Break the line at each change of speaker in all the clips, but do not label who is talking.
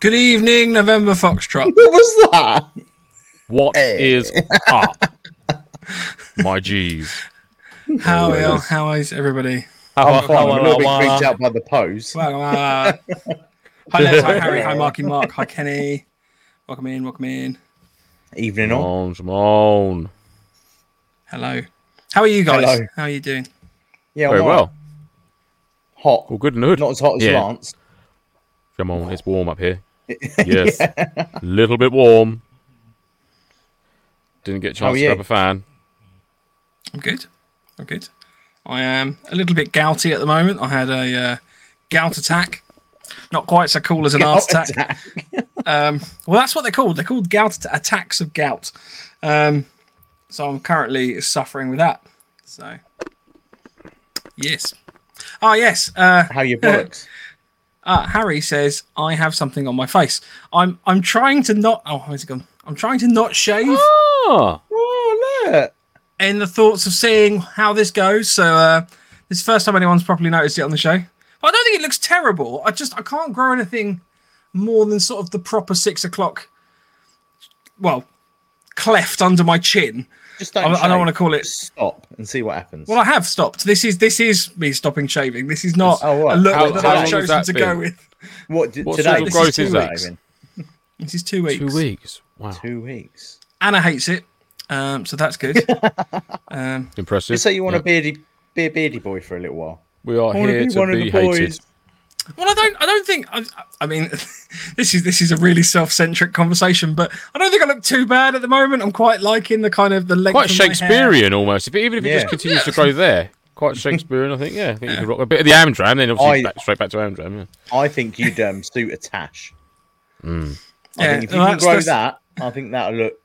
Good evening, November Foxtrot.
What was that?
What
Hey.
is up? My G's.
How are How is everybody?
I'm, fine. I'm a little bit creeped out by the pose.
Well, uh, hi, Les. Hi, Harry. Hi, Marky Mark. Hi, Kenny. Welcome in. Welcome in.
Evening
Come
all.
on, come on.
Hello. How are you guys?
Hello.
How are you doing?
Yeah,
Very
I'm all
well.
right.
All
Hot.
good and hood.
Not as hot as
Yeah.
Lance.
Come on, it's warm up here. Yes. Little bit warm. Didn't get a
How are
chance to
you?
grab a fan.
I'm good. I'm good. I am a little bit gouty at the moment. I had a uh, gout attack. Not quite so cool as an
Heart
arse attack.
attack.
Um, well, that's what they're called. They're called gout att- attacks of gout. Um, so I'm currently suffering with that. So, yes. Oh, yes. Uh,
How your bollocks?
uh, Harry says I have something on my face. I'm I'm trying to not. Oh, where's it gone? I'm trying to not shave.
Ah,
oh, look.
in the thoughts of seeing how this goes. So uh, this is the first time anyone's properly noticed it on the show. But I don't think it looks terrible. I just I can't grow anything more than sort of the proper six o'clock. Well, cleft under my chin.
Just
I,
don't.
I don't want to call
to
it.
stop and see what happens.
Well, I have stopped. This is this is me stopping shaving. This is not
Oh, what?
a look
How-
that
how long
I've
has
chosen
that
to go
been?
with.
what, d-
What
today,
sort of
this
growth
two
is that?
weeks.
This is two weeks.
two weeks. Wow.
Two weeks.
Anna hates it, um, so that's good. um,
Impressive.
You say you want
Yeah.
to beardy, be a beardy boy for a little while.
We are
I want
here
to be
to
one of the
be hated.
boys.
Well, I don't. I don't think. I, I mean, this is this is a really self-centric conversation, but I don't think I look too bad at the moment. I'm quite liking the kind of the length.
Quite
of my hair.
Shakespearean almost. If, even if it
Yeah.
just continues to grow there. Quite Shakespearean, I think. Yeah, I think you could rock a bit of the Amdram, then obviously
I-
back, straight back to Amdram. Yeah.
I think you'd um, suit a tash. I
Yeah,
think if you
well,
can
that's-
grow
that's-
that, I think that'll look.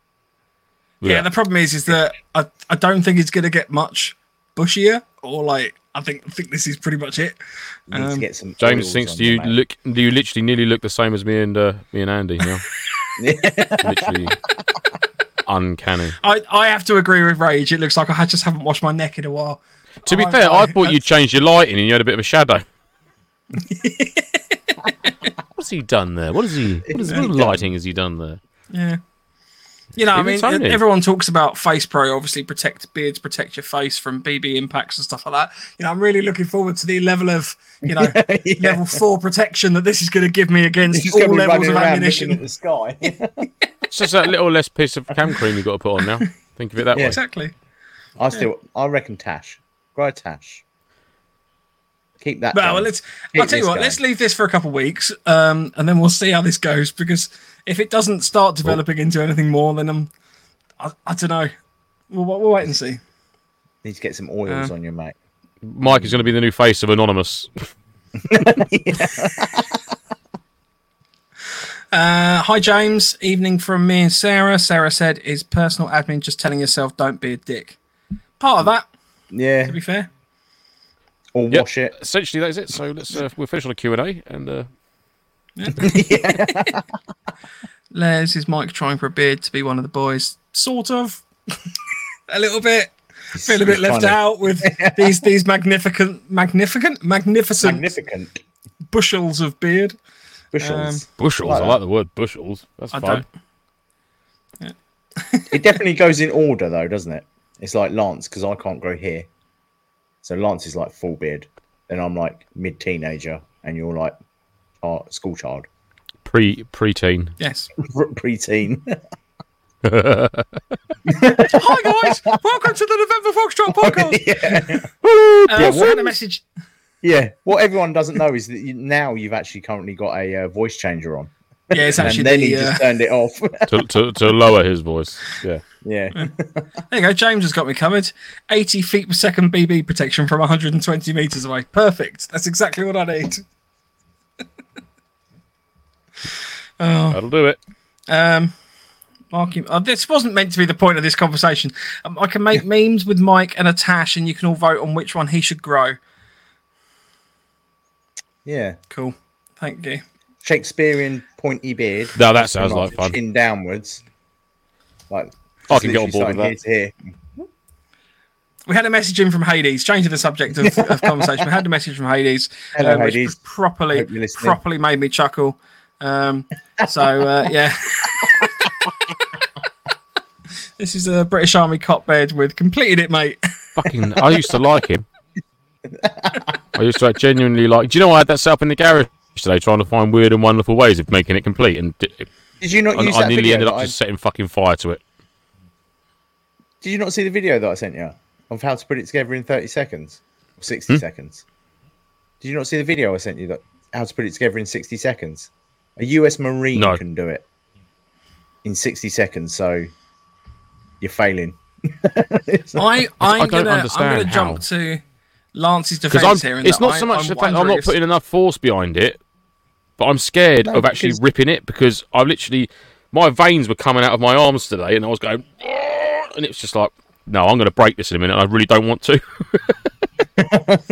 Yeah. The problem is, is that I, I don't think it's going to get much bushier, or like I think I think this is pretty much it.
You need
Um,
to get some.
James
oils
thinks
on
do you
mate.
look? Do you literally nearly look the same as me and uh, me and Andy now? literally uncanny.
I I have to agree with Rage. It looks like I ha- just haven't washed my neck in a while.
To be
Oh,
fair,
no.
I thought you'd changed your lighting and you had a bit of a shadow. What's he done there? What is he? What, is, what lighting has he done there?
Yeah. You know, I
Even
mean, e-,
Tony.
everyone talks about Face Pro, obviously protect beards, protect your face from BB impacts and stuff like that. You know, I'm really looking forward to the level of, you know,
yeah.
level four protection that this is going to give me against
He's gonna
all
be
levels
running
of
around looking at
ammunition.
the sky.
It's just that little less piece of cam cream you've got to put on now. Think of it that
Yeah.
way.
Exactly. Hmm.
I still, I reckon Tash. Grow a Tash. Keep that.
Well,
going.
uh, let's.
Keep
I'll tell you
this
what.
going.
Let's leave this for a couple of weeks, um, and then we'll see how this goes. Because if it doesn't start developing into anything more, then I'm, I, I don't know. We'll, we'll wait and see.
Need to get some oils on your mate.
Mike is going to be the new face of Anonymous.
Uh, hi, James. Evening from me and Sarah. Sarah said, "Is personal admin just telling yourself don't be a dick?" Part of that,
Yeah,
to be fair.
or
Yep.
wash it.
Essentially, that's it. So let's uh, we'll finish on a Q and A, and uh,
Les is Mike trying for a beard to be one of the boys, sort of, a little bit. Feel a bit
He's
left
trying to-
out with these these magnificent, magnificent, magnificent
Magnificent
bushels of beard.
bushels.
Um,
bushels.
Like
I
that.
like the word bushels. That's
I
fun.
it definitely goes in order though, doesn't it? It's like Lance because I can't grow hair. So Lance is like full beard, and I'm like mid teenager, and you're like oh, school child,
Pre preteen.
Yes.
preteen.
Hi guys, welcome to the November Foxtrot podcast.
yeah.
Uh,
Yeah,
so I had
what-
a message.
yeah. What everyone doesn't know is that you, now you've actually currently got a uh, voice changer on,
Yeah, it's
and
actually
then he
the. Uh,
just turned it off.
to, to to lower his voice. Yeah.
yeah.
there you go. James has got me covered. 80 feet per second BB protection from 120 meters away. Perfect. That's exactly what I need.
That'll do it.
Um, Marky, uh, this wasn't meant to be the point of this conversation. Um, I can make memes with Mike and a Tash, and you can all vote on which one he should grow.
Yeah.
Cool. Thank you.
Shakespearean pointy beard.
No, that sounds like
the
fun.
Chin downwards. Like
I
just
can get on
literally
board with
starting
that.
Here to here.
We had a message in from Hades, changing the subject of, of conversation. We had a message from Hades, uh,
Hello,
which
Hades.
properly
Hope you're listening.
properly made me chuckle. Um, so uh, yeah, this is a British Army cot bed with completed it, mate.
Fucking, I used to like him. I used to like, genuinely like. Do you know I had that set up in the garage today, trying to find weird and wonderful ways of making it complete, and di-
Did you not
I,
use
I
that
nearly
video?
ended
that
up
I-
just setting fucking fire to it.
Did you not see the video that I sent you of how to put it together in 30 seconds or 60
Hmm?
seconds? Did you not see the video I sent you that how to put it together in 60 seconds? A US Marine
No.
can do it in 60 seconds, so you're failing.
I, I'm
don't
gonna, I'm
understand
gonna jump
how.
to Lance's
Because
defence here.
I'm.
in
It's
that
not
I-
so much
I'm
the fact that I'm
wondering
not
if-
putting enough force behind it, but I'm scared
No,
of actually
because-
ripping it because I literally my veins were coming out of my arms today, and I was going, "Oh," and it's just like, no, I'm going to break this in a minute. and I really don't want to.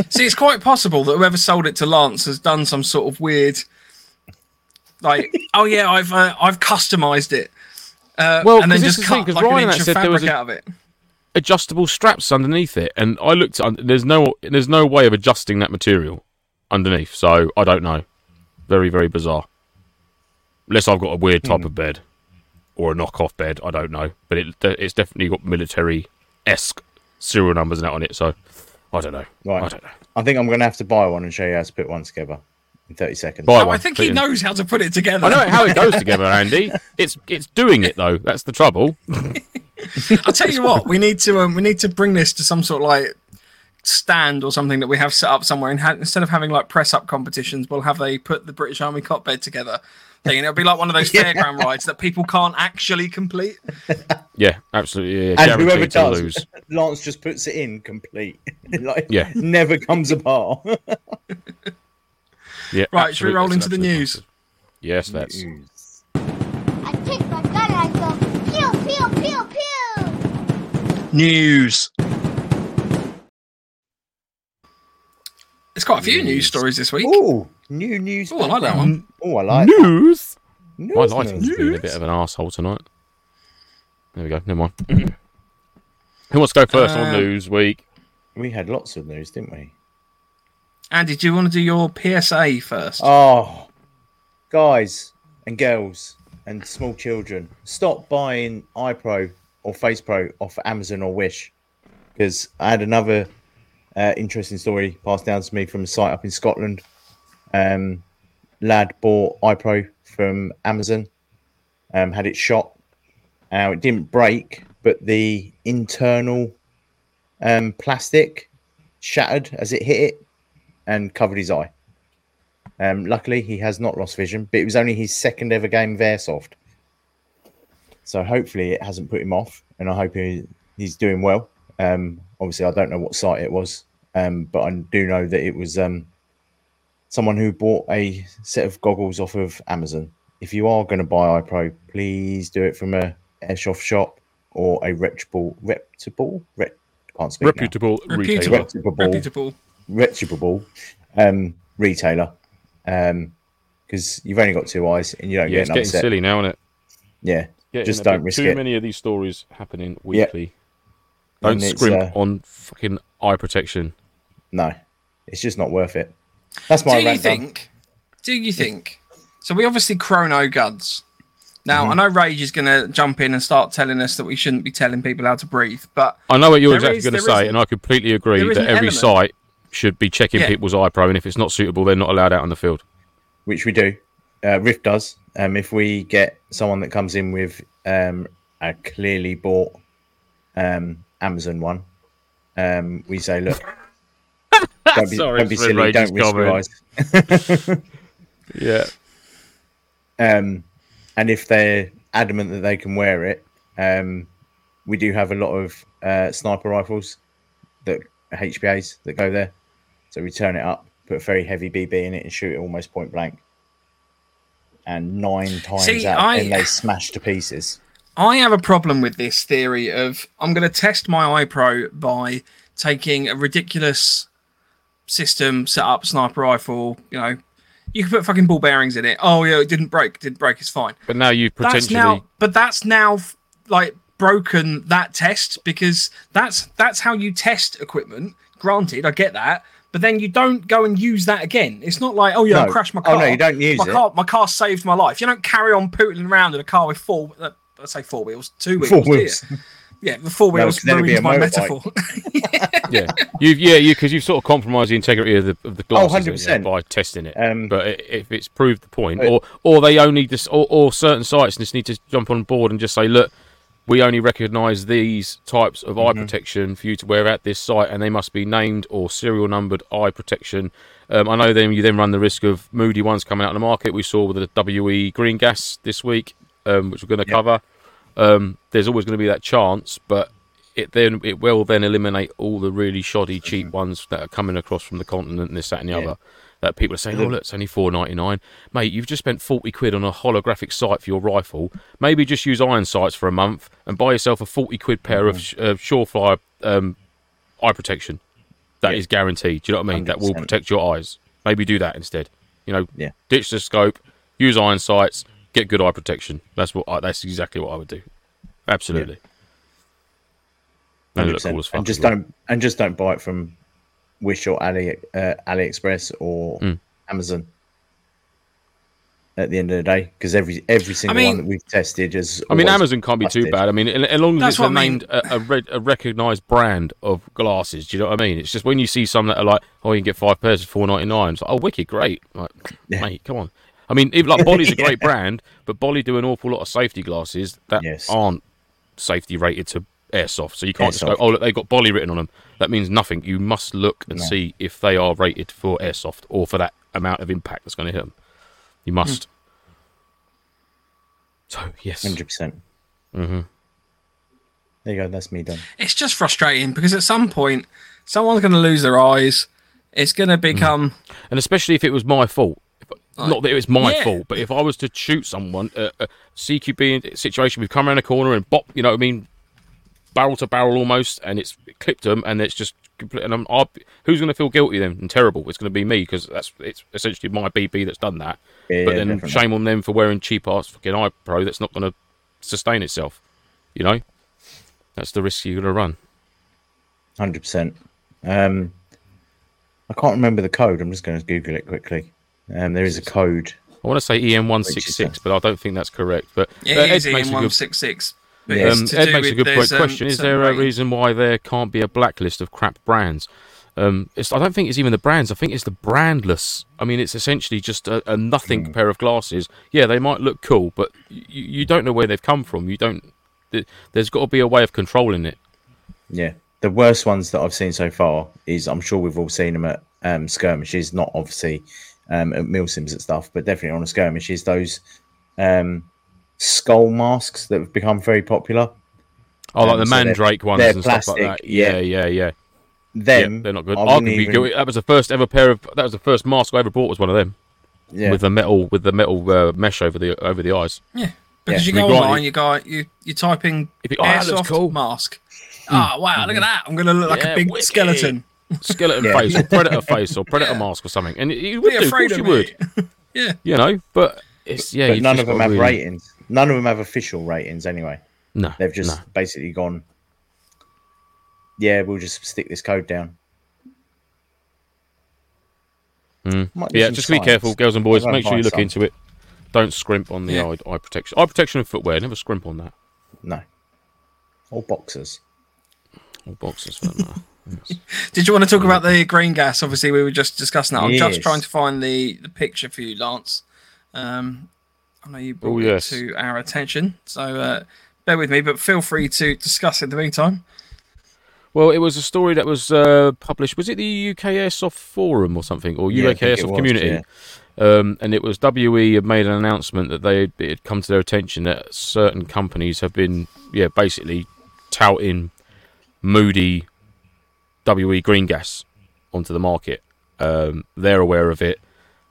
See, it's quite possible that whoever sold it to Lance has done some sort of weird, like, oh yeah, I've uh, I've customised it. Uh,
Well,
and then
Oh, 'cause this
just
is the thing,
cut
'cause
like
Ryan
an
had
inch of
said there
fabric
was a-
out of it.
adjustable straps underneath it, and I looked. un- There's no. There's no way of adjusting that material underneath. So I don't know. Very very bizarre. Unless I've got a weird
Hmm.
type of bed, or a knockoff bed. I don't know, but it, it's definitely got military esque serial numbers and that on it. So I don't know.
Right.
I don't know.
I think I'm going to have to buy one and show you how to put one together in 30 seconds.
Oh,
Buy
I
one,
think
put
he
it in.
knows how to put it together.
I know how it goes together, Andy. It's it's doing it though. That's the trouble.
I'll tell you what, we need to um, we need to bring this to some sort of like stand or something that we have set up somewhere. And ha- instead of having like press up competitions, we'll have they put the British Army cot bed together thing, and it'll be like one of those fairground rides that people can't actually complete.
Yeah, absolutely. Yeah,
and
guaranteed
whoever
to
does,
lose.
Lance just puts it in complete. like,
Yeah.
never comes apart.
Yeah,
Right, should we
absolutely.
roll
That's
into the
absolutely
news?
possible. Yes, that's.
I take my gun and I go pew pew pew pew.
News. There's quite a few news,
News.
stories this week.
Ooh, new news.
Ooh, I like that one.
Oh, I like
News.
news.
My lighting's
news.
being a bit of an asshole tonight. There we go. Never mind. Who wants to go first on
Um,
Uh,
news week?
We had lots of news, didn't we?
Andy, do you want to do your PSA first?
Oh, guys and girls and small children, stop buying iPro or FacePro off Amazon or Wish. Because I had another uh, interesting story passed down to me from a site up in Scotland. Um, lad bought iPro from Amazon, um, had it shot. Now it didn't break, but the internal um, plastic shattered as it hit it and covered his eye. Um, luckily, he has not lost vision, but it was only his second ever game of airsoft. So hopefully, it hasn't put him off, and I hope he, he's doing well. Um, obviously, I don't know what site it was, um, but I do know that it was um, someone who bought a set of goggles off of Amazon. If you are going to buy iPro, please do it from a airsoft shop or a reputable, reputable, rep, can't speak now.
Reputable
Reputable.
retailer.
reputable,
Reputable.
reputable um, retailer because you've only got two eyes and you don't
Yeah,
get
it's
an
getting
upset.
silly now, isn't it?
Yeah,
Getting
just
a bit
don't risk
too
it.
many of these stories happening weekly. Don't
And it's,
scrimp
uh,
on fucking eye protection.
No, it's just not worth it. That's my
do you
rant done.
think? Do you think? So we obviously chrono guns. Now I know Rage is going to jump in and start telling us that we shouldn't be telling people how to breathe, but
I know what you're
There
exactly
is-
going to
there
say,
is-
and I completely agree
there is
that
an
every
element.
site should be checking
Yeah.
people's eye pro, and if it's not suitable, they're not allowed out on the field.
which we do. Uh, Rift does. Um, if we get someone that comes in with um, a clearly bought um, Amazon one, um, we say, look, don't be,
Sorry,
don't be
it's Red
silly,
Rage's
don't risk your
comment.
eyes.
Yeah.
Um, and if they're adamant that they can wear it, um, we do have a lot of uh, sniper rifles that HPAs that go there. So we turn it up, put a very heavy BB in it, and shoot it almost point blank. And nine times
See,
out,
I-
and they smash to pieces.
I have a problem with this theory of I'm going to test my iPro by taking a ridiculous system set up sniper rifle. You know, you can put fucking ball bearings in it. Oh yeah, it didn't break. Didn't break. It's fine.
But now you've
That's
potentially.
now, but that's now f- like broken that test because that's that's how you test equipment. Granted, I get that, But then you don't go and use that again. It's not like, oh yeah, I
No.
crashed my
Oh,
car.
no, you don't use
my
it.
Car, my car saved my life. You don't carry on pootling around in a car with four. Uh, I say four wheels, two wheels.
Four
do you?
wheels.
Yeah, the four wheels
'cause then it'd be
ruins
a
my
motorbike.
metaphor.
yeah, you've yeah, you because you've sort of compromised the integrity of the of the glasses
100%.
by testing it.
Oh, Um,
but i if it's proved the point,
but-
or or they only just or, or certain sites just need to jump on board and just say, look, we only recognise these types of
Mm-hmm.
eye protection for you to wear at this site, and they must be named or serial numbered eye protection. Um, I know then you then run the risk of moody ones coming out on the market. We saw with the WE green gas this week, um, which we're going to cover. Um, there's always going to be that chance, but it then it will then eliminate all the really shoddy cheap ones that are coming across from the continent and this that and the other that people are saying oh look it's only 4.99 mate you've just spent 40 quid on a holographic sight for your rifle maybe just use iron sights for a month and buy yourself a 40 quid pair of sh- uh, surefire um, eye protection That is
Yeah.
guaranteed do you know what i mean that will
100%.
protect your eyes maybe do that instead you know
Yeah.
ditch the scope use iron sights get good eye protection that's what I, that's exactly what i would do absolutely They look
100%.
cool as fuck
and
as
just
well.
don't and just don't buy it from Wish or Ali uh, AliExpress or
Mm.
Amazon. At the end of the day, because every every single
mean-
one that we've tested is.
I mean,
always
Amazon can't be too
busted.
bad. I mean, as long as
That's
it's
what
a
I mean.
named a, a, re- a recognised brand of glasses, do you know what I mean? It's just when you see some that are like, oh, you can get five pairs for four ninety nine. It's like, oh, wicked, great, like, mate, come on. I mean, even like Bolly's a great brand, but Bolly do an awful lot of safety glasses that
Yes.
aren't safety rated to airsoft. So you can't just go,
Airsoft.
oh, look, they got Bolly written on them. That means nothing. You must look and see if they are rated for airsoft or for that amount of impact that's going to hit them. You
Hmm.
must. So yes.
Hundred percent.
Mm-hmm.
There you go. That's me done.
it's just frustrating because at some point someone's going to lose their eyes. It's going
Hmm.
to become
and especially if it was my fault. If- Not that it was my
yeah.
fault, but if I was to shoot someone, uh, a CQB in- situation, we've come around a corner and bop, you know what I mean, barrel to barrel almost, and it's clipped them, and it's just complete. And I'm, I'll, who's going to feel guilty then and terrible? It's going to be me because that's it's essentially my BB that's done that.
Yeah,
but then
definitely.
shame on them for wearing cheap ass fucking eye pro that's not going to sustain itself. You know, that's the risk you're going to run.
Hundred percent. Um, I can't remember the code. I'm just going to Google it quickly. Um, there is a code.
I want to say EM one six six, but I don't think that's correct. But
it
uh, Ed
is
makes
in
a
one
good
six six.
Um, Ed makes a good point. Question: Is there a reason why there can't be a blacklist of crap brands? Um, it's, I don't think it's even the brands. I think it's the brandless. I mean, it's essentially just a, a
Mm.
nothing pair of glasses. Yeah, they might look cool, but you, you don't know where they've come from. You don't. th- There's got to be a way of controlling it.
Yeah, the worst ones that I've seen so far is I'm sure we've all seen them at um, skirmishes, not obviously um, at meal sims and stuff, but definitely on a skirmish is those um, skull masks that have become very popular.
Oh, like
Um,
the
so they're-
mandrake ones
they're
and stuff like
plastic,
that.
yeah.
Yeah, yeah, yeah. Yeah,
Them,
they're not good.
I
I could
wouldn't
be
even-
guilty. That was the first ever pair of. That was the first mask I ever bought. Was one of them
Yeah,
with the metal with the metal uh, mesh over the over the eyes.
Yeah, because
Yeah,
you
we
go
got
online,
it.
you go, you you type in
If you- oh, that looks
airsoft
cool.
mask. Ah, wow! Look at that! I'm going to look like
Yeah,
a big
wicked.
skeleton.
skeleton
Yeah.
face or predator face or predator mask or something. And you
Be
would do, of
afraid
course
of
you
me.
would,
yeah,
you know. But it's yeah,
but
you've
none
just
of them
gotta
have
really-
ratings. None of them have official ratings anyway.
No,
They've just
no.
basically gone. Yeah, we'll just stick this code down. Might do
Hmm. yeah.
some
Just be
science.
careful, girls and boys.
I'll go
Make
and
sure you
buy
look
some.
into it. Don't scrimp on the
Yeah.
eye, eye protection. Eye protection and footwear. Never scrimp on that.
No, all boxers.
Or boxes for that matter.
Did you want to talk about the green gas? Obviously, we were just discussing that. I'm
Yes.
just trying to find the, the picture for you, Lance. Um, I know you brought
Oh, yes.
it to our attention, so uh, bear with me, but feel free to discuss it in the meantime.
Well, it was a story that was uh, published. Was it the UK Airsoft Forum or something, or
Yeah, I
UK
think it
Airsoft
was,
Community?
yeah.
Um, and it was WE had made an announcement that they it had come to their attention that certain companies have been, yeah, basically touting moody WE green gas onto the market. Um, they're aware of it,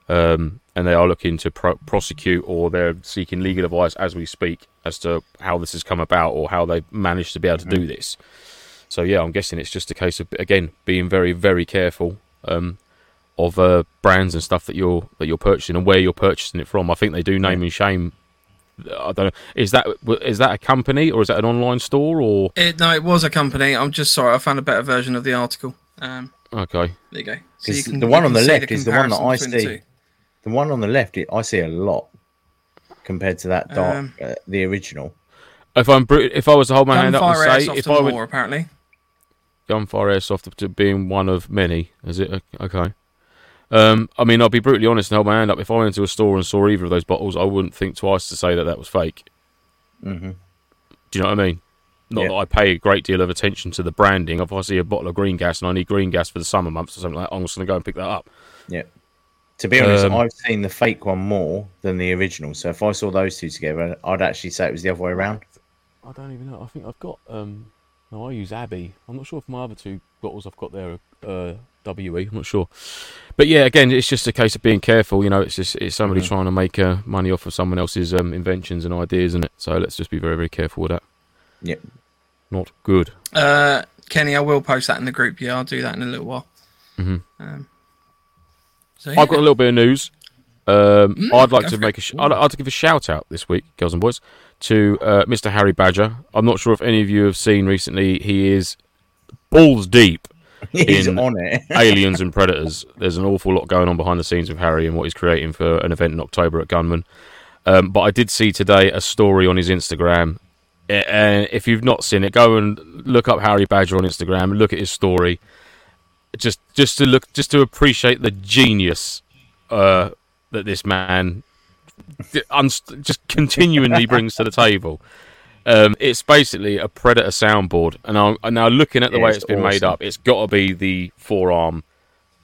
um, and they are looking to pro- prosecute or they're seeking legal advice as we speak as to how this has come about or how they managed to be able to
Mm-hmm.
do this. So yeah, I'm guessing it's just a case of again being very very careful um, of uh, brands and stuff that you're that you're purchasing and where you're purchasing it from. I think they do name and shame. I don't know. Is that is that a company or is that an online store or
It, no, it was a company. I'm just sorry, I found a better version of the article. Um,
Okay.
There you go. So
Because
you can-
the
you
one on
can
the
see
left is the one that
comparison
I
between
see.
the two.
The one on the left, it, I see a lot compared to that dark,
Um,
uh, the original.
If I'm brut- if I was to hold my hand up
Gunfire
and say
airsoft
if
and
I would
more apparently.
gunfire airsoft to being one of many, is it okay? Um, I mean, I'll be brutally honest and hold my hand up. If I went into a store and saw either of those bottles, I wouldn't think twice to say that that was fake. Mm-hmm. Do you know what I mean? Not
Yeah.
that I pay a great deal of attention to the branding. If I see a bottle of green gas and I need green gas for the summer months or something like that, I'm just going to go and pick that up.
Yeah. To be honest,
Um,
I've seen the fake one more than the original. So if I saw those two together, I'd actually say it was the other way around.
I don't even know. I think I've got. Um, no, I use Abbey. I'm not sure if my other two bottles I've got there are uh, WE. I'm not sure. But yeah, again, it's just a case of being careful. You know, it's just it's somebody trying to make uh, money off of someone else's um, inventions and ideas, and it. So let's just be very, very careful with that.
Yep.
Not good.
Uh, Kenny, I will post that in the group. Yeah, I'll do that in a little while.
Mm-hmm.
Um, so yeah. Mm,
I've got a little bit of news. Um, I'd like
go
to
for
make a sh- I'd, I'd like to give a shout out this week, girls and boys, to uh, Mr. Harry Badger. I'm not sure if any of you have seen recently. He is balls deep
He's
In-
on it.
aliens and predators. There's an awful lot going on behind the scenes with Harry and what he's creating for an event in October at Gunman. Um, but I did see today a story on his Instagram. A- And if you've not seen it, go and look up Harry Badger on Instagram. Look at his story. Just, just to look, just to appreciate the genius uh, that this man d- unst- just continually brings to the table. Um, it's basically a predator soundboard, and I'm, and now looking at the
Yeah,
way
it's
it's been made
awesome.
up, it's got to be the forearm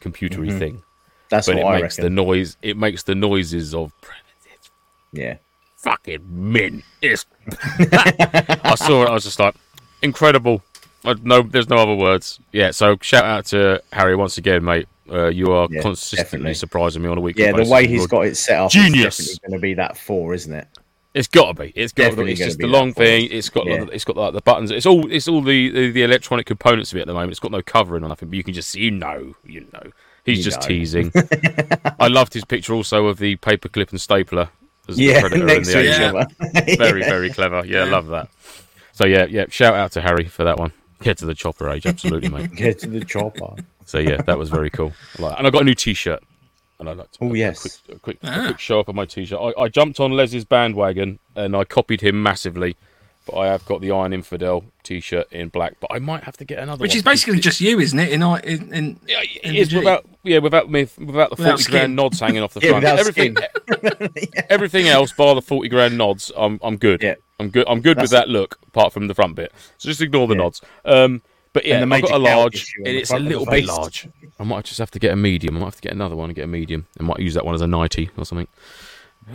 computery thing,
Mm-hmm. That's
but
what
it
I
makes
reckon.
the noise. It makes the noises of predators.
Yeah.
Fucking min. It's. I saw it. I was just like, incredible. I, no, there's no other words. Yeah. So shout out to Harry once again, mate. Uh, you are
Yeah,
consistently
definitely.
surprising me on a weekly
Yeah, the
basis.
way
You're
he's got it set up
Genius.
is definitely going to be that four, isn't it?
It's got to be. It's got to
Definitely
be. It's
gonna
just
be
the
that
long
for us.
thing. It's got.
Yeah.
The, it's got like the buttons. It's all. It's all the, the the electronic components of it at the moment. It's got no covering or nothing. But you can just you know you know. He's
You
just
know.
teasing. I loved his picture also of the paperclip and stapler. As the
Yeah,
Predator
next
and the
to each
Alien.
other.
Very very clever. Yeah, love that. So yeah yeah. Shout out to Harry for that one. Get to the chopper age. Absolutely mate.
Get to the chopper.
So yeah, that was very cool. I like- and I got a new T-shirt. And I liked
Oh,
a,
yes.
a quick, a quick,
Ah.
a quick show up on my T-shirt. I, I jumped on Les's bandwagon and I copied him massively, but I have got the Iron Infidel T-shirt in black. But I might have to get another,
which
one
is basically
because
just you, isn't it? In, in, in
it- yeah, it
in
is
the G.
without yeah without me without the
Without
forty grand
skin.
nods hanging off the
Yeah,
front.
without
Everything everything else, bar the forty grand nods, I'm I'm good.
Yeah.
I'm good. I'm good with
That's-
that look, apart from the front bit. So just ignore the
Yeah.
nods. Um, but yeah,
And the
I've got a
major gout
large,
issue on
and
the
it's a
front of the
little bit
waist.
large. I might just have to get a medium. I might have to get another one and get a medium. I might use that one as a ninety or something.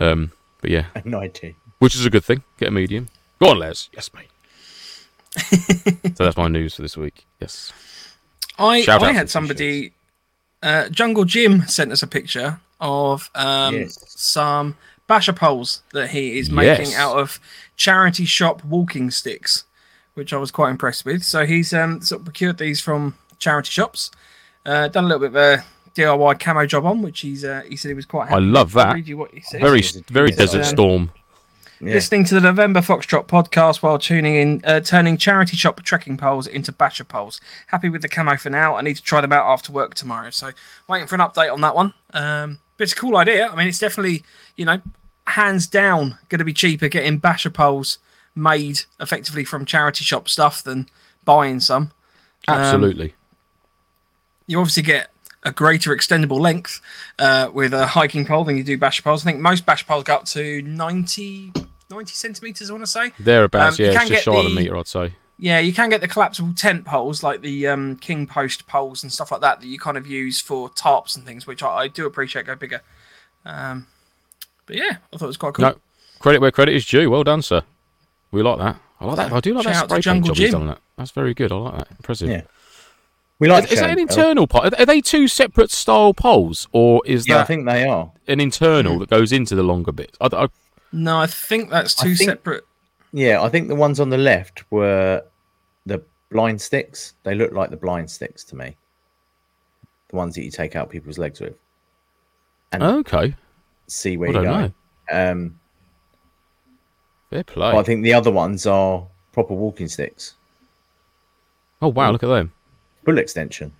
Um, but yeah,
90.
which is a good thing. Get a medium. Go on, Les. Yes, mate. so that's my news for this week. Yes.
I,
Shout out
I
to
had
the
somebody, uh, Jungle Jim sent us a picture of um,
Yes.
some basher poles that he is making
Yes.
out of charity shop walking sticks, which I was quite impressed with. So he's um, sort of procured these from charity shops, uh, done a little bit of a DIY camo job on, which he's uh, he said he was quite
I
happy.
love
I'll
that.
read you what he says.
Very,
Yes.
very
Yes.
Desert
Um,
Storm.
Yeah.
Listening to the November Foxtrot podcast while tuning in, uh, turning charity shop trekking poles into basher poles. Happy with the camo for now. I need to try them out after work tomorrow. So, waiting for an update on that one. Um, but it's a cool idea. I mean, it's definitely, you know, hands down going to be cheaper getting basher poles made effectively from charity shop stuff than buying some.
Absolutely.
You obviously get a greater extendable length uh, with a hiking pole than you do basher poles. I think most basher poles go up to 90, 90 centimeters, I want to say.
Thereabouts.
um, you
yeah,
can
it's just
get
shy of a
the-
meter, I'd say.
Yeah, you can get the collapsible tent poles, like the um, king post poles and stuff like that, that you kind of use for tarps and things, which I, I do appreciate go bigger. Um, but yeah, I thought it was quite cool.
No, credit where credit is due. Well done, sir. We like that. I like that. I do like
Shout
that
out to
spray paint
Jungle
job he's
Jim.
done on that. That's very good. I like that. Impressive.
Yeah. We like
Is, is that an
Shane, though.
internal pole? Are they two separate style poles, or is
Yeah, I
that
think they are.
an internal that goes into the longer bit? I, I,
No, I think that's
I
two
think-
separate.
Yeah, I think the ones on the left were the blind sticks. They look like the blind sticks to me. The ones that you take out people's legs with. And
okay.
see
I
where you
don't
go.
know.
Um,
Fair
but
play.
I think the other ones are proper walking sticks.
oh wow, look at them.
Bull extension.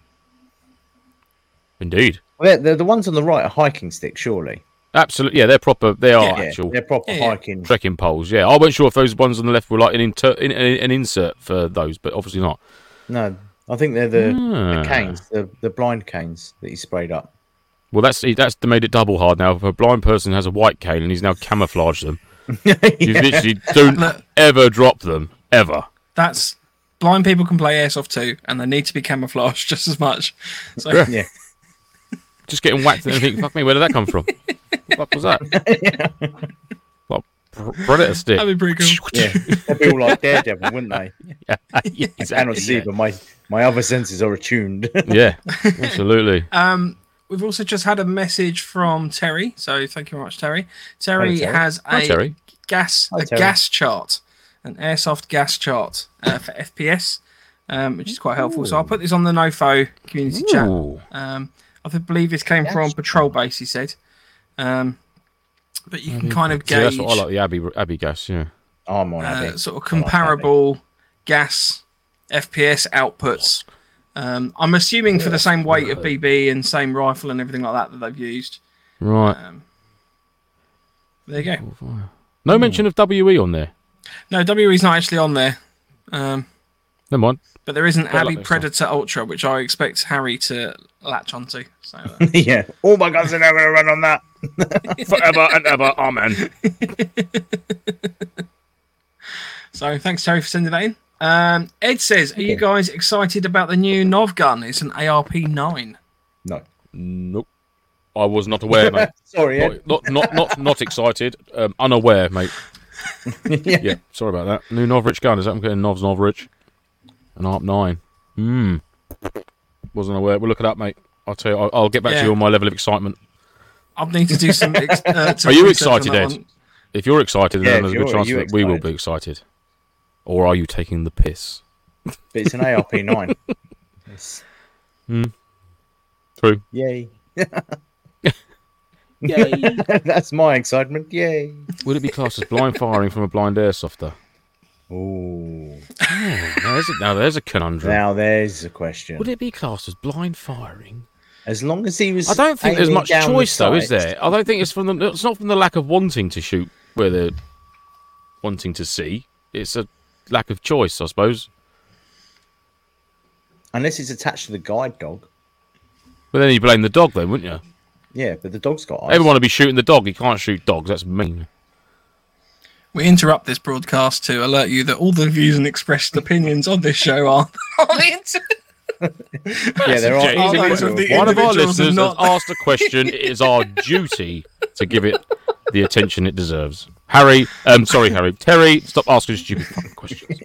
Indeed.
Well, the, the ones on the right are hiking sticks, surely.
Absolutely. Yeah, they're proper. They are
Yeah,
actual
they're proper
Yeah, yeah.
hiking.
trekking poles. Yeah, I wasn't sure if those ones on the left were like an, inter- in, an an insert for those, but obviously not.
No, I think they're the,
Ah.
the canes, the, the blind canes that he sprayed up.
Well, that's that's made it double hard now. If a blind person has a white cane and he's now camouflaged them, you literally don't
Look.
ever drop them ever.
That's blind people can play airsoft too, and they need to be camouflaged just as much. So
Yeah.
Yeah.
Just getting whacked and think, fuck me, where did that come from? what was that? Like pr- predator stick.
that'd be pretty cool.
Yeah, they'd be all like Daredevil, wouldn't they?
yeah,
I cannot see,
exactly.
but my, my other senses are attuned.
yeah, absolutely.
Um, we've also just had a message from Terry, so thank you very much, Terry. Terry,
Hello, Terry.
has a
Hi, Terry.
gas
Hi,
a
Terry.
gas chart, an airsoft gas chart uh, for FPS, um, which is quite helpful. So I'll put this on the NoFo community chat.
Ooh.
Um, I believe this came from Patrol Base. He said, um, but you can kind of
See,
gauge
that's what I like, the Abbey, Abbey gas, yeah.
Oh, I'm on
uh,
Abby.
sort of comparable gas FPS outputs. Um, I'm assuming for the same weight of BB and same rifle and everything like that that they've used.
Right.
Um, there you go.
No mention of WE on there.
No, WE's not actually on there. Um,
Never mind.
But there is an
Quite like
Abbey
this
Predator Ultra, which I expect Harry to latch onto. So, uh,
yeah. Oh my God, so now we're gonna run on that.
Forever and ever. Amen.
so thanks, Terry, for sending that in. Um, Ed says, Are you guys excited about the new Nov gun? It's an ARP 9.
No.
Nope. I was not aware, mate.
Sorry, Ed.
Not, not, not, not, not excited. Um, unaware, mate. yeah. Sorry about that. New Novrich gun. Is that I'm getting Novs Novrich? An ARP 9. Hmm. Wasn't aware. We'll look it up, mate. I'll tell you. I'll, I'll get back
Yeah.
to you on my level of excitement.
I'll need to do some. Ex- uh, some
Are you
research on
excited,
that
Ed?
one.
If you're excited,
Yeah,
then
if
there's a good
you're- are
chance
you
that we will
excited?
be excited. Or are you taking the piss?
But it's an ARP nine. It's-
True.
Yay. Yay. That's my excitement. Yay.
Would it be classed as blind firing from a blind airsofter?
Ooh.
Now there's a, now there's a conundrum.
Now there's a question.
Would it be classed as blind firing?
As long as he was
I don't think there's
aiming
much
down the
choice though, is
sights-
there? I don't think it's from the. It's not from the lack of wanting to shoot where they're wanting to see. It's a lack of choice, I suppose.
Unless it's attached to the guide dog.
But then you blame the dog, then, wouldn't you?
Yeah, but the dog's got eyes.
Everyone would be shooting the dog. You can't shoot dogs. That's mean.
We interrupt this broadcast to alert you that all the views and expressed opinions on this show are on the internet.
yeah, they're
James,
all
all
those of the
one of our
individuals
listeners
have not-
has asked a question. It is our duty to give it the attention it deserves. Harry, um, sorry, Harry, Terry, stop asking stupid fucking questions.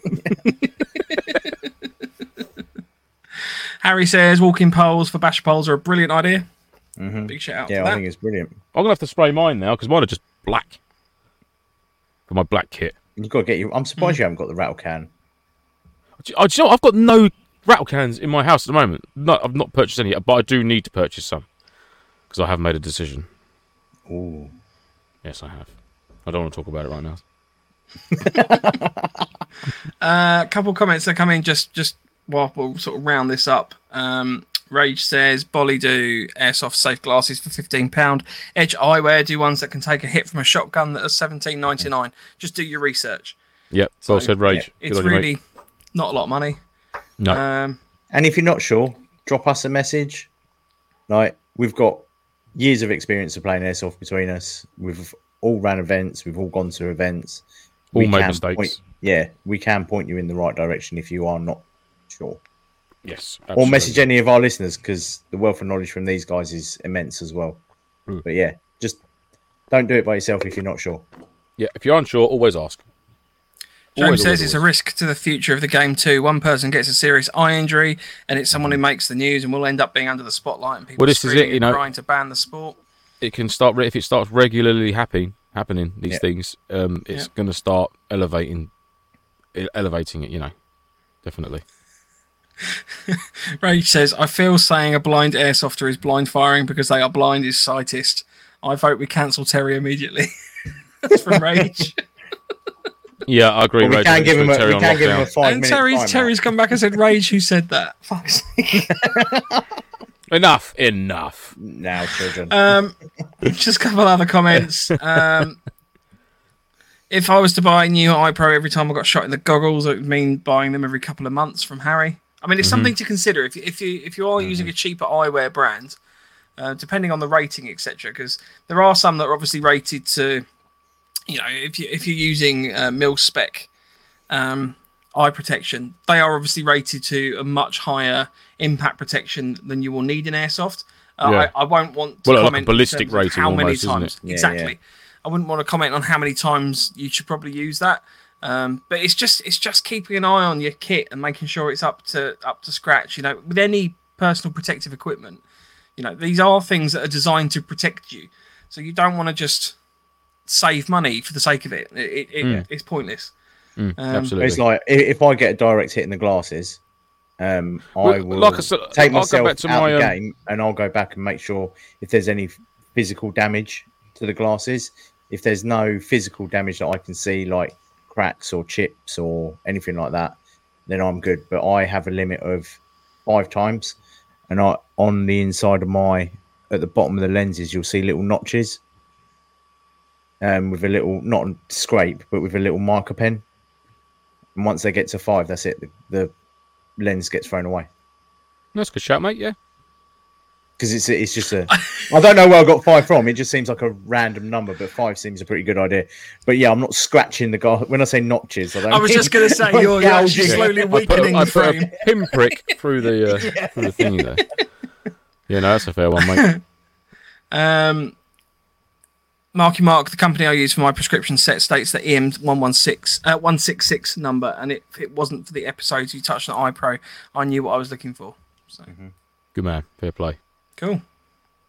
Harry says, Walking poles for bash poles are a brilliant idea.
Mm-hmm.
Big shout out
Yeah,
for
I
that.
think it's brilliant.
I'm gonna have to spray mine now because mine are just black. For my black kit.
You've got to get your. I'm surprised
Hmm.
you haven't got the rattle can.
Do, oh, do you know what? I've got no rattle cans in my house at the moment. No, I've not purchased any, yet, but I do need to purchase some because I have made a decision.
Ooh.
Yes, I have. I don't want to talk about it right now.
a couple comments that come in just just while we'll sort of round this up. Um, Rage says Bolly do airsoft safe glasses for fifteen pound. Edge eyewear do ones that can take a hit from a shotgun that are seventeen ninety nine. Just do your research.
Yep. well said, Rage. Good
It's
on you, mate.
really not a lot of money.
no.
uh,
Um,
And if you're not sure, drop us a message. Like we've got years of experience of playing airsoft between us. We've all ran events. We've all gone to events.
All made
can
mistakes.
point- yeah, we can point you in the right direction if you are not sure.
yes.
Or
absolutely.
message any of our listeners because the wealth of knowledge from these guys is immense as well.
Hmm.
But yeah, just don't do it by yourself if you're not sure.
Yeah. If you're unsure, always ask.
James
Always,
says
always,
it's a
always.
risk to the future of the game too. One person gets a serious eye injury, and it's someone who makes the news, and will end up being under the spotlight. And people
Well, this is it,
screaming
you
and
know.
crying to ban the sport.
it can start re- if it starts regularly happening happening these
Yeah.
things um it's
Yeah.
going to start elevating e- elevating it you know definitely
Rage says, I feel saying a blind airsofter is blind firing because they are blind is sightist. I vote we cancel Terry immediately. That's from Rage.
yeah i agree
But we
Rage,
can
it's
give him a,
put Terry
we
on
can give him a
lockdown.
five
and
minute
Terry's,
timeout.
Terry's come back and said, Rage, who said that? Fuck's sake.
Enough. Enough.
now, children.
Um, just a couple other comments. Um, if I was to buy a new iPro every time I got shot in the goggles, it would mean buying them every couple of months from Harry. I mean, it's something to consider if you- if you if you are using a cheaper eyewear brand, uh, depending on the rating, etc. Because there are some that are obviously rated to, you know, if you if you're using uh, mil spec um, eye protection, they are obviously rated to a much higher impact protection than you will need in airsoft. Uh,
Yeah.
I, I won't want to
Well, like a
comment in
ballistic
terms of
rating
how many
almost, isn't
times
it?
Yeah,
exactly.
yeah.
I wouldn't want to comment on how many times you should probably use that. Um, but it's just it's just keeping an eye on your kit and making sure it's up to up to scratch. You know, with any personal protective equipment, you know these are things that are designed to protect you. So you don't want to just save money for the sake of it. It, it, it it's pointless.
Mm,
Um,
Hmm. absolutely.
it's like i- if I get a direct hit in the glasses, um, I
Well,
will
like I said, I'll
take
go
myself
back to
out
my,
of the
um,
game, and I'll go back and make sure if there's any physical damage to the glasses. If there's no physical damage that I can see, like cracks or chips or anything like that, then I'm good. But I have a limit of five times, and I on the inside of my at the bottom of the lenses, you'll see little notches. Um, with a little not scrape, but with a little marker pen. And once they get to five, that's it. The, the lens gets thrown away
That's a good shout, mate. Yeah.
because it's it's just a. I don't know where I got five from. It just seems like a random number, but five seems a pretty good idea. But yeah, I'm not scratching the guy. When I say notches, I don't.
I was
mean-
just going to say
I'm
you're, you're actually
gouging.
slowly
I put, a-
weakening
I
the
put
frame.
a pinprick through the uh, through the thingy there. Yeah, no, that's a fair one, mate.
Um, Marky Mark, the company I use for my prescription set, states that EM one one six uh, one six six number, and it, if it wasn't for the episodes you touched on iPro, I knew what I was looking for. So
Good man. Fair play.
cool.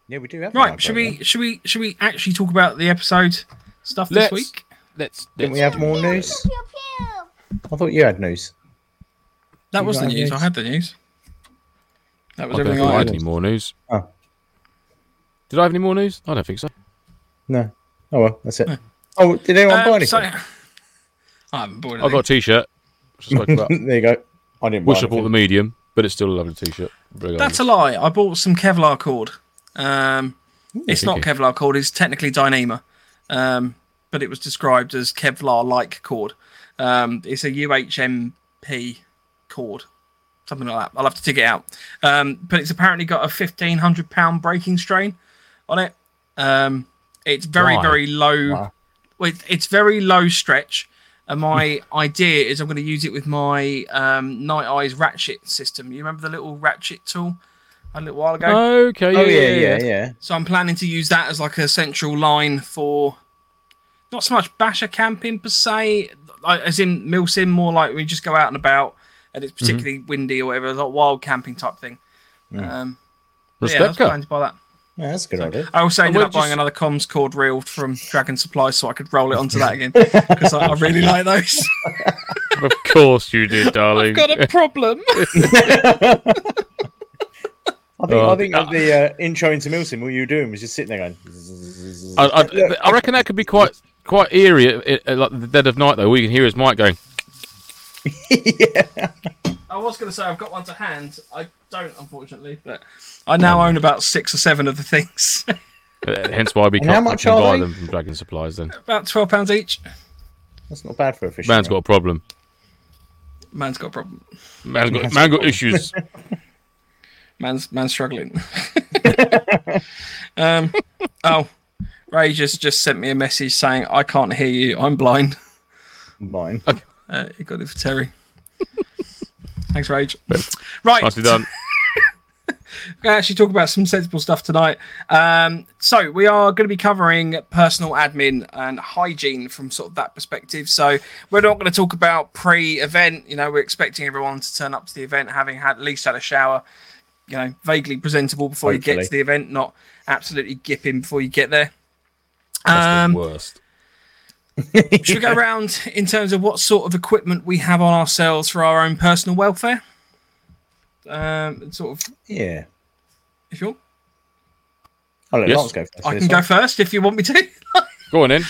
Yeah, we do have.
Right,
one,
should
don't
we should we should we actually talk about the episode stuff this
Let's-
week?
Let's.
Didn't we
let's-
have more news?
Pew, pew.
I thought you had news.
That was the
got
news. I
news?
had the news. That
I
was
don't think
everything I
I had
had.
any more news.
Oh.
Did I have any more news? I don't think so.
No. Oh well, that's it. Oh, did anyone buy
Uh,
anything?
so, I'm bored.
I've got a t-shirt. which I spoke about.
there you go. I didn't.
Wish
buy
I bought the
anything.
medium, but it's still a lovely t-shirt.
That's a lie. I bought some Kevlar cord. Um, it's not
cheeky.
Kevlar cord. It's technically Dyneema, um, but it was described as Kevlar-like cord. Um, it's a UHMP cord, something like that. I'll have to dig it out. Um, but it's apparently got a fifteen hundred pound braking strain on it. Um, it's very
Why?
very low.
Wow.
Well, it's- it's very low stretch. And my idea is I'm going to use it with my um, Night Eyes ratchet system. You remember the little ratchet tool a little while ago?
Uh. Okay.
Oh yeah, yeah, yeah.
So I'm planning to use that as like a central line for not so much basher camping per se, like, as in milsim, more like we just go out and about and it's particularly windy or whatever, like wild camping type thing. Um, but yeah, I was
Rebecca.
planning to buy that.
Yeah, that's a good idea.
I also ended
we're
up buying
just-
another comms cord reel from Dragon Supply so I could roll it onto that again because I, I really like those.
of course you did, darling.
I've got a problem.
I think,
Oh,
I think of the uh, intro into Milsim, all you were doing was just sitting there going. "Zzzz."
I, I, I reckon that could be quite quite eerie at, at, at like the dead of night though. All you can hear is Mike going.
I was going to say I've got one to hand. I don't, unfortunately, but I now own about six or seven of the things.
Uh, Hence why we
how
can't I
much
can
are
buy
they?
them from Dragon Supplies. Then
about twelve pounds each.
That's not bad for a fish.
man's got a problem.
Man's got a problem.
Man's got man got issues.
Man's man's struggling. um, oh, Ray just just sent me a message saying I can't hear you. I'm blind.
mine.
Uh, he got it for Terry. Thanks, Rage. Right,
Nicely done.
we're gonna actually talk about some sensible stuff tonight. Um, so we are going to be covering personal admin and hygiene from sort of that perspective. So we're not going to talk about pre-event. You know, we're expecting everyone to turn up to the event having had at least had a shower. You know, vaguely presentable before you get
Hopefully.
to the event, not absolutely gipping before you get there.
That's
Um,
the worst.
should we go around in terms of what sort of equipment we have on ourselves for our own personal welfare? Um, sort of,
Yeah.
if you want,
Oh, look,
Yes.
Lance go first.
I
this
can go
one.
first if you want me to.
Go on in.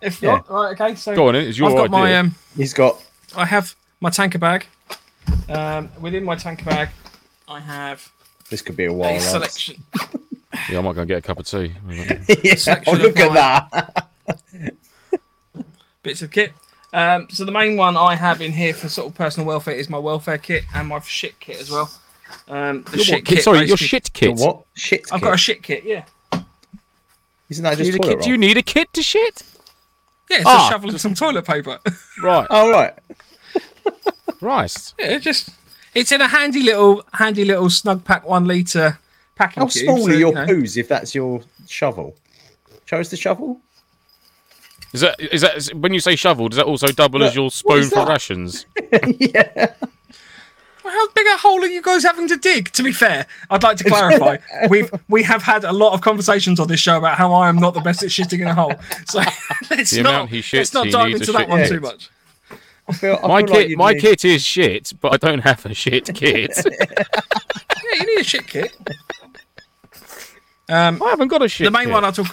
if not, right, okay. So
Go on in. It's your
I've got
idea.
my um,
He's got.
I have my tanker bag. Um, within my tanker bag, I have
This could be a
A
while. out.
selection.
Yeah, I might go and get a cup of tea.
yeah,
selection
oh,
of
look at
wine.
that.
bits of kit. Um, so the main one I have in here for sort of personal welfare is my welfare kit and my shit kit as well. Um, the
Your
shit
what?
kit.
Sorry, your
basically-
shit
The
kit.
what? Shit.
I've
kit.
got a shit kit. Yeah.
Isn't that
Do
just
you, need a
toilet
kit? Do you
roll?
need a kit to shit?
Yeah, it's
Ah,
a shovel and some toilet paper.
Right,
Oh, right.
Christ.
yeah, it just it's in a handy little handy little snug pack one liter packing
How
cube.
small
so,
are your
you know.
poos if that's your shovel? Chose the shovel?
Is that is that is, when you say shovel? Does that also double as your spoon
is
for
that?
rations?
yeah.
Well, How big a hole are you guys having to dig? To be fair, I'd like to clarify. We've we have had a lot of conversations on this show about how I am not the best at shitting in a hole. So let's
The
not
amount he shits,
let's not
he
dive
needs a
into that
shit
one
kit.
too much.
I feel, I
My
feel
kit,
like you'd
my
need-
kit is shit, but I don't have a shit kit.
Yeah, you need a shit kit. Um,
I haven't got a shit.
the main
kit.
one I talk,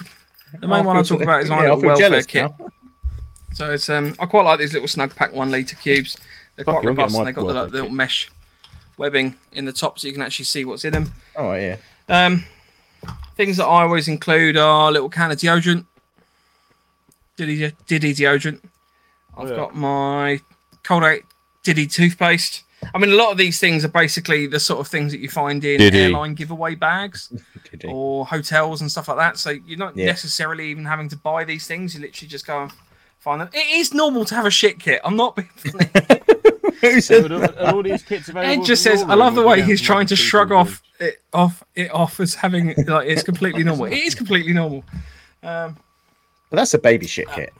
the main one I talk about is my
Yeah, I
little
feel
welfare
jealous
kit.
now.
So it's um, I quite like these little snug pack one liter cubes. They're quite
Fuck, I'm getting
robust
my
and they got the, like,
welfare
the little mesh webbing in the top, so you can actually see what's in them.
Oh, yeah.
Um, things that I always include are a little can of deodorant, Diddy Diddy deodorant. I've
yeah.
got my Colgate Diddy toothpaste. I mean, a lot of these things are basically the sort of things that you find in
Diddy.
airline giveaway bags
Did he?
or hotels and stuff like that. So you're not
Yeah.
necessarily even having to buy these things. You literally just go and find them. It is normal to have a shit kit. I'm not being funny.
Who said
Ed just says, I love the way he's trying to shrug off it off it off as having like it's completely normal. It is completely normal.
But that's a baby shit kit.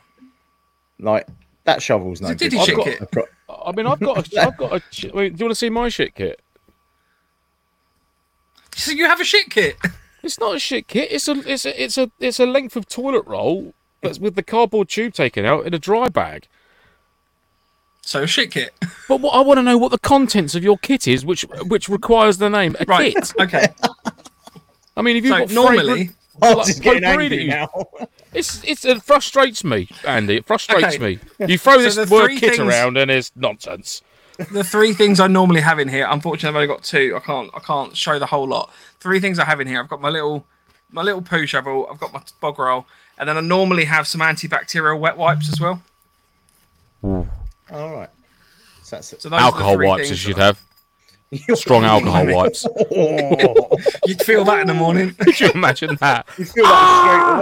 Like that shovel's no
a
good.
diddy
I've
shit
got
kit.
a pro-
I mean, I've got, a, I've got a. sh- I mean, do you want to see my shit kit?
So you have a shit kit.
It's not a shit kit. It's a, it's a, it's a, it's a length of toilet roll that's with the cardboard tube taken out in a dry bag.
So a shit kit.
But what I want to know what the contents of your kit is, which, which requires the name a
Right.
kit.
Okay.
I mean, if you've
So
got fragrant-
normally
I'm
like
just getting
potpourri that
angry
you-
now.
It's, it's it frustrates me, Andy. It frustrates
Okay.
me. You throw this
the
word
three
kit
things-
around and it's nonsense.
the three things I normally have in here, unfortunately I've only got two. I can't I can't show the whole lot. Three things I have in here. I've got my little my little poo shovel, I've got my bog roll, and then I normally have some antibacterial wet wipes as well.
All right. So that's it.
So those are the three things that I-
have. Strong alcohol
Blimey.
wipes.
Oh,
You'd feel that in the morning.
Could you imagine that?
you feel that straight
Ah!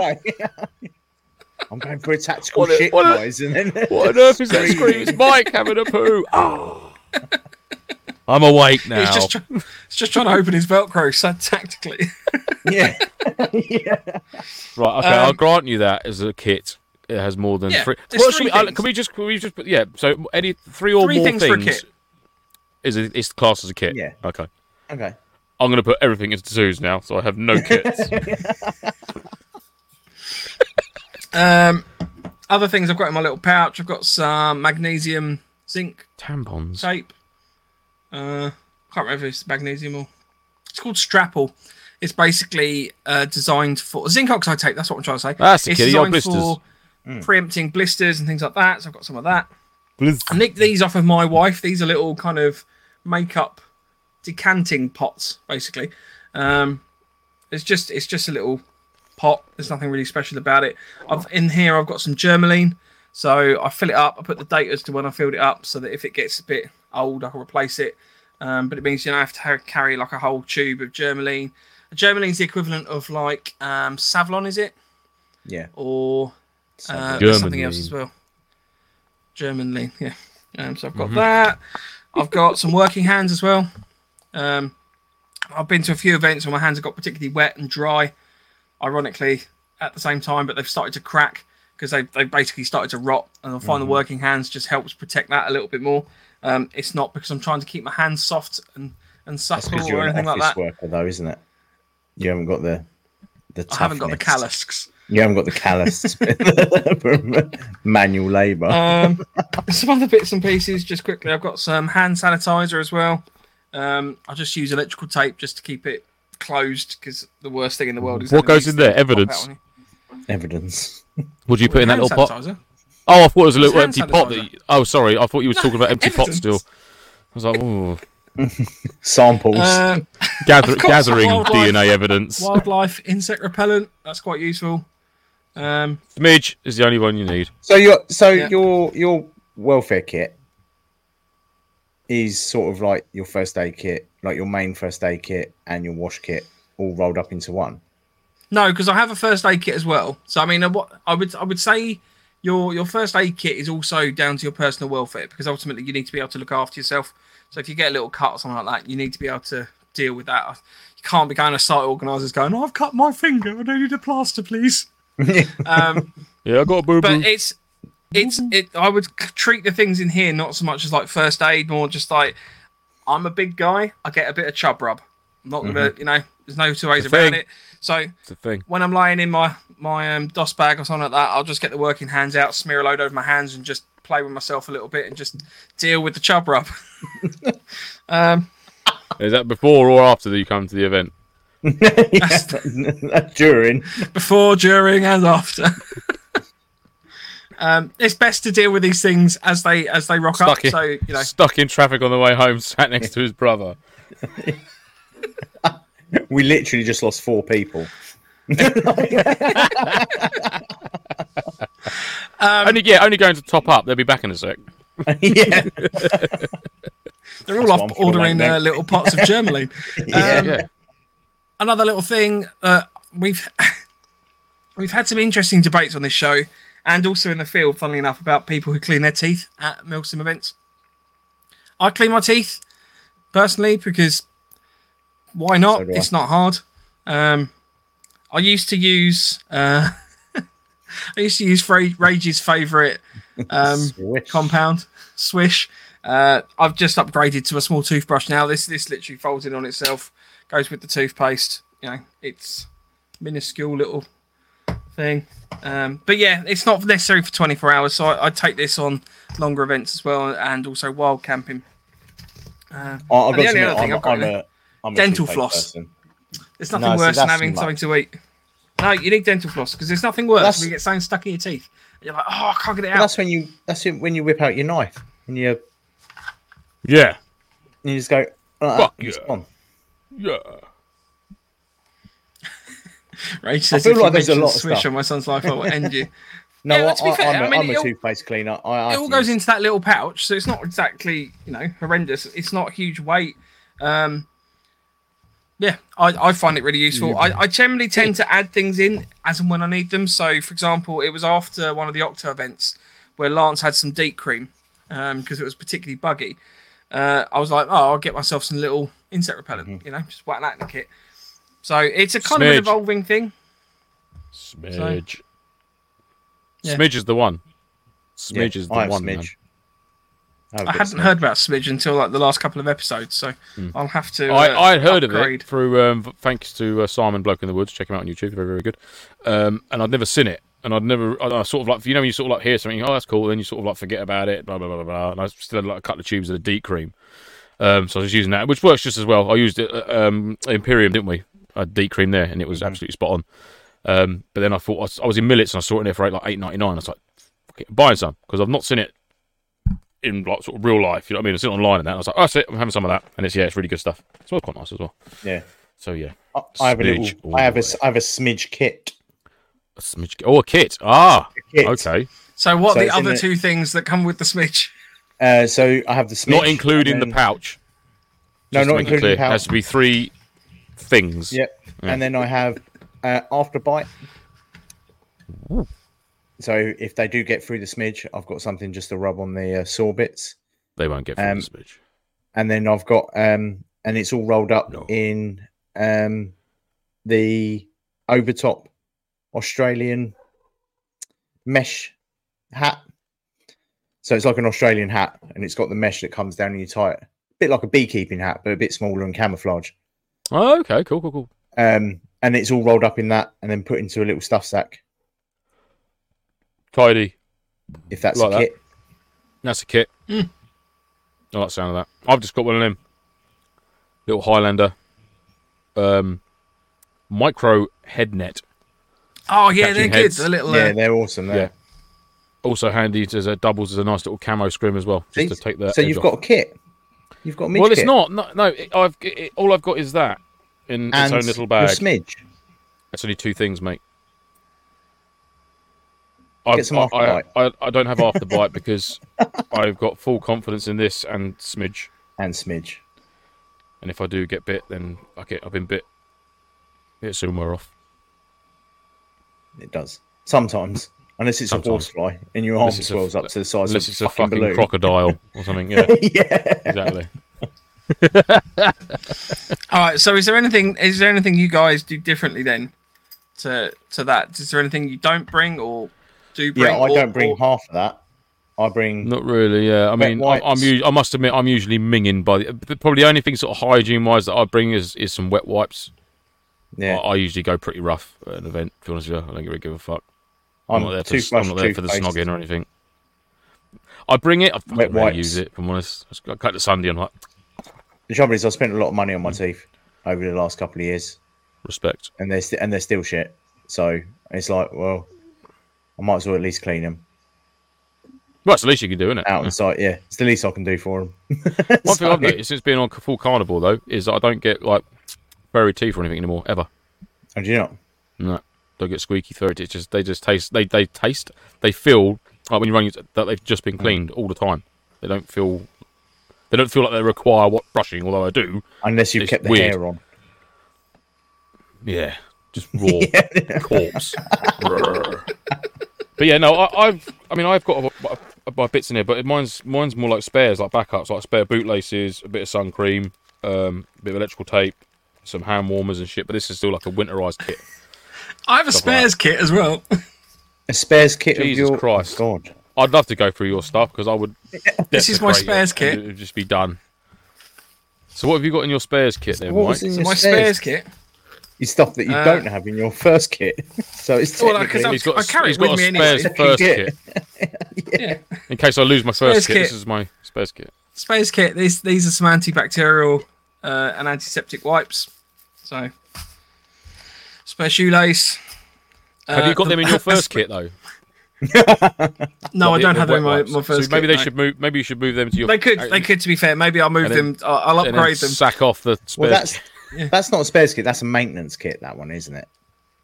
away. I'm going for a tactical
What a-
shit
what a-
noise, and then
What on earth is that
Screaming.
scream? It's Mike having a poo. Oh. I'm awake now.
He's just, try- he's just trying to open his Velcro so tactically.
yeah, yeah.
right, okay,
um,
I'll grant you that as a kit. It has more than
Yeah,
three.
there's
Well, should
three
we, I'll-
things.
can we just, can we just, put- yeah, so any three or
Three
more
things
things,
for a kit.
is it, it's classed as a kit.
Yeah.
Okay.
Okay.
I'm going to put everything into twos now, so I have no kits.
Um, other things I've got in my little pouch. I've got some magnesium zinc
Tampons.
tape. Uh, can't remember if it's magnesium or it's called Strapple. It's basically uh, designed for zinc oxide tape. That's what I'm trying to say.
That's Ah, the
it's
key, your
designed
blisters.
for preempting blisters and things like that. So I've got some of that. I nicked these off of my wife. These are little kind of makeup decanting pots, basically. Um, it's just it's just a little pot. There's nothing really special about it. I've in here. I've got some germaline, so I fill it up. I put the date as to when I filled it up, so that if it gets a bit old, I can replace it. Um, but it means you don't have to ha- carry like a whole tube of germaline. Germaline's the equivalent of like um, Savlon, is it?
Yeah.
Or uh,
Something.
there's something
German
else
lean.
as well. German lean, yeah. Um, so I've got
Mm-hmm.
that. I've got some working hands as well. Um, I've been to a few events where my hands have got particularly wet and dry, ironically, at the same time, but they've started to crack because they they basically started to rot. And I find
Mm-hmm.
the working hands just helps protect that a little bit more. Um, it's not because I'm trying to keep my hands soft and and supple
Because
or
you're an
anything
office
like that.
worker, though, isn't it? You haven't got the the.
I haven't got the
toughness.
callus.
You haven't got the callus from manual labour.
um, some other bits and pieces, just quickly. I've got some hand sanitizer as well. Um, I just use electrical tape just to keep it closed because the worst thing in the world is
What
having
goes
these
in there?
things pop out
Evidence?
on you.
Evidence.
What do you put in that
Hand
little pot?
sanitizer.
Oh, I thought it was a little
It's hand
empty pot. That
sanitizer.
you- oh, sorry, I thought you were talking about empty pot
evidence.
still. I was like, oh,
Samples.
Uh,
Gather-
Of course,
gathering
wildlife-
DNA evidence.
wildlife insect repellent. That's quite useful. Um,
Midge is the only one you need.
so your so
yeah.
your your welfare kit is sort of like your first aid kit, like your main first aid kit and your wash kit all rolled up into one.
no, because I have a first aid kit as well. So I mean, uh, what I would I would say your your first aid kit is also down to your personal welfare because ultimately you need to be able to look after yourself. So if you get a little cut or something like that, you need to be able to deal with that. You can't be going to site organisers going, "Oh, "I've cut my finger. I don't need a plaster, please." um,
Yeah, I got a boo
but
boo.
it's it's
Mm.
it i would c- treat the things in here not so much as like first aid more just like i'm a big guy i get a bit of chub rub i'm not gonna you know there's no two ways
Mm-hmm. It's a
around
thing.
it so
It's a thing.
when i'm lying in my my um dos bag or something like that i'll just get the working hands out smear a load over my hands and just play with myself a little bit and just deal with the chub rub um
Is that before or after that you come to the event?
Yeah, during.
before during and after um it's best to deal with these things as they as they rock
Stuck
up
in,
so you know
stuck in traffic on the way home, sat next to his brother.
We literally just lost four people.
Um,
only yeah, only going to top up. They'll be back in a sec.
yeah.
They're all
That's what
off
I'm feeling
ordering
now.
uh, little pots of germaline.
Yeah.
Um, Another little thing uh, we've we've had some interesting debates on this show, and also in the field, funnily enough, about people who clean their teeth at Milsim events. I clean my teeth personally because why not?
So do I.
it's not hard. Um, I used to use uh, I used to use Ra- Rage's favourite um,
Swish.
compound swish. Uh, I've just upgraded to a small toothbrush now. This this literally folds in on itself, goes with the toothpaste. You know, it's minuscule little thing. Um, but yeah, it's not necessary for 24 hours, so I, I take this on longer events as well, and also wild camping.
I-
And
I've
the
got to
only
admit,
other thing
I'm,
I've got
I'm
in
a, I'm a
dental
toothpaste
floss.
person.
There's nothing
No, see,
worse than
that's
having
too much.
something to eat. No, you need dental floss because there's nothing worse.
That's-
When you get something stuck in your teeth, you're like, oh, I can't get it
But
out.
that's when you that's when when you whip out your knife and you
Yeah.
you just go. "Ah,
Fuck
it's
yeah."
gone."
Yeah.
Rach says,
feel
if you
like there's a
mention
lot of
swish
stuff.
on my son's life, I will end you.
No,
Yeah,
I,
to be
I,
fair,
am
I mean,
am
it
a
all-
toothpaste cleaner. I, I
it all goes
in.
into that little pouch, so it's not exactly you know horrendous. It's not a huge weight. Um, yeah, I, I find it really useful. I, I generally tend to add things in as and when I need them. So, for example, it was after one of the Octo events where Lance had some deep cream because it was particularly buggy. Uh, I was like, oh, I'll get myself some little insect repellent, you know, just whack that in the kit. So it's a kind of
Mm-hmm. Smidge.
an evolving thing.
Smidge.
Yeah.
Smidge is the one. Smidge is the
I have
one. man.
Smidge. I, have a
I
bit
hadn't
of
heard about smidge until like the last couple of episodes, so I'll have to. uh,
Hmm. I, I heard
upgrade.
of it through um, v- thanks to uh, Simon Bloke in the Woods. Check him out on YouTube; very very good. Um, and I'd never seen it, and I'd never I, I sort of like you know when you sort of like hear something, oh that's cool, then you sort of like forget about it, blah blah blah blah. blah. And I still had like a couple of tubes of the deep cream, um, so I was just using that, which works just as well. I used it at, um, Imperium, didn't we? I had deep cream there, and it was absolutely spot on. Um, but then I thought I was, I was in Millets, and I saw it in there for eight like eight ninety nine. I was like, Fuck it, I'm buying some because I've not seen it. In like sort of real life, you know what I mean. I've seen it online and that. And I was like, oh, that's it. I'm having some of that, and it's yeah, it's really good stuff. It smells quite nice as well.
Smidge. Yeah.
So yeah,
I, I have a
Smidge
little.
all
I have
the
a. s- I have a Smidge kit.
a smidge. Oh, a kit. Ah,
kit.
okay.
So what
So
are the
it's in
other
the-
two things that come with the smidge?
Uh, so I have the Smidge.
Not including
and
the
then-
pouch.
No,
just to
not
make it
including
clear.
the pouch.
Has to be three things.
Yep. And then I have uh, after bite. So if they do get through the smidge, I've got something just to rub on the uh, sore bits,
They won't get from
Um,
the smidge.
and then I've got um, and it's all rolled up
No.
in um, the over top Australian mesh hat. So it's like an Australian hat, and it's got the mesh that comes down and you tie it, a bit like a beekeeping hat, but a bit smaller and camouflage.
Oh, okay. Cool. Cool. Cool.
Um, and it's all rolled up in that, and then put into a little stuff sack.
Tidy.
if that's
Like
a
that.
kit.
That's a kit. I like the sound of that. I've just got one of them. Little Highlander. Um, micro head net.
Oh yeah,
Catching
they're
heads.
good. The little
Yeah,
uh,
they're awesome.
Yeah.
There.
Also handy as a doubles as a nice little camo scrim as well, just
See?
to take the.
so
edge
you've
off.
got a kit. You've got a midge
well, it's
kit.
not. No, no it, I've it, it- all I've got is that in its
And
own little
your
bag.
smidge.
That's only two things, mate. I've-
some
I-
after
I, I, I don't have after bite because I've got full confidence in this and smidge.
And smidge.
And if I do get bit, then I get I've been bit. It soon wear off.
It does. Sometimes. Unless it's
Sometimes.
a horsefly and your
Unless
arm
it's a-
swells up to the size
Unless
of
it's a fucking
balloon.
crocodile or something. Yeah,
yeah.
exactly.
All right. So, is there anything? Is there anything you guys do differently then to to that? Is there anything you don't bring or do bring?
Yeah, I
or-
don't bring
or-
half of that. I bring
Not really. Yeah, I
Wet
mean, I, I'm.
wipes.
u- I must admit, I'm usually minging by the, but probably the only thing sort of hygiene wise that I bring is is some wet wipes.
yeah.
I, I usually go pretty rough at an event. To be honest with you, I don't really give a fuck. I'm,
I'm,
not there for the,
toothbrush,
I'm not there for the
toothpaste.
snogging or anything. I bring it. I fucking
Wet
rarely
wipes.
use it. If I'm honest, I just- I cut the Sunday. I'm like
The trouble is, I spent a lot of money on my teeth over the last couple of years,
respect.
and they're st- and they're still shit. So it's like, well, I might as well at least clean them
Well, it's the least you can do, isn't it?
out of sight. Yeah, it's the least I can do for them.
One thing I've noticed since being on c- full carnivore though is that I don't get like furry teeth or anything anymore ever.
And you know,
No, don't get squeaky throat. It's just they just taste. They they taste. They feel like when you're running that they've just been cleaned all the time. They don't feel. They don't feel like they require what brushing, although I do.
unless you've
It's
kept the
weird.
hair on.
Yeah, just raw corpse. Brrr. but yeah, no, I, I've. I mean, I've got a- a- a- my bits in here, but mine's mine's more like spares, like backups, like spare bootlaces, a bit of sun cream, um, a bit of electrical tape, some hand warmers and shit. But this is still like a winterized kit.
I have a spares kit as well.
A spares kit
Jesus
of your oh
Christ.
God.
I'd love to go through your stuff because I would.
This is my
desecrate
spares
it
kit.
and It'd just be done. So what have you got in your spares kit then,
What
Mike?
was in
So
your
my
spares?
spares kit.
It's stuff that you
Uh,
don't have in your first kit. so it's
Well,
technically,
like, 'cause I'm-
He's got, a-
I carry
he's
it with
got a
me anyway.
spares first
Yeah.
kit.
Yeah.
In case I lose my first
Spares
kit, this
kit.
is my spares kit.
Space kit. These these are some antibacterial uh, and antiseptic wipes. So spare shoelace.
Have
Uh,
you got them in your first kit though?
No, I
The-
don't
the
have them in
wet
my,
wipes.
my first.
So
kit,
maybe they
no.
should move. Maybe you should move them to your.
They could.
and-
They could. To be fair, maybe I'll move
then-
them. I'll I'll
and then
upgrade them.
Sack off the
well,
spares.
that's
Yeah.
that's not a spares kit. That's a maintenance kit. That one, isn't it?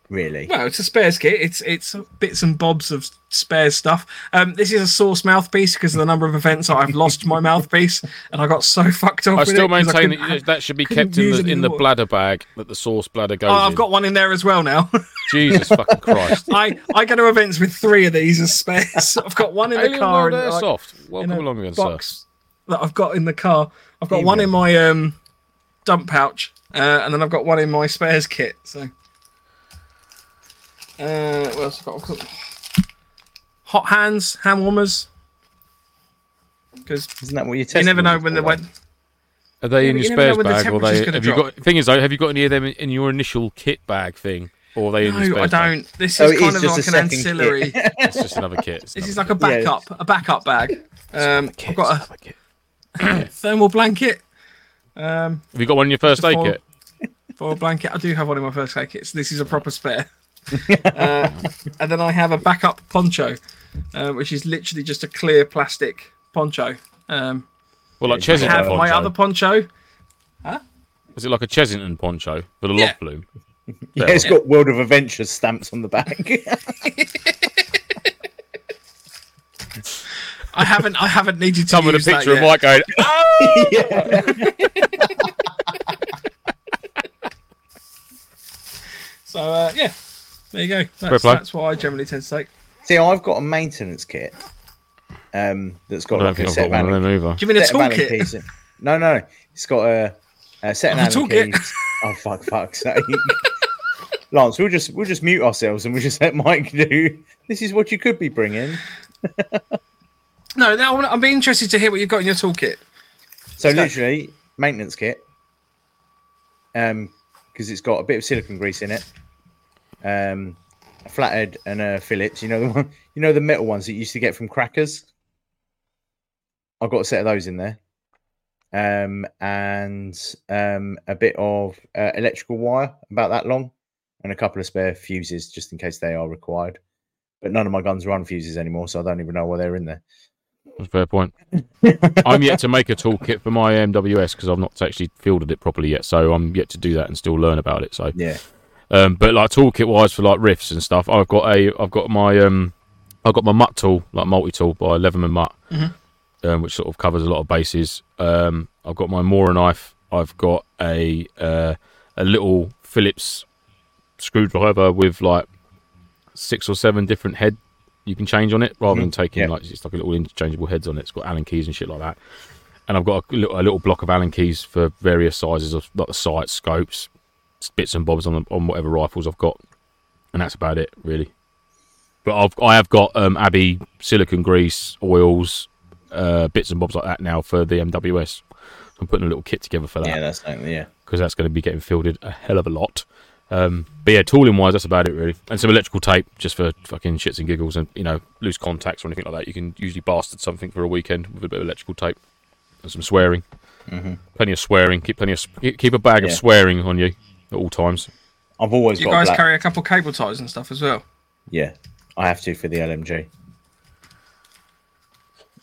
Really?
Well, it's a spares kit. It's it's bits and bobs of spares stuff. Um, this is a source mouthpiece because of the number of events that I've lost my mouthpiece, and I got so fucked up.
I
with
still
it 'cause
maintain
couldn't-
that you- that should be
couldn't
kept in
use
the
it
in the
anymore.
bladder bag that the sauce bladder goes
Oh,
in.
I've got one in there as well now.
Jesus fucking Christ!
I I go to events with three of these as spares. I've got one in the
Alien
car
World
and like,
Airsoft.
in
Welcome
a
along again, sir.
box that I've got in the car. I've got one in my um dump pouch, uh, and then I've got one in my spares kit. So, uh, what else I've got? I've got hot hands, hand warmers, because
Isn't that what you?
you never know when they
went.
went.
Are they
Yeah,
in
but
your
you never know
spares
when the
bag, or
temperature's
they
gonna
have you
drop.
got? Thing is, though, have you got any of them in- in your initial kit bag thing, or are they in your
No, I
spares bag?
don't. This
So
is
Oh, it
kind
is
of like
just a
an
second
ancillary.
It's just another kit. It's
this is
another
like a
Yeah.
backup, a backup bag. Um,
kit,
I've
it's
got
another kit.
a thermal blanket. Um,
Have you got one in your first aid
Before-
kit?
for a blanket. I do have one in my first aid kit, so this is a proper spare. uh, and then I have a backup poncho, uh, which is literally just a clear plastic poncho. Um,
Well, like
I
Chesington
have
poncho.
my other poncho.
Is it like a Chesington poncho with a
Yeah.
lock bloom?
Yeah, it's got World of Adventure stamps on the back.
I haven't. I haven't needed to
Come with a
use that
picture of
yet.
Mike going.
yeah.
So uh, yeah, there you go.
Fair
That's,
play.
that's what I generally tend to take.
See, I've got a maintenance kit um, that's
I
got
don't
like
think
a
I've
set
got
of
one of
Allen,
them either.
Do you mean a
set of Allen
toolkit?
keys. No, no, it's got a, a set of
Oh, a
Allen
toolkit.
keys. Oh fuck, fuck's sake. Lance, we'll just we'll just mute ourselves and we'll just let Mike do. This is what you could be bringing.
No, no, I'm, I'm be interested to hear what you've got in your toolkit.
So
go.
literally maintenance kit, um, because it's got a bit of silicon grease in it, um, a flathead and a Phillips. You know the one, you know the metal ones that you used to get from crackers. I've got a set of those in there, um, and um, a bit of uh, electrical wire about that long, and a couple of spare fuses just in case they are required. But none of my guns run fuses anymore, so I don't even know why they're in there.
That's a fair point. I'm yet to make a toolkit for my MWS because I've not actually fielded it properly yet, so I'm yet to do that and still learn about it. So,
Yeah.
um, but like toolkit wise for like riffs and stuff, I've got a, I've got my, um, I've got my Mutt tool, like multi tool by Leatherman Mutt, um, which sort of covers a lot of bases. Um, I've got my Mora knife. I've got a uh, a little Phillips screwdriver with like six or seven different head you can change on it rather than taking
Mm-hmm. yeah.
like it's like little interchangeable heads on it. It's got Allen keys and shit like that. And I've got a little, a little block of Allen keys for various sizes of like the sights, scopes, bits and bobs on the, on whatever rifles I've got, and that's about it really. But I've I have got um, Abbey silicon grease oils, uh, bits and bobs like that now for the MWS. I'm putting a little kit together for
Yeah,
that
that's like, yeah.
because that's going to be getting fielded a hell of a lot. Um, but yeah, tooling wise, that's about it really, and some electrical tape just for fucking shits and giggles, and you know loose contacts or anything like that. You can usually bastard something for a weekend with a bit of electrical tape and some swearing. Plenty of swearing. Keep plenty of s- keep keep a bag
Mm-hmm.
of
Yeah.
swearing on you at all times.
I've always
You
got
guys
black.
carry a couple cable ties and stuff as well.
Yeah, I have to for the LMG.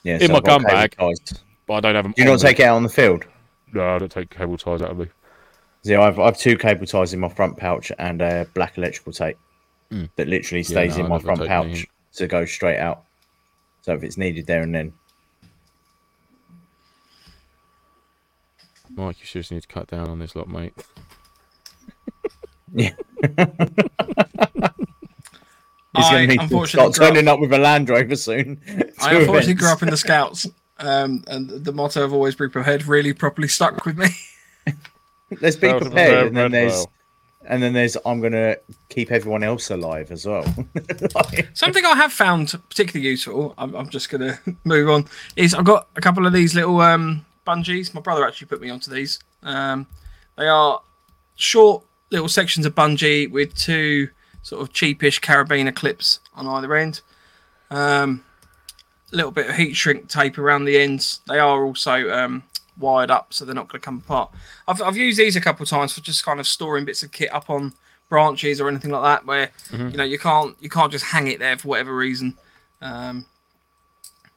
Yeah,
In my
I've got
gun bag.
cable ties.
But I don't have them.
Do you
on
not
me.
take it out on the field?
No, I don't take cable ties out of me.
Yeah, I've I've two cable ties in my front pouch and a black electrical tape that literally stays
Hmm. no, I
in my
never
front
take
pouch
anything.
to go straight out. So if it's needed there and then,
Mike, you seriously need to cut down on this lot, mate.
yeah, he's
I
going to need to
unfortunately
start
grew up-
turning up with a Land Rover soon.
I
To
unfortunately
events.
grew up in the Scouts, um, and the motto of always be prepared really properly stuck with me.
Let's be
That was a
prepared,
very
and then
red
there's.
file.
And then there's, I'm gonna keep everyone else alive as well. Like,
Something I have found particularly useful, I'm, I'm just going to move on, is I've got a couple of these little um, bungees. My brother actually put me onto these. Um, they are short little sections of bungee with two sort of cheapish carabiner clips on either end. Um, little bit of heat shrink tape around the ends. They are also um, wired up, so they're not going to come apart. I've, I've used these a couple of times for just kind of storing bits of kit up on branches or anything like that, where you know you can't you can't just hang it there for whatever reason. Um,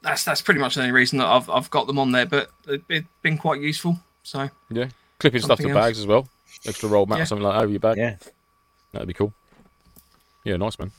that's that's pretty much the only reason that I've I've got them on there, but it's been quite useful. So
Yeah, clipping stuff to
Something else.
bags as well. Extra roll mat
Yeah.
or something like that over your bag.
yeah,
That'd be cool. Yeah, nice man.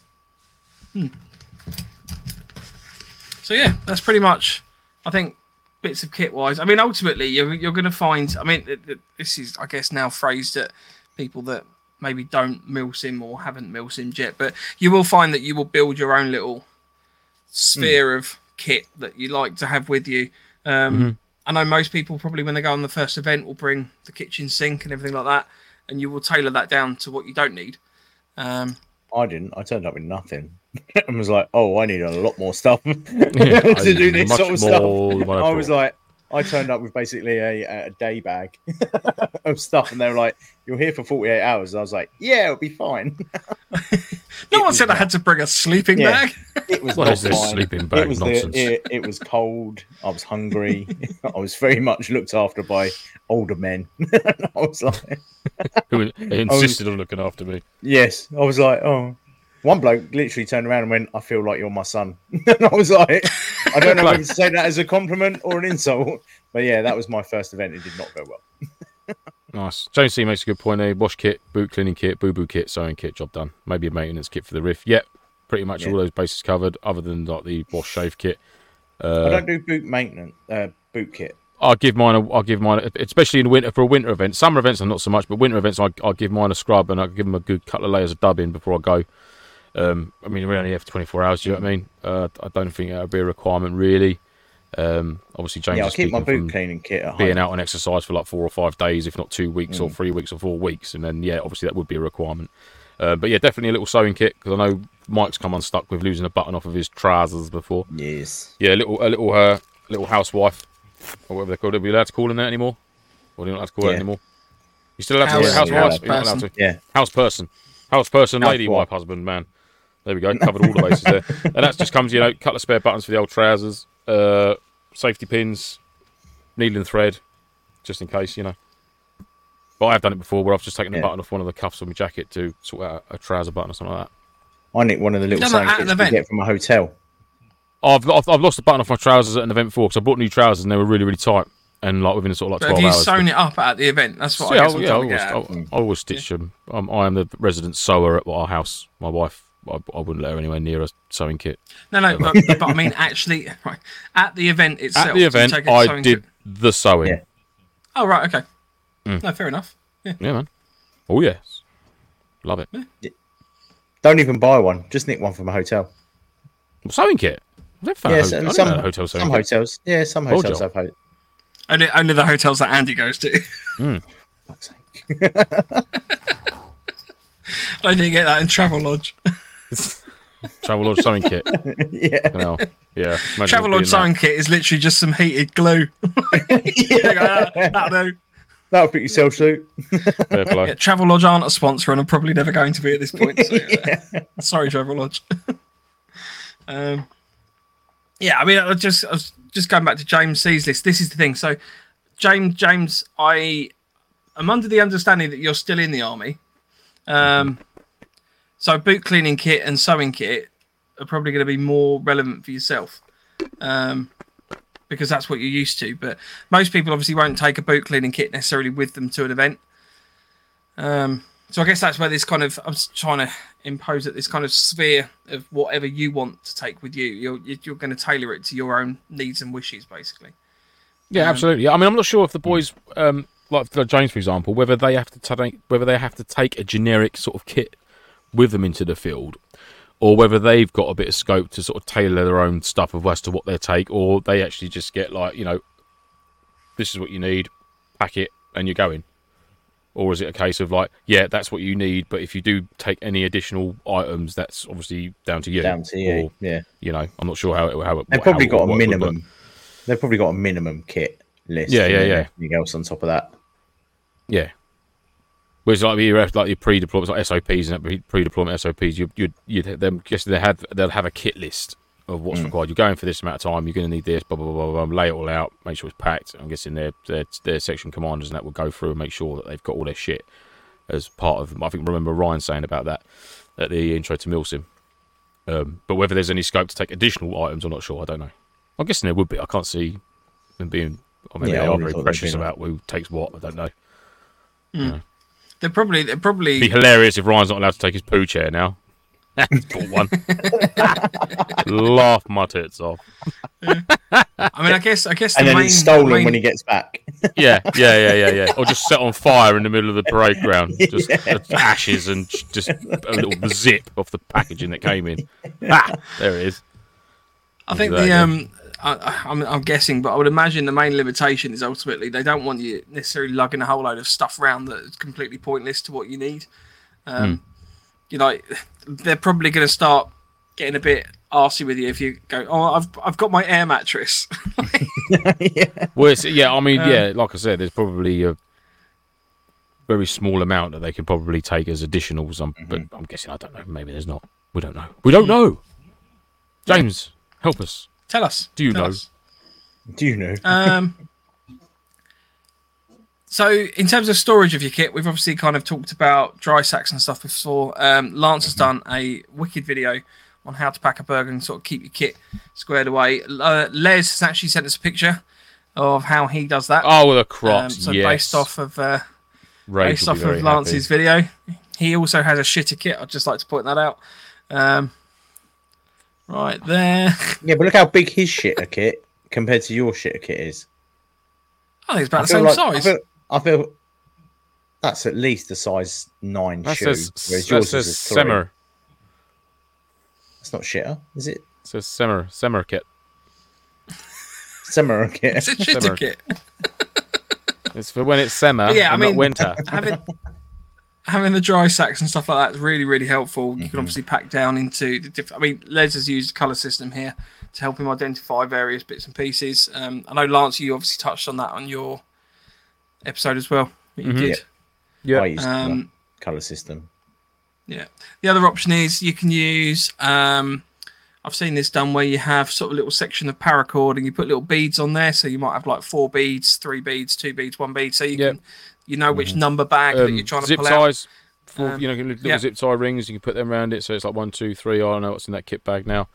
So yeah, that's pretty much. I think bits of kit wise. I mean, ultimately, you're you're going to find. I mean, th- th- this is I guess now phrased at people that maybe don't milsim or haven't milsimmed yet, but you will find that you will build your own little
Hmm.
sphere of kit that you like to have with you. Um,
Mm-hmm.
I know most people probably when they go on the first event will bring the kitchen sink and everything like that, and you will tailor that down to what you don't need. Um,
I didn't. I turned up with nothing, and was like, "Oh, I need a lot more stuff to
I
do
need
this
much
sort of
more
stuff."
than what I
I was
thought.
like, I turned up with basically a, a day bag of stuff, and they were like, "You're here for 48 hours." And I was like, "Yeah, it'll be fine."
no one said I had to bring a sleeping
Yeah.
bag.
It was
What
not
is this
fine.
sleeping
it
bag
was the-
nonsense?
it, it was cold. I was hungry. I was very much looked after by older men. I was like,
Who insisted on looking after me?
"Yes." I was like, "Oh." One bloke literally turned around and went, I feel like you're my son. and I was like, I don't know if I can say that as a compliment or an insult. But yeah, that was my first event. It did not go well.
Nice. James C makes a good point. A wash kit, boot cleaning kit, boo boo kit, sewing kit, job done. Maybe a maintenance kit for the riff. Yep, pretty much
Yeah.
all those bases covered, other than like the wash shave kit.
I don't do boot maintenance, uh, boot kit.
I'll give mine. A, I'll give mine, a, especially in winter for a winter event. Summer events, I'm not so much, but winter events, I, I'll give mine a scrub and I'll give them a good couple of layers of dubbing before I go. Um, I mean, we only have 24 hours. Do you know what I mean? Uh, I don't think that would be a requirement really. Um, obviously, James.
Yeah, I
is
keep my
speaking
boot
from-
cleaning kit at home.
being out on exercise for like four or five days, if not two weeks
Mm.
or three weeks or four weeks, and then yeah, obviously that would be a requirement. Uh, but yeah, definitely a little sewing kit because I know Mike's come unstuck with losing a button off of his trousers before.
Yes.
Yeah, a little, a little, uh, little housewife or whatever they're called. Are we allowed to call him that anymore? Or are you not allowed to call that
Yeah.
anymore? You still allowed to call it
House-
housewife?
yeah.
You're not allowed to.
Yeah.
House person, house person, lady,
Housewife.
wife, husband, man. There we go. Covered all the bases there, and that just comes, you know, couple of spare buttons for the old trousers, uh, safety pins, needle and thread, just in case, you know. But I've done it before, where I've just taken a
Yeah.
button off one of the cuffs of my jacket to sort out a trouser button or something like that.
I nicked one of the little
Done that
sewing
at an
kits you
event.
get from a hotel.
I've, I've I've lost the button off my trousers at an event four because I bought new trousers and they were really really tight and like within sort of like
But have
twelve
you
hours.
sewn it up at the event? That's what
yeah,
I
I,
guess I'm
yeah, I
trying to
always,
get at.
I, I always stitch them. Um, I am the resident sewer at our house. My wife, I, I wouldn't let her anywhere near a sewing kit.
No, no, but, but I mean actually, right, at the event itself. do
At the
you
event,
take it
I
sewing
did Mm.
kit?
the sewing.
Yeah.
Yeah.
Oh right, okay. No, fair enough.
man. Oh yes, love it.
Don't even buy one. Just nick one from a hotel.
Sewing kit. I don't
Yeah,
know- I
so-
don't
some,
know hotel sewing
some
kit.
hotels. Yeah, some
Hold
hotels
your-
have ho-
Only, only the hotels that Andy goes to.
Mm.
I didn't get that in Travelodge.
Travel lodge sewing kit.
Yeah,
Hell, yeah. imagine it being
Travelodge
that.
sewing kit is literally just some heated glue. yeah. That'll do.
that'll put yourself through.
Fair play.
Yeah, Travelodge aren't a sponsor, and I'm probably never going to be at this point. So, uh, sorry, Travelodge. um, yeah, I mean, I was just I was just going back to James C's list. This is the thing. So, James, James, I am under the understanding that you're still in the army. Um, so, boot cleaning kit and sewing kit are probably going to be more relevant for yourself. Um, because that's what you're used to, but most people obviously won't take a boot cleaning kit necessarily with them to an event. Um, so I guess that's where this kind of I'm just trying to impose it this kind of sphere of whatever you want to take with you. You're you're- you're going to tailor it to your own needs and wishes, basically.
Um,
Yeah, absolutely. I mean, I'm not sure if the boys, um, like for James, for example, whether they have to take whether they have to take a generic sort of kit with them into the field, or whether they've got a bit of scope to sort of tailor their own stuff of as to what they take, or they actually just get like you know, this is what you need, pack it, and you're going. Or is it a case of like, yeah, that's what you need, but if you do take any additional items, that's obviously down to you.
Down to you.
Or,
yeah,
you know, I'm not sure how it how it.
they've
how
probably
it
got
would
a
work, but-
minimum. They've probably got a minimum kit list.
Yeah,
and
yeah,
then
yeah.
Everything else on top of that.
Yeah. Whereas like your like your pre-deployment like SOPs and that pre-deployment SOPs, you you you them guess they have they'll have a kit list of what's
Mm.
required. You're going for this amount of time. You're going to need this. Blah blah blah blah. blah. Lay it all out. Make sure it's packed. I'm guessing their their their section commanders and that will go through and make sure that they've got all their shit as part of. I think remember Ryan saying about that at the intro to Milsim. Um, but whether there's any scope to take additional items, I'm not sure. I don't know. I'm guessing there would be. I can't see them being. I mean,
Yeah, I
they are
would've
very
thought there'd
precious
be none.
about who takes what. I don't know.
They're probably they're probably
It'd be hilarious if Ryan's not allowed to take his poo chair now. He's bought one. Laugh my tits off.
I mean, I guess I guess
And
the
then
main,
it's stolen
the main-
when he gets back.
Yeah, yeah, yeah, yeah, yeah. Or just set on fire in the middle of the parade ground. Just ashes and j- just a little zip off the packaging that came in. Ah, there it is.
I think the
Exactly.
um, I, I- I'm I'm guessing, but I would imagine the main limitation is ultimately they don't want you necessarily lugging a whole load of stuff around that is completely pointless to what you need.
Hmm.
Um, You know, they're probably going to start getting a bit arsy with you if you go, oh, I've I've got my air mattress.
Well, it's, yeah, I mean, yeah, like I said, there's probably a very small amount that they could probably take as additionals. I'm, But I'm guessing, I don't know. Maybe there's not. We don't know. We don't know. James, help us.
Tell us.
Do you
Tell
know?
us.
Do you know?
Um, so, in terms of storage of your kit, we've obviously kind of talked about dry sacks and stuff before. Um, Lance
Mm-hmm.
has done a wicked video on how to pack a burger and sort of keep your kit squared away. Uh, Les has actually sent us a picture of how he does that.
Oh, the
Um,
crops.
so,
yes.
based off of uh,
Rage
based
will
off
be very
of Lance's video, he also has a shitter kit. I'd just like to point that out. Um, right there,
yeah, but look how big his shitter kit compared to your shitter kit is.
I think it's about the
feel
same
like-
size.
I feel, I feel that's at least a size nine
That
shoe.
says,
whereas
that
yours
says
is a three.
Semmer.
It's not shitter, is it?
It says Semmer. Semmer kit.
Semmer kit.
it's a shitter
Similar.
kit.
It's for when it's Semmer
Yeah, I
and
mean-
not winter.
having having the dry sacks and stuff like that is really really helpful. You
Mm-hmm.
can obviously pack down into the different. I mean, Les has used a color system here to help him identify various bits and pieces. Um, I know Lance, you obviously touched on that on your episode as well. that You
Mm-hmm.
did.
I
yeah.
used
Um,
color system.
Yeah. The other option is you can use. Um, I've seen this done where you have sort of a little section of paracord and you put little beads on there. So you might have like four beads, three beads, two beads, one bead. So you
Yep.
can you know which number bag that
Um,
you're trying to
zip
pull out. Um,
ties. For, you know, little
yeah.
oh, zip tie rings. You can put them around it. So it's like one, two, three. I don't know what's in that kit bag now.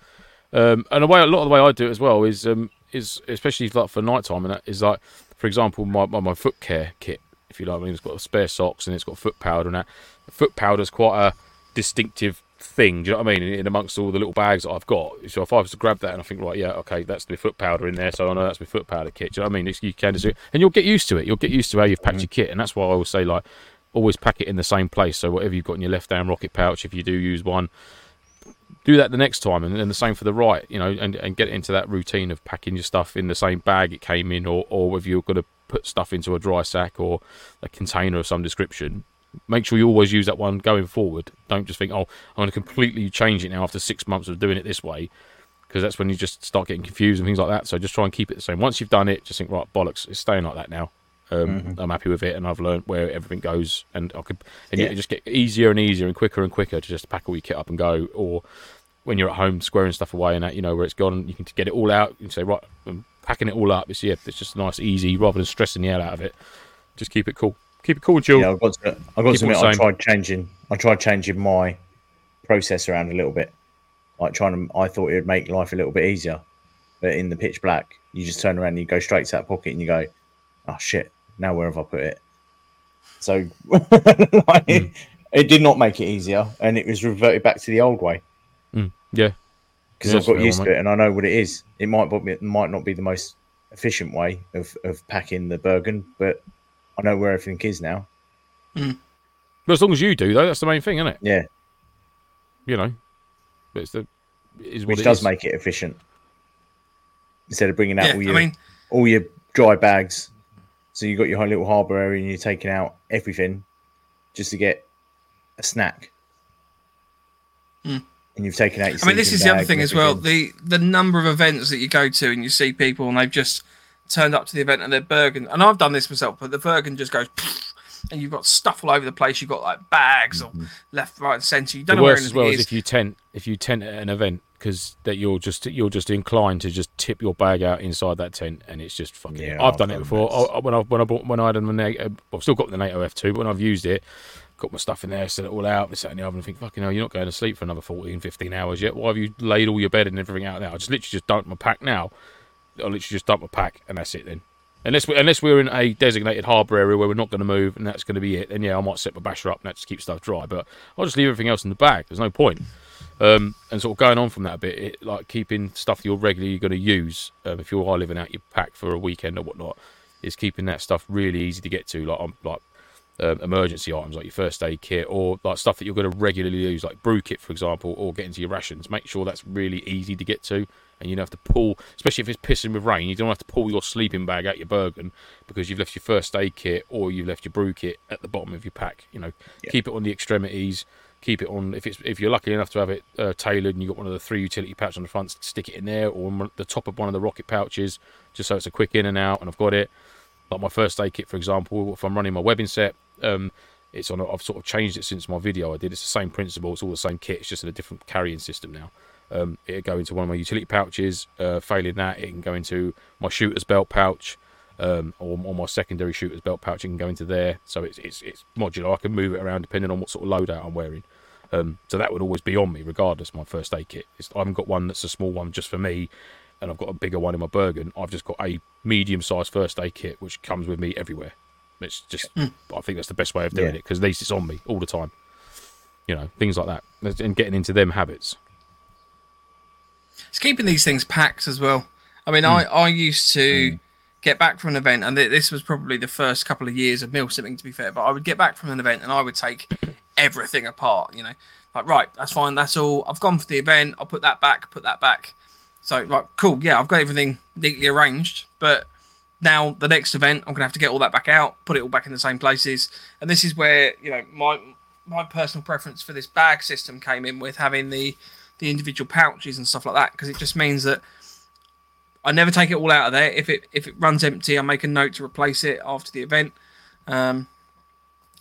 Um, and the way a lot of the way I do it as well is um, is especially like for nighttime and that is like, for example, my, my, my foot care kit, if you like, I mean, it's got spare socks and it's got foot powder and that. Foot powder's quite a distinctive thing. Do you know what I mean? In, in amongst all the little bags that I've got, so if I was to grab that and I think, right, yeah, okay, that's the foot powder in there, so I know that's my foot powder kit. Do you know what I mean? It's, you can just do it, and you'll get used to it. You'll get used to how you've packed your kit, and that's why I always say like, always pack it in the same place. So whatever you've got in your left hand rocket pouch, if you do use one, do that the next time and, and the same for the right you know and, and get into that routine of packing your stuff in the same bag it came in or, or if you're going to put stuff into a dry sack or a container of some description make sure you always use that one going forward don't just think oh i'm going to completely change it now after six months of doing it this way because that's when you just start getting confused and things like that so just try and keep it the same once you've done it just think right bollocks it's staying like that now um,
Mm-hmm.
i'm happy with it and i've learned where everything goes and i could and
Yeah.
you just get easier and easier and quicker and quicker to just pack all your kit up and go or when you're at home squaring stuff away and that, you know where it's gone, you can get it all out. You can say right, I'm packing it all up. It's yeah, it's just nice, easy, rather than stressing the hell out of it. Just keep it cool, keep it cool, Jill.
Yeah, I've got to, I've got
Keep
to admit,
all
I
same.
tried changing. I tried changing my process around a little bit, like trying to. I thought it would make life a little bit easier, but in the pitch black, you just turn around and you go straight to that pocket and you go, "Oh shit! Now where have I put it?" So like,
Hmm.
it did not make it easier, and it was reverted back to the old way
Yeah,
because
Yeah,
I've
that's
got
fair,
used to
mate.
it and I know what it is. It might not be, it might not be the most efficient way of, of packing the Bergen, but I know where everything is now.
but as long as you do though, that's the main thing, isn't it?
Yeah,
You know, but it's the it is what
which
it
does
is.
make it efficient instead of bringing out
Yeah, I
all your
mean,
all your dry bags. So you got your whole little harbour area, and you're taking out everything just to get a snack. And you've taken out. Your
Hmm. I mean, this
sleeping
is the other
bag
thing
and
as well.
everything.
The the number of events that you go to and you see people and they've just turned up to the event and they're Bergen. And I've done this myself, but the Bergen just goes. And you've got stuff all over the place. You've got like bags or left, right, and centre. You don't
Mm-hmm. the
know where
worst as
anything
well
is.
is if you tent if you tent at an event because that you're just you're just inclined to just tip your bag out inside that tent and it's just fucking.
Yeah,
I've,
I've
done, it
done
before.
this.
I, I- when I when I bought when I had a NATO, uh, I've still got the NATO F2, but when I've used it, got my stuff in there, set it all out, this that, and the other, and I think fucking hell, you're not going to sleep for another 14, 15 hours yet. Why have you laid all your bed and everything out now? I just literally just dumped my pack now. I literally just dump my pack and that's it then. Unless we unless we're in a designated harbour area where we're not going to move and that's going to be it, then yeah, I might set my basher up and that just keeps stuff dry. But I'll just leave everything else in the bag. There's no point. Um, and sort of going on from that a bit, it, like keeping stuff you're regularly going to use um, if you are living out your pack for a weekend or whatnot, is keeping that stuff really easy to get to. Like I'm like um, emergency items like your first aid kit or like stuff that you're going to regularly use, like brew kit, for example, or get into your rations. Make sure that's really easy to get to, and you don't have to pull, especially if it's pissing with rain. You don't have to pull your sleeping bag out your Bergen because you've left your first aid kit or you've left your brew kit at the bottom of your pack. You know, keep it on the extremities. Keep it on if it's if you're lucky enough to have it uh, tailored and you've got one of the three utility pouches on the front, stick it in there or on the top of one of the rocket pouches, just so it's a quick in and out. And I've got it like my first aid kit, for example, if I'm running my webbing set, um, it's on. A, I've sort of changed it since my video I did. It's the same principle. It's all the same kit. It's just in a different carrying system now. Um, it'll go into one of my utility pouches. Uh, failing that, it can go into my shooter's belt pouch, um, or, or my secondary shooter's belt pouch. It can go into there. So it's it's, it's modular. I can move it around depending on what sort of loadout I'm wearing. Um, so that would always be on me, regardless. of My first aid kit. It's, I haven't got one that's a small one just for me, and I've got a bigger one in my Bergen. I've just got a medium-sized first aid kit, which comes with me everywhere. It's just, I think that's the best way of doing
Yeah.
it because at least it's on me all the time. You know, things like that, That's- and getting into them habits.
It's keeping these things packed as well. I mean, I, I used to get back from an event, and th- this was probably the first couple of years of meal sipping, to be fair. But I would get back from an event, and I would take everything apart. You know, like right, that's fine, that's all. I've gone for the event. I'll put that back, put that back. So like, cool, yeah, I've got everything neatly arranged. But now the next event, I'm gonna have to get all that back out, put it all back in the same places. And this is where you know my my personal preference for this bag system came in with having the the individual pouches and stuff like that because it just means that I never take it all out of there. If it if it runs empty, I make a note to replace it after the event. Um,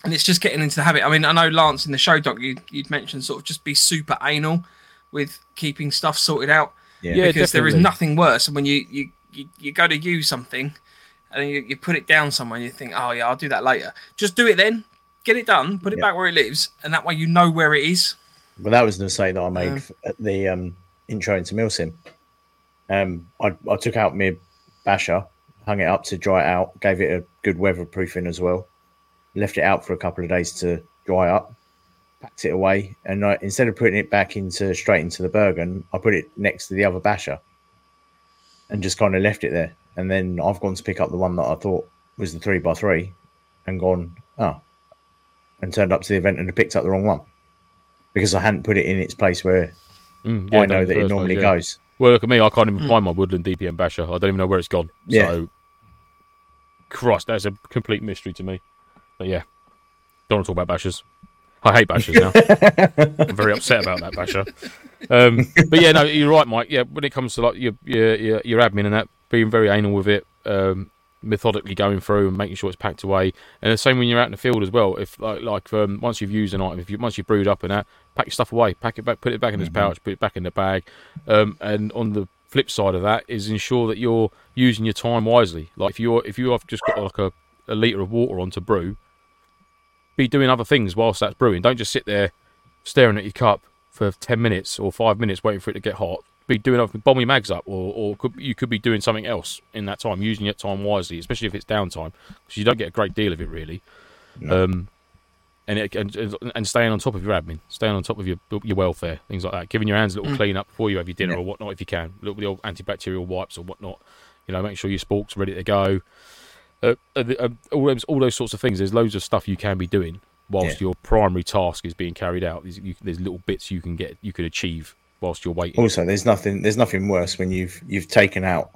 and it's just getting into the habit. I mean, I know Lance in the show doc, you you'd mentioned sort of just be super anal with keeping stuff sorted out
yeah,
Yeah.
because there is
definitely.
nothing worse than when you you, you, you go to use something and then you, you put it down somewhere and you think, oh yeah, I'll do that later. Just do it then, get it done, put it
Yeah.
back where it lives, and that way you know where it is.
Well, that was the mistake that I made
Um,
f- at the um, intro into Milsim. Um, I, I took out my basher, hung it up to dry it out, gave it a good weatherproofing as well, left it out for a couple of days to dry up, packed it away, and I, instead of putting it back into straight into the Bergen, I put it next to the other basher, and just kind of left it there. And then I've gone to pick up the one that I thought was the three by three, and gone oh, and turned up to the event and had picked up the wrong one because I hadn't put it in its place where
Mm, yeah,
I know
done
that it
first
normally
place, yeah.
goes.
Well, look at me. I can't even find my Woodland DPM basher. I don't even know where it's gone.
Yeah.
So, Christ, that's a complete mystery to me. But yeah, don't want to talk about bashers. I hate bashers now. I'm very upset about that basher. Um, but yeah, no, you're right, Mike. Yeah, when it comes to like your your your, your admin and that, being very anal with it, um, methodically going through and making sure it's packed away. And the same when you're out in the field as well. If like like um, once you've used an item, if you once you've brewed up and that, pack your stuff away, pack it back, put it back in its pouch, put it back in the bag. Um, and on the flip side of that is ensure that you're using your time wisely. Like if you're if you have just got like a, a liter of water on to brew, be doing other things whilst that's brewing. Don't just sit there staring at your cup for 10 minutes or five minutes waiting for it to get hot. Be doing other- bomb your mags up, or, or could, you could be doing something else in that time, using your time wisely, especially if it's downtime, because you don't get a great deal of it really. Um, and, it, and and staying on top of your admin, staying on top of your your welfare, things like that. Giving your hands a little clean up before you have your dinner or whatnot, if you can. Little the old antibacterial wipes or whatnot. You know, make sure your spork's ready to go. Uh, uh, the- uh, all those all those sorts of things. There's loads of stuff you can be doing whilst
Yeah.
your primary task is being carried out. There's, you, there's little bits you can get, you could achieve whilst you're waiting.
Also, there's nothing there's nothing worse when you've you've taken out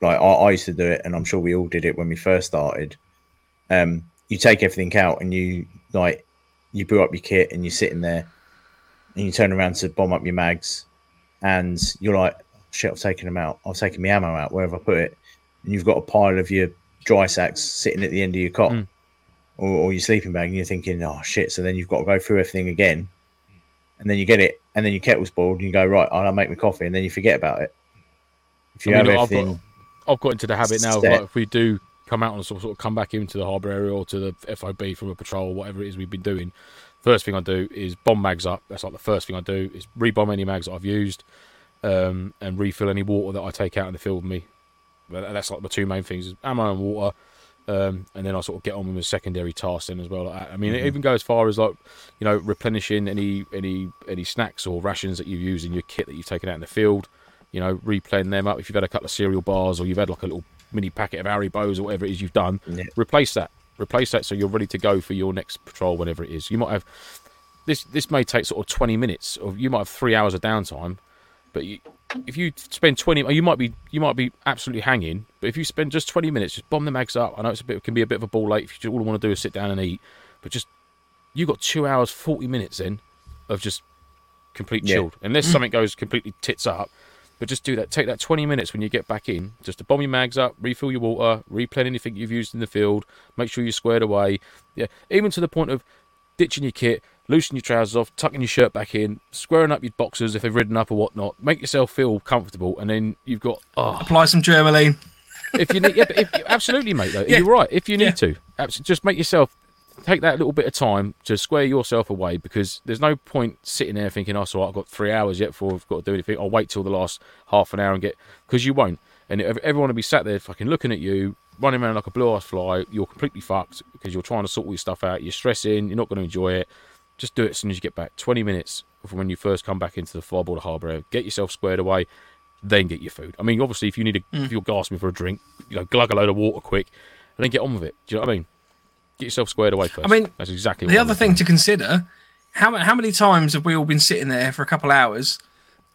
like I, I used to do it, and I'm sure we all did it when we first started. Um, you take everything out and you like you boot up your kit and you're sitting there, and you turn around to bomb up your mags, and you're like, shit, I've taken them out. I've taken my ammo out. Where have I put it? And you've got a pile of your dry sacks sitting at the end of your cot.
Mm.
Or, or your sleeping bag, and you're thinking, "Oh shit!" So then you've got to go through everything again, and then you get it, and then your kettle's boiled, and you go right, I'll make my coffee, and then you forget about it. If you
I mean,
have
I've got-
everything,
I've got into the habit now. Of,
Set.
like, if we do come out and sort of, sort of come back into the harbour area or to the FOB from a patrol or whatever it is we've been doing, first thing I do is bomb mags up. That's like the first thing I do is rebomb any mags that I've used, um, and refill any water that I take out in the field with me. But that's like the two main things: is ammo and water. Um, and then I sort of get on with my secondary tasks then as well. Like that. I mean, it even goes as far as like, you know, replenishing any any any snacks or rations that you use in your kit that you've taken out in the field. You know, replen them up if you've had a couple of cereal bars or you've had like a little mini packet of Haribo's or whatever it is you've done.
Yeah.
Replace that. Replace that so you're ready to go for your next patrol, whatever it is. You might have this. This may take sort of 20 minutes, or you might have three hours of downtime. But you, if you spend 20, or you might be you might be absolutely hanging. But if you spend just 20 minutes, just bomb the mags up. I know it's a bit it can be a bit of a ball late. If you just, all you want to do is sit down and eat, but just you got two hours 40 minutes in of just complete
Yeah.
chilled. Unless something goes completely tits up, but just do that. Take that 20 minutes when you get back in, just to bomb your mags up, refill your water, replen anything you've used in the field, make sure you're squared away. Yeah, even to the point of ditching your kit, loosening your trousers off, tucking your shirt back in, squaring up your boxers if they've ridden up or whatnot. Make yourself feel comfortable, and then you've got oh,
Apply some Germaline.
if you need, yeah, but if, absolutely, mate. Though
Yeah.
you're right. If you need
Yeah.
to, abs- just make yourself take that little bit of time to square yourself away because there's no point sitting there thinking, "Oh, so I've got three hours yet before I've got to do anything." I'll wait till the last half an hour and get because you won't, and ev- everyone will be sat there fucking looking at you, running around like a blue-ass fly. You're completely fucked because you're trying to sort all your stuff out. You're stressing. You're not going to enjoy it. Just do it as soon as you get back. 20 minutes from when you first come back into the fly border harbour. Get yourself squared away then get your food. I mean, obviously, if you need a,
Mm.
if you're gasping for a drink, you know, glug a load of water quick, and then get on with it. Do you know what I mean? Get yourself squared away first.
I mean,
that's exactly
The
what I
other
mean.
thing to consider: how ma- how many times have we all been sitting there for a couple hours?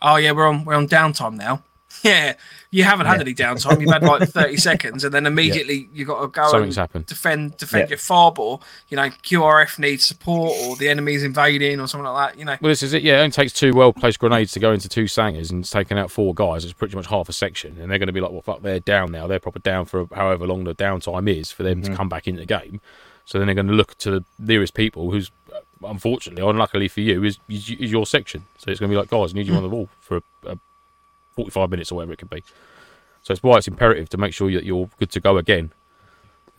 Oh yeah, we're on we're on downtime now. Yeah, you haven't had any downtime. You've had like thirty seconds, and then immediately you got to go
Something's
and
happened.
defend defend
Yeah.
your fob, or you know QRF needs support, or the enemy's invading, or something like that. You know,
Well, this is it. Yeah, it only takes two well placed grenades to go into two sangers, and it's taken out four guys. It's pretty much half a section, and they're going to be like, "Well, fuck, they're down now. They're proper down for however long the downtime is for them
Mm-hmm.
to come back into the game." So then they're going to look to the nearest people, who's uh, unfortunately, or unluckily for you, is is is your section. So it's going to be like, "Guys, I need you on the wall for a, a forty five minutes or whatever it could be." So it's why it's imperative to make sure that you're good to go again.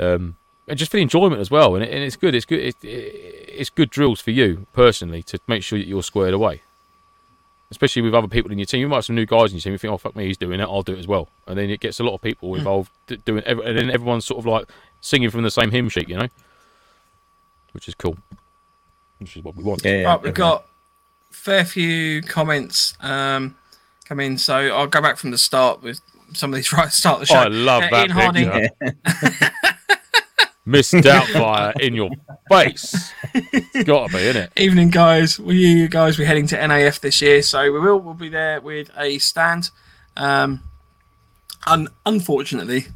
Um, and just for the enjoyment as well, and, it, and it's good. It's good. It, it, it's good drills for you personally to make sure that you're squared away. especially with other people in your team. You might have some new guys in your team. You think, oh fuck me, he's doing it. I'll do it as well. And then it gets a lot of people involved d- doing, ev- and then everyone's sort of like singing from the same hymn sheet, you know, which is cool. Which is what we want.
Yeah,
right, we've got fair few comments um, come in, so I'll go back from the start with some of these right at the start of the
Oh,
show.
I love
Uh,
that
Ian Harding,
picture. Miss Doubtfire in your face. It's gotta be, innit?
Evening, guys. We you guys. We're heading to NAF this year, so we will. We'll be there with a stand. Um, un- unfortunately,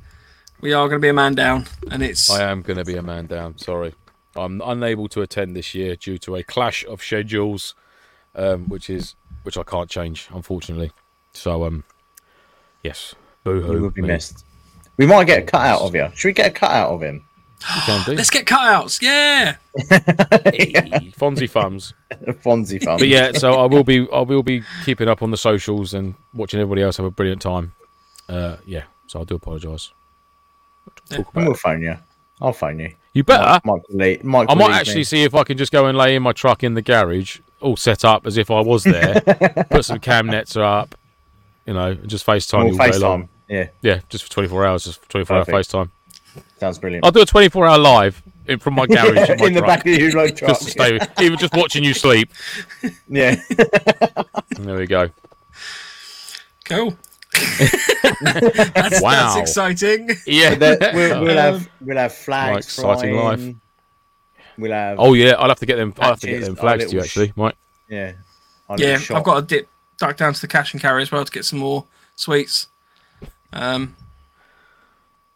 we are going to be a man down, and it's
I am going to be a man down. Sorry, I'm unable to attend this year due to a clash of schedules, um, which is which I can't change, unfortunately. So, um, yes, boo hoo.
You will be missed. We might get a cut out of you. Should we get a cut out of him?
Can do.
let's get cutouts. Yeah,
Hey, Fonzie thumbs.
Fonzie fun.
But yeah, so I will be I will be keeping up on the socials and watching everybody else have a brilliant time. Uh, yeah, so I do apologise.
And we'll phone you. I'll phone you.
You better.
Michael Lee. Michael
I might
Lee's
actually
me.
see if I can just go and lay in my truck in the garage, all set up as if I was there. put some cam nets up, you know, and just FaceTime
We'll
you all day long.
FaceTime. Yeah,
Yeah, just for 24 hours, just 24 hour
Perfect.
FaceTime.
sounds brilliant.
I'll do a 24 hour live in, from my garage in my
in the
truck,
back of your load truck.
just to stay, even just watching you sleep.
Yeah.
And there we go.
cool. that's, that's
Wow.
exciting.
Yeah.
That- we'll, we'll
Um,
have we'll have flags.
my exciting life.
flying. We'll have
oh yeah, I'll have to get them. I'll have to get
Patches,
them
our
flags to you
little
actually, Mike.
yeah. I'll have a
Yeah,
shot.
I've got to dip duck down to the cash and carry as well to get some more sweets. Um,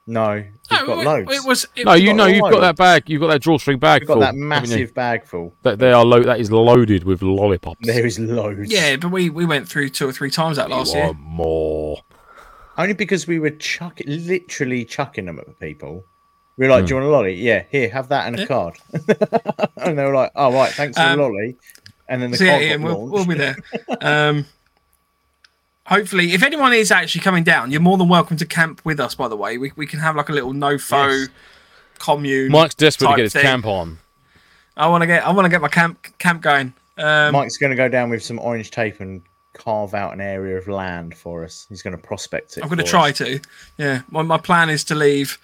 no. We've
no,
got
it,
loads.
it was it,
No, you know
all
you've
over.
got that bag. You've got that drawstring bag.
We've got
full,
that
haven't you?
massive bag full.
That they are lo- That is loaded with lollipops.
There is loads.
yeah, but we we went through two or three times that last
You
year.
want more.
Only because we were chucking, literally chucking them at people. We were like,
Hmm.
"Do you want a lolly? Yeah, here, have that and a
Yeah.
card." and they were like, "Oh right, thanks for
Um,
the lolly." And then the
So yeah,
card
Ian,
got
we'll,
launched.
we'll be there. Um, hopefully, if anyone is actually coming down, you're more than welcome to camp with us. By the way, we, we can have like a little no foe
Yes.
commune.
Mike's desperate to
type
get his
thing.
camp on.
I want to get I want to get my camp camp going. Um,
Mike's going to go down with some orange tape and carve out an area of land for us. He's going to prospect it.
I'm going to
for
try
us.
to. Yeah, my my plan is to leave.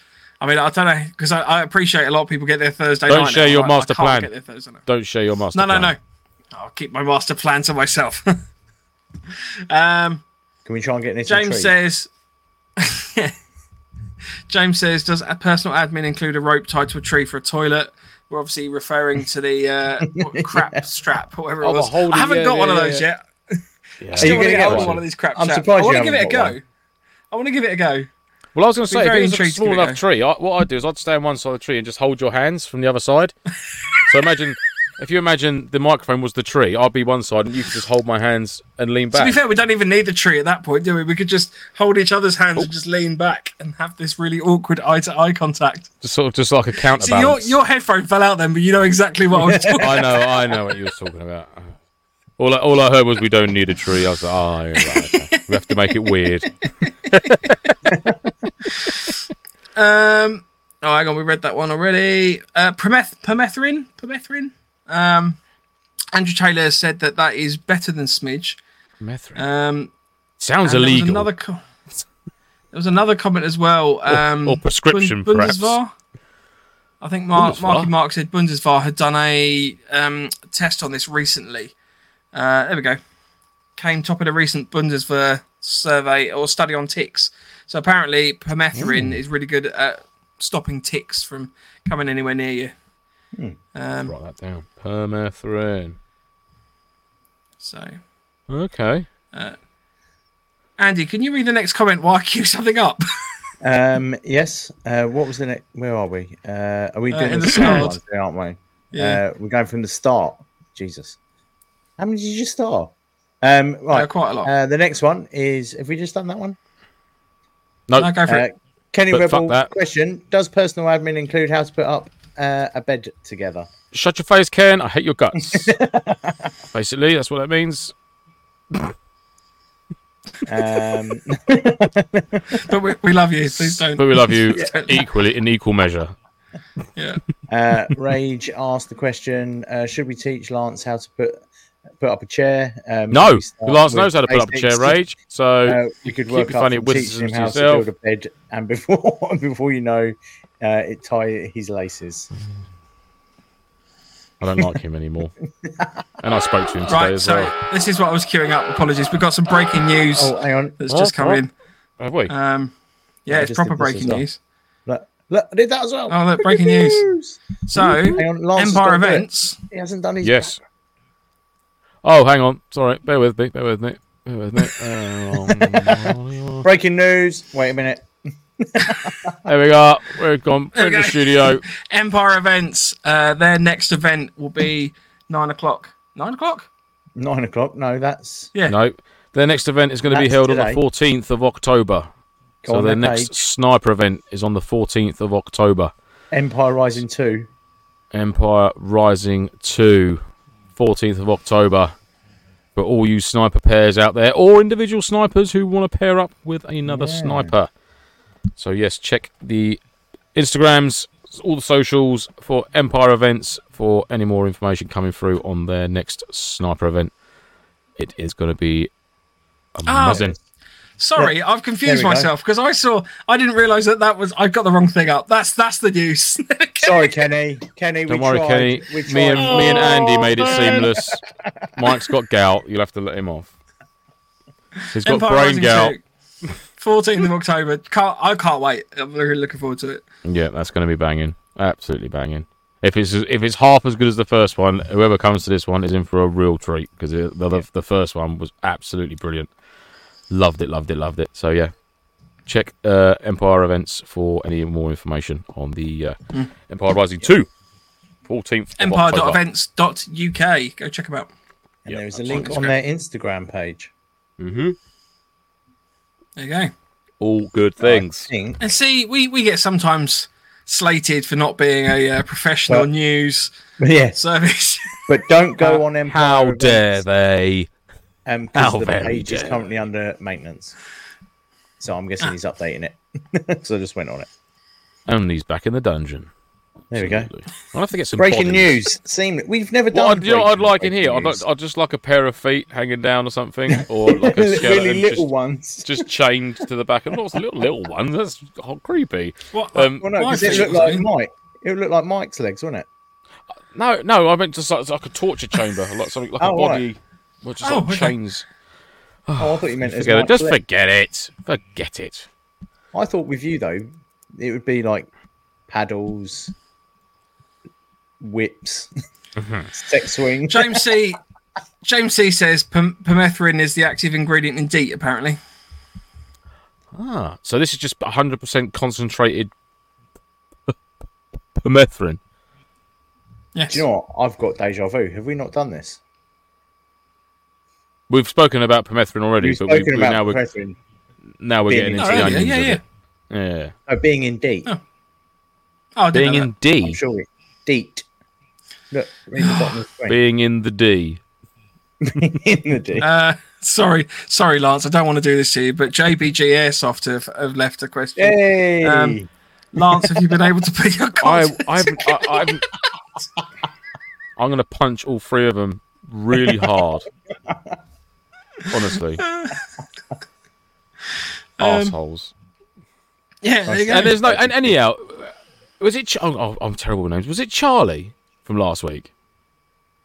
I mean, I don't know because I, I appreciate a lot of people get their Thursday.
Don't
night and
share
I'm
your
like,
master
I can't
plan.
Get their Thursday night.
Don't share your master.
No, no,
plan.
no. I'll keep my master plan to myself. um,
Can we try and get this?
James says. James says, does a personal admin include a rope tied to a tree for a toilet? We're obviously referring to the uh, what- crap strap, or whatever
Oh,
it
the
was.
holding-
I haven't
yeah,
got one of
yeah,
those
yeah.
yet.
Yeah.
Still want
gonna
to
get
get hold of
one?
one of these crap
I'm
straps.
surprised
I
you
want to give
haven't
it a go.
got one.
I want to give it a go.
Well, I was going to say,
very
if it was a
intrigued to
small
give it a
enough
go.
tree, I, what I'd do is I'd stay on one side of the tree and just hold your hands from the other side. so imagine, if you imagine the microphone was the tree, I'd be one side and you could just hold my hands and lean
To
back.
be fair, we don't even need the tree at that point, do we? We could just hold each other's hands and just lean back and have this really awkward eye to eye contact.
just sort of just like a
See, your,
counterbalance.
your headphone fell out then, but you know exactly what I was talking
I know, I know what you were talking about. All I, all I heard was we don't need a tree. I was like, oh, yeah, right, okay. we have to make it weird.
Um, oh, hang on, we read that one already. Uh, Prometh- permethrin, permethrin. Um, Andrew Taylor said that that is better than smidge.
Methrin.
Um,
Sounds
and there was
illegal.
another co- there was another comment as well. Um,
or prescription, perhaps.
Bundesvar. I think Mark,
Bundesvar?
Marky Mark said Bundesvar had done a um, test on this recently. Uh, there we go. Came top of the recent Bundesvar survey or study on ticks. So apparently, permethrin is really good at stopping ticks from coming anywhere near you. Um,
Write that down. Permethrin.
so,
Okay.
Andy, can you read the next comment while I queue something up?
Um, yes. Uh, what was the next? Where are we? Uh, are we
Uh,
doing
in
the
the
start
start.
ones, now, aren't we?
Yeah.
Uh, we're going from the start. Jesus. How many did you start? Um, right.
Uh, quite a lot.
Uh, the next one is. Have we just done that one?
No,
no, go for
Uh,
it.
Kenny
But fuck
Rebel
that.
question: Does personal admin include how to put up uh, a bed together?
shut your face, Ken. I hate your guts. Basically, that's what that means.
Um,
But we, we love you. Please don't.
uh, But we love you
Don't-
equally in equal measure.
yeah.
uh, Rage asked the question: uh, Should we teach Lance how to put put up a chair. Um,
No,
we start
Lance
with
knows how to put up a chair
basics.
rage. So
Uh, you could
keep
work
it
up
funny
from
with
teaching him
systems
how
yourself.
to build a bed, and before before you know, uh, it tie his laces.
I don't like him anymore. and I spoke to him today
Right,
as
so
well.
this is what I was queuing up. Apologies. We've got some breaking news
Oh, hang on!
that's
what?
just come
What?
in.
Have we?
Uh,
Um, yeah,
I
it's
just
proper
did this as
breaking
well.
news.
Look, look, I did that as well.
Oh, look, breaking news. So,
Hang on, Lance has
Empire
got to do it.
Events.
He hasn't done his.
yes. Oh, hang on. Sorry. Bear with me. Bear with me. Bear with me. Uh, Um,
Breaking news. Wait a minute.
there we go. We're gone. We're
There
in
we
the
go.
studio.
Empire Events. Uh, their next event will be nine o'clock. Nine o'clock?
Nine o'clock. No, that's
Yeah.
No. Their next event is going to be
That's
held on
today.
the 14th of October.
Go
so
on
their
that
next
page.
sniper event is on the 14th of October.
Empire Rising Two.
Empire Rising 2, 14th of October. For all you sniper pairs out there, or individual snipers who want to pair up with another
Yeah.
sniper. So, yes, check the Instagrams, all the socials for Empire events for any more information coming through on their next sniper event. It is going to be
Oh,
amazing.
Sorry, I've confused
There we go.
myself because I saw. I didn't realise that that was. I got the wrong thing up. That's that's the news.
Sorry, Kenny. Kenny,
Don't
we
worry,
tried.
Kenny.
We
Me
tried.
and me and Andy made it
Oh, man.
seamless. Mike's got gout. You'll have to let him off. He's got
Empire
brain gout.
Rising 14th of October. Can't, I can't wait. I'm really looking forward to it.
Yeah, that's going to be banging. Absolutely banging. If it's if it's half as good as the first one, whoever comes to this one is in for a real treat because the, the the first one was absolutely brilliant. Loved it, loved it, loved it. So yeah, check uh, Empire events for any more information on the uh,
Hmm.
Empire Rising 2, 14th. of October.
Empire.events.uk. Go check them out.
And
Yeah,
there is a
that's
link
on
on their Instagram page.
There you go.
All good
I
things.
think
And see, we we get sometimes slated for not being a uh, professional
Well-
news
Yes,
service.
but don't
Uh,
go on Empire.
How
Events,
dare they?
Um, because
how
the
Oh, very
page is
dare.
currently under maintenance, so I'm guessing
Ah.
he's updating it. so I just went on it.
Only's back in the dungeon.
There we go.
Absolutely. I'll have to get some
Breaking
bodies.
news. Seem we've never
Well,
done.
I'd, you know what I'd
breaking-
like in here? I'd,
breaking
like,
news.
I'd just like a pair of feet hanging down or something, or like a skeleton
really little
just,
ones.
just chained to the back. of lots of little little ones. That's ho- creepy.
What?
Um,
Well, no,
My
because it
feet
looked
was
like
in.
Mike. It looked like Mike's legs, wasn't it?
No, no, I meant just like, like a torture chamber, like something like
Oh,
a
right.
body, or just
Oh,
like
okay.
chains.
Oh, I thought you meant as
Ah, Forget it.
Mike's
Just
legs.
forget it. Forget it.
I thought with you though, it would be like paddles, whips,
Mm-hmm.
sex swing.
James C. James C. says "Pom- permethrin is the active ingredient in DEET, apparently.
Ah, so this is just 100% concentrated permethrin.
Yes.
Do you know what? I've got deja vu. Have we not done this?
We've spoken about permethrin already,
We've
but we,
spoken
we,
about
now we're
brethren,
now we're
being
getting
in
into
Oh,
the
yeah,
onions.
yeah,
of
yeah.
it. yeah.
uh, being in deep.
Oh. Oh, I didn't
Being
know
in D.
I'm sure it deep. Look, read the bottom of the screen.
Being in the D.
in the deep.
that. Uh, sorry, sorry, Lance. I don't want to do this to you, but JBG Airsoft have, have left a question.
Hey,
um, Lance, have you been able to put your
I,
content?
I, haven't- I, I haven't- I'm going to punch all three of them really hard. Honestly. Assholes.
yeah, there you go.
And there's no. And anyhow, was it. Ch- oh, oh, I'm terrible with names. Was it Charlie from last week?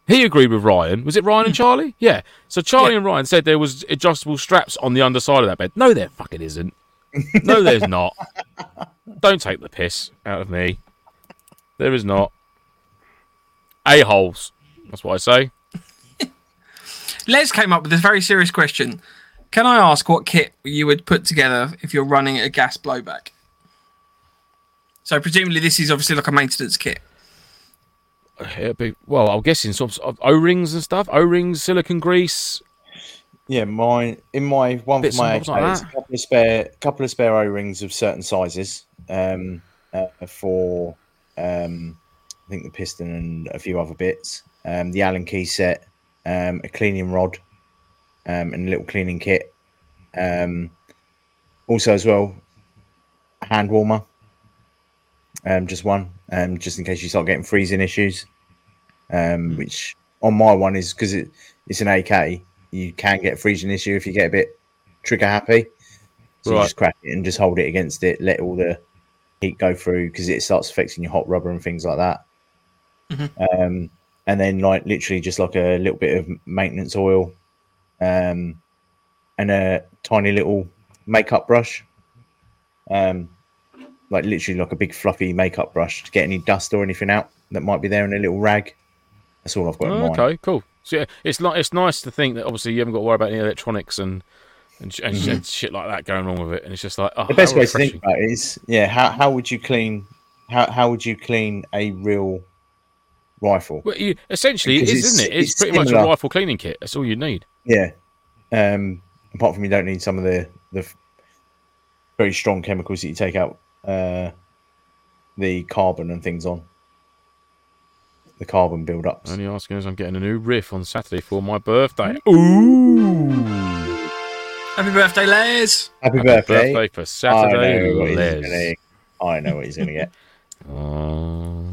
He agreed with Ryan. Was it Ryan and Charlie? Hmm. Yeah. So Charlie and Ryan said there was adjustable straps on the underside of that bed. No, there fucking isn't. No, there's not. Don't take the piss out of me. There is not. A holes. That's what I say.
Les came up with this very serious question. Can I ask what kit you would put together if you're running a gas blowback? So presumably this is obviously like a maintenance kit.
It'd be, well, I'm guessing some sort of O rings and stuff. O rings, silicon grease.
yeah, mine in my one for
Bits
my
and
AK,
bobs like
there's a
that.
couple of spare couple of spare O rings of certain sizes. Um, uh, for um, I think the piston and a few other bits. Um, the Allen key set, um, a cleaning rod, um, and a little cleaning kit. Um, also as well, a hand warmer. Um, just one, um, just in case you start getting freezing issues. Um, which on my one is because it it's an AK, you can get a freezing issue if you get a bit trigger happy. So you
Right.
just crack it and just hold it against it, let all the heat go through because it starts affecting your hot rubber and things like that. Um, and then like literally just like a little bit of maintenance oil, um, and a tiny little makeup brush. Um, like literally like a big fluffy makeup brush to get any dust or anything out that might be there in a little rag. That's all I've got in
Oh,
mind.
okay, cool. So yeah, it's like it's nice to think that obviously you haven't got to worry about any electronics and and, sh- and, sh- and shit like that going wrong with it. And it's just like oh,
Mm-hmm. the best
how
way to think
refreshing.
about it is yeah how, how would you clean how, how would you clean a real rifle
Well, you, essentially, it
Because
is,
it's-
isn't it? It's,
it's
pretty much a
similar.
rifle cleaning kit. That's all you need.
yeah um apart from you don't need some of the the f- very strong chemicals that you take out uh the carbon and things on the carbon build-ups
Only asking is I'm getting a new riff on Saturday for my birthday.
Mm-hmm.
Ooh,
Happy birthday, Les.
happy,
Happy
birthday,
birthday for
I,
Saturday,
know what he's
Les.
Gonna, I know what he's gonna get
Oh.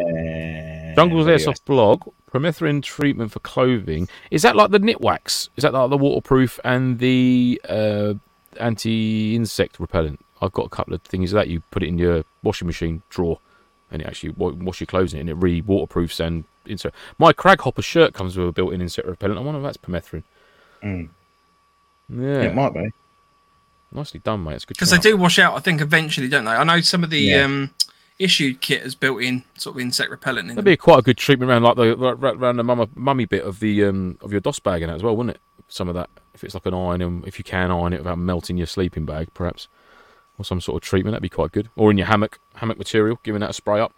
uh,
Jungle's Airsoft blog, permethrin treatment for clothing. Is that like the knit wax? Is that like the waterproof and the uh, anti insect repellent? I've got a couple of things of that you put it in your washing machine drawer and it actually wa- wash your clothes in it and it re waterproofs and insect. My crag hopper shirt comes with a built in insect repellent. I wonder if that's permethrin. Yeah,
it might be
nicely done, mate. It's good.
Because they
try.
do wash out, I think, eventually, don't they? I know some of the
Yeah.
um, issued kit has built in sort of insect repellent in
That'd
them.
be quite a good treatment around like the ra- ra- around the mummy, mummy bit of the um of your DOS bag and that as well, wouldn't it? Some of that, if it's like an iron, um, if you can iron it without melting your sleeping bag, perhaps, or some sort of treatment, that'd be quite good. Or in your hammock, hammock material, giving that a spray up.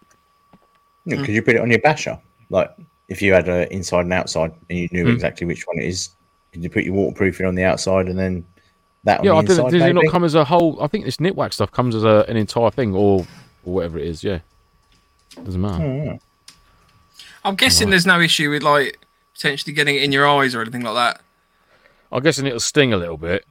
Hmm.
Yeah, could you put it on your basher? Like if you had a inside and outside and you knew
Hmm.
exactly which one it is, could you put your waterproofing on the outside and then that on
yeah,
the
I did,
inside?
did it not
maybe?
come as a whole? I think this knitwax stuff comes as a, an entire thing, or, or whatever it is. Yeah, doesn't matter.
Hmm.
I'm guessing there's no issue with like potentially getting it in your eyes or anything like that.
I'm guessing it'll sting a little bit.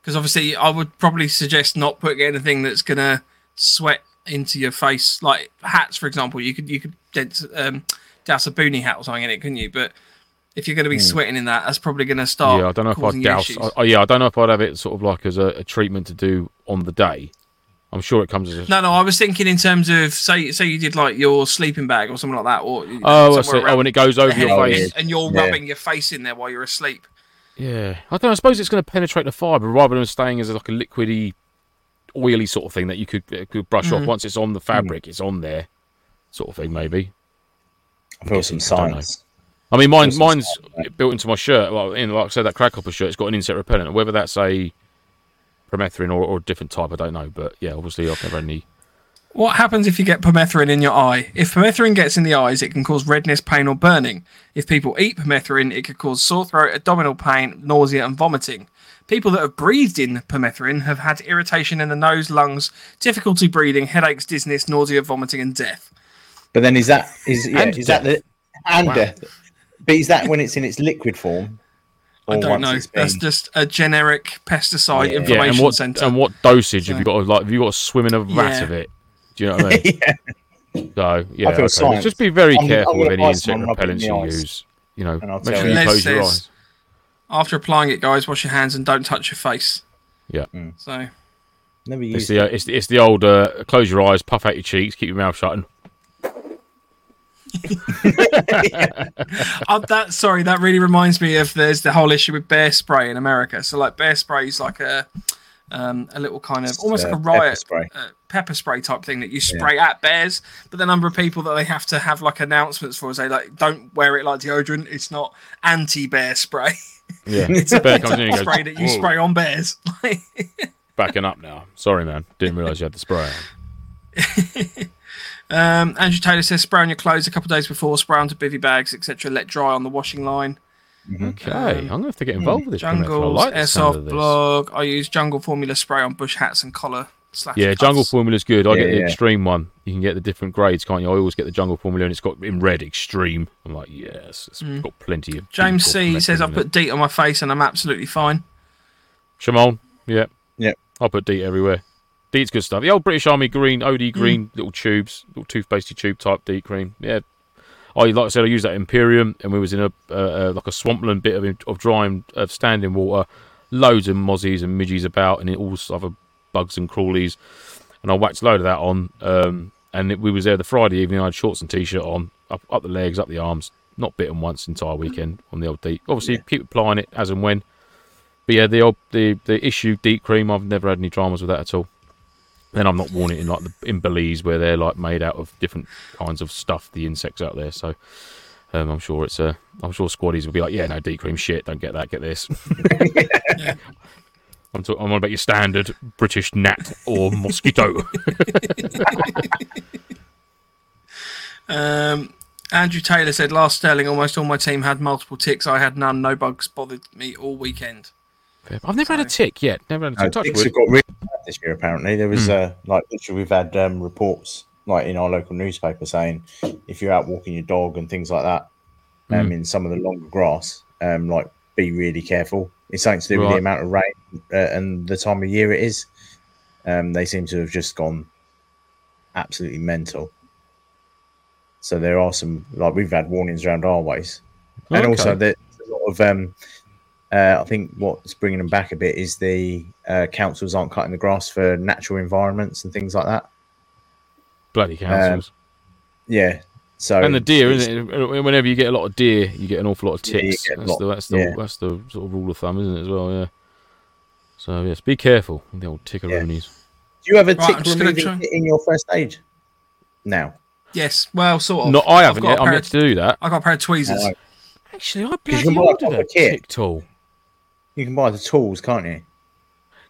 Because obviously, I would probably suggest not putting anything that's gonna sweat into your face, like hats, for example. You could you could dent, um, douse a boonie hat or something in it, couldn't you? But if you're gonna be sweating in that, that's probably gonna start.
Hmm. yeah, I don't know if
causing
I'd
you
douse.
Oh, issues.
I, I- yeah, I don't know if I'd have it sort of like as a, a treatment to do on the day. I'm sure it comes as a
No, no, I was thinking in terms of say say you did like your sleeping bag or something like that, or you know,
Oh, I see.
somewhere
oh,
around
and it goes
the
over
head
your
and-
face.
yeah.
and you're
Yeah.
rubbing your face in there while you're asleep.
Yeah, I don't. know, I suppose it's going to penetrate the fibre rather than staying as like a liquidy, oily sort of thing that you could, uh, could brush off once it's on the fabric. It's on there, sort of thing maybe.
I feel some
I don't know.
science.
I mean, mine,
Just the
mine's built into my shirt. Well, in like I said, that crack hopper shirt, it's got an insect repellent. Whether that's a permethrin or, or a different type, I don't know. But yeah, obviously, I've never had any.
What happens if you get permethrin in your eye? If permethrin gets in the eyes, it can cause redness, pain, or burning. If people eat permethrin, it could cause sore throat, abdominal pain, nausea, and vomiting. People that have breathed in permethrin have had irritation in the nose, lungs, difficulty breathing, headaches, dizziness, nausea, vomiting, and death.
But then is that is yeah,
And
is that the and death? But is that when it's in its liquid form?
I
Or
don't
once
know.
it's been-
That's just a generic pesticide
Yeah.
information
Yeah, and what
center.
and what dosage have you got? To, like, have you got to swim in a vat
Yeah.
of it? Do you know what I mean? So yeah,
feel
okay.
science.
just be very
I'm- I'm
careful
gonna
with any
buy
insect
some, I'll put it in
repellents
the
you
eyes.
use. You know,
And I'll
make
tell
sure you
you.
close your
Les
eyes.
says- After applying it, guys, wash your hands and don't touch your face.
Yeah.
Mm.
So
never
It's
used
the, uh, it's, the- it's the old uh, close your eyes, puff out your cheeks, keep your mouth shut. And
oh, that sorry, that really reminds me of there's the whole issue with bear spray in America. So like bear spray is like a um, a little kind of almost
uh,
like a
pepper
riot
spray.
Uh, pepper spray type thing that you spray at bears. But the number of people that they have to have like announcements for say like don't wear it like deodorant. It's not anti bear spray.
yeah, bear comes in and goes,
spray that you
"Whoa,
spray on bears.
backing up now. Sorry, man, didn't realise you had the spray. on."
um, Andrew Taylor says spray on your clothes a couple of days before, spray onto bivy bags, etc. Let dry on the washing line.
Okay, I'm gonna have to
Hmm.
get involved with this. Jungles, I
Jungles,
like the sound of
Airsoft
this.
blog. I use Jungle Formula spray on bush hats and collar. slash
Yeah,
cuffs.
jungle formula's good. I get
Yeah,
the
yeah.
extreme one. You can get the different grades, can't you? I always get the jungle formula, and it's got in red extreme. I'm like, yes, it's got plenty of.
Mm. James
deep
C says
permethrin
I
in
put DEET on my face and I'm absolutely fine.
it." Shimon. Yeah,
Yep.
I put DEET everywhere. DEET's good stuff. The old British Army green, OD green, little tubes, little toothpastey tube type DEET E cream. Yeah. I like I said, I used that Imperium, and we was in a uh, uh, like a swampland bit of of dry and of standing water, loads of mozzies and midgies about, and all sorts of other bugs and crawlies, and I whacked a load of that on. Um, and it, we was there the Friday evening. I had shorts and t-shirt on, up, up the legs, up the arms. Not bitten once entire weekend on the old deep. Obviously, keep applying it as and when. But yeah, the old the the issue deep cream. I've never had any dramas with that at all. Then I'm not worn it in like the, in Belize where they're like made out of different kinds of stuff. The insects out there, so um, I'm sure it's Uh, I'm sure squaddies will be like, yeah, no deep cream, shit, don't get that, get this. I'm talking. I'm on about your standard British gnat or mosquito.
Um, Andrew Taylor said, last Sterling, almost all my team had multiple ticks. I had none. No bugs bothered me all weekend.
I've never had a tick yet. Never had a
No,
tick. Touch
ticks
wood. Hmm.
have got really bad this year. Apparently, there was uh, like literally we've had um, reports like in our local newspaper saying if you're out walking your dog and things like that, um,
Hmm.
in some of the longer grass, um, like be really careful. It's something to do with
Right.
the amount of rain uh, and the time of year it is. Um, they seem to have just gone absolutely mental. So there are some like we've had warnings around our ways, and
Okay.
also there's a lot of um, uh, I think what's bringing them back a bit is the uh, councils aren't cutting the grass for natural environments and things like that.
Bloody
Um,
councils.
Yeah. So
and the deer,
it's-
isn't it? Whenever you get a lot of deer, you get an awful lot of
Yeah, you
ticks.
get a
that's,
lot,
the, that's, the,
yeah.
that's the sort of rule of thumb, isn't it, as well? Yeah. So, yes, be careful with the old tickeroonies.
Do you have a
Right,
tick
I'm just gonna
removing
try-
kit in your first aid? Now,
Yes, well, sort of.
No, I
I've
haven't
got
yet.
a
I'm
pair
yet
of-
to do that.
I got a pair of tweezers.
Alright.
Actually, I
you
bloody
can buy a
ordered
proper
a
kit.
tick tool.
you can buy the tools, can't you?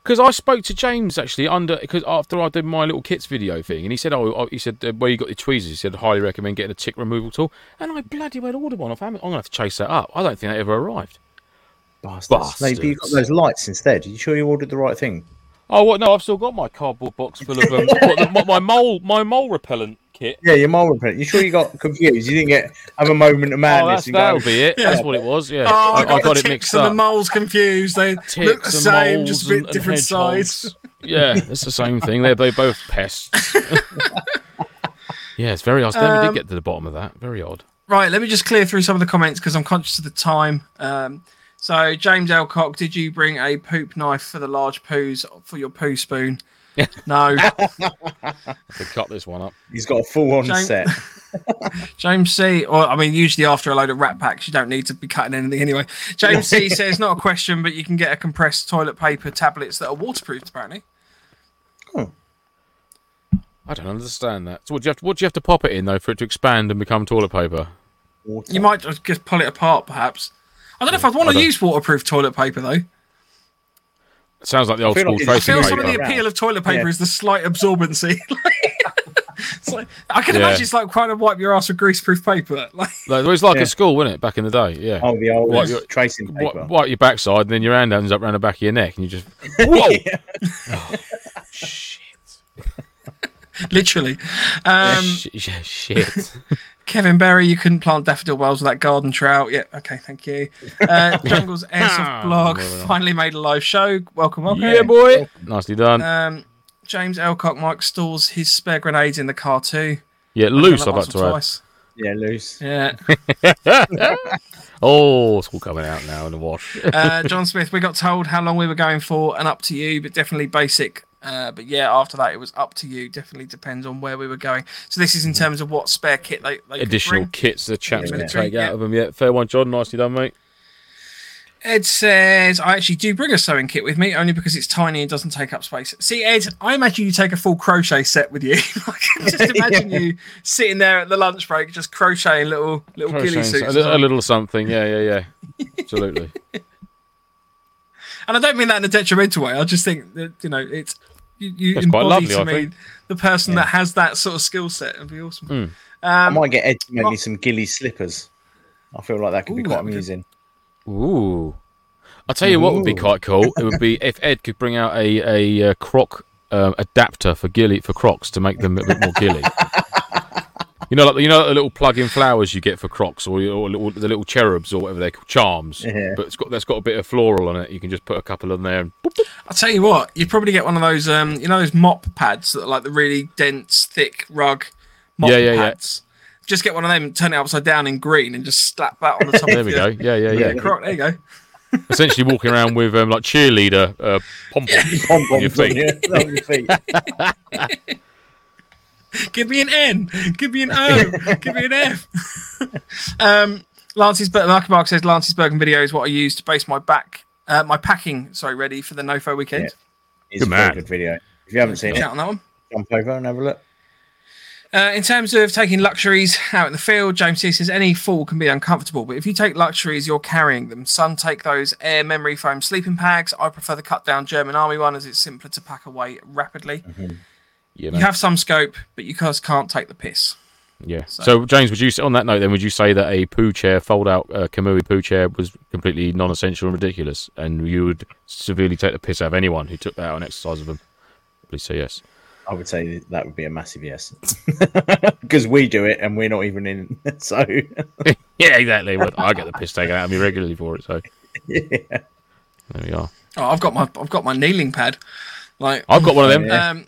Because I spoke to James actually under because after I did my little kits video thing, and he said, "Oh, oh," he said uh, where you got your tweezers." He said, "Highly recommend getting a tick removal tool." And I bloody well ordered one off Amazon. I'm gonna have to chase that up. I don't think that ever arrived.
Bastards.
Bastards.
Maybe you got those lights instead. Are you sure you ordered the right thing?
Oh what? No, I've still got my cardboard box full of um, what, the, my, my mole my mole repellent kit.
Yeah, your mole repellent. You sure you got confused? You didn't get have a moment of
Oh,
madness
that's,
and go.
that'll be it. That's what it was. Yeah,
Oh, I got, the
it
ticks
mixed
and
up.
the moles confused. They look the
Ticks and
same,
moles
just a bit
and- and
different
hedgehogs.
size.
Yeah, it's the same thing. They're they both pests. yeah, it's very odd. Never did
Um,
get to the bottom of that. Very odd.
Right, let me just clear through some of the comments because I'm conscious of the time. Um, so, James Elcock, did you bring a poop knife for the large poos for your poo spoon? no.
To cut this one up.
He's got a full on
Shame.
set.
James C. Or I mean, usually after a load of rat packs, you don't need to be cutting anything anyway. James C. says not a question, but you can get a compressed toilet paper tablets that are waterproofed. Apparently,
Oh,
I don't understand that. So what do you have to, what do you have to pop it in though for it to expand and become toilet paper?
Water.
you might just just pull it apart, perhaps. I don't know if I'd
I
want to
don't-
use waterproof toilet paper though.
It sounds like the old
feel
school
like it's-
I
It's
tracing
feel some of the
paper.
Yeah.
appeal of toilet paper
Yeah.
is the slight absorbency. It's like- I can
Yeah.
imagine it's like trying to wipe your ass with greaseproof paper. Like,
Like, it was like
Yeah.
at school, wasn't it, back in the day? Yeah.
Oh, the old
What, your-
tracing paper.
Wi- wipe your backside, and then your hand ends up round the back of your neck, and you just whoa.
literally. Um,
Sh- yeah, shit.
Kevin Berry, you couldn't plant daffodil wells without garden trout. Yeah, okay, thank you. Uh, Jungle's
Ah,
Airsoft blog finally made a live show. Welcome, welcome.
yeah, boy. Nicely done.
Um, James Elcock, Mike stores his spare grenades in the car too.
yeah, loose.
Done that
I'd like
once
to
or
add.
twice.
Yeah, loose.
Yeah.
Oh, it's all coming out now in the wash.
Uh, John Smith, we got told how long we were going for and up to you, but definitely basic. Uh, but yeah, after that, it was up to you. Definitely depends on where we were going. So this is in terms of what spare kit they, they could
Mm. Additional
bring.
kits the chaps
Yeah.
can
Military,
take
yeah.
out of them. Yeah, fair one, John. Nicely done, mate.
Ed says, I actually do bring a sewing kit with me only because it's tiny and doesn't take up space. See, Ed, I imagine you take a full crochet set with you. I can just imagine you sitting there at the lunch break, just crocheting little little
Crocheting
ghillie
so-
suits.
a, little, a little something. Yeah, yeah, yeah. Absolutely.
And I don't mean that in a detrimental way. I just think that, you know, it's you, you
That's quite
embody
lovely,
to
I
me
think.
the person that has that sort of skill set. It'd be awesome.
I might get Ed to make
Well-
me some ghillie slippers. I feel like that could be
Ooh,
quite
that'd be good.
amusing.
Ooh. I'll tell you what would be
Ooh.
quite cool. It would be if Ed could bring out a a uh, croc um, adapter for gilly for Crocs to make them a bit more gilly. You know, like you know, the little plug-in flowers you get for Crocs, or, or little, the little cherubs, or whatever they're called, charms.
Yeah.
But it's got that's got a bit of floral on it. You can just put a couple on there. And boop, boop.
I'll tell you what, you'd probably get one of those, um, you know, those mop pads that are like the really dense, thick rug mop
Yeah, yeah, yeah.
pads. Just get one of them and turn it upside down in green and just slap that on the top
There
of
we go.
your,
Yeah, yeah, yeah.
Yeah.
Croc. There you go.
Essentially walking around with um, like cheerleader uh, pom poms
Pom
your
poms on
feet.
your- on your feet.
Give me an N. Give me an O. give me an F. um, Lance's Mark Mark says Lance's Bergen video is what I use to base my back, uh, my packing. Sorry, ready for the NoFo weekend.
It's
Good
a
man.
very good video. If you haven't seen
Shout
it,
on that one.
jump over and have a look.
Uh, in terms of taking luxuries out in the field, James C says any fall can be uncomfortable, but if you take luxuries, you're carrying them. Some take those air memory foam sleeping bags. I prefer the cut down German army one as it's simpler to pack away rapidly.
Mm-hmm. You
You
know,
have some scope, but you just can't take the piss.
yeah. So James, would you s- on that note then? Would you say that a poo chair, fold out uh, Kamui poo chair, was completely non-essential and ridiculous, and you would severely take the piss out of anyone who took that out and exercise of them? Please say yes.
I would say that would be a massive yes. Because we do it and we're not even in. So,
Yeah, exactly. Well, I get the piss taken out of me regularly for it. So
yeah.
there we are.
Oh, I've got my I've got my kneeling pad. Like
I've got one of them.
Yeah.
um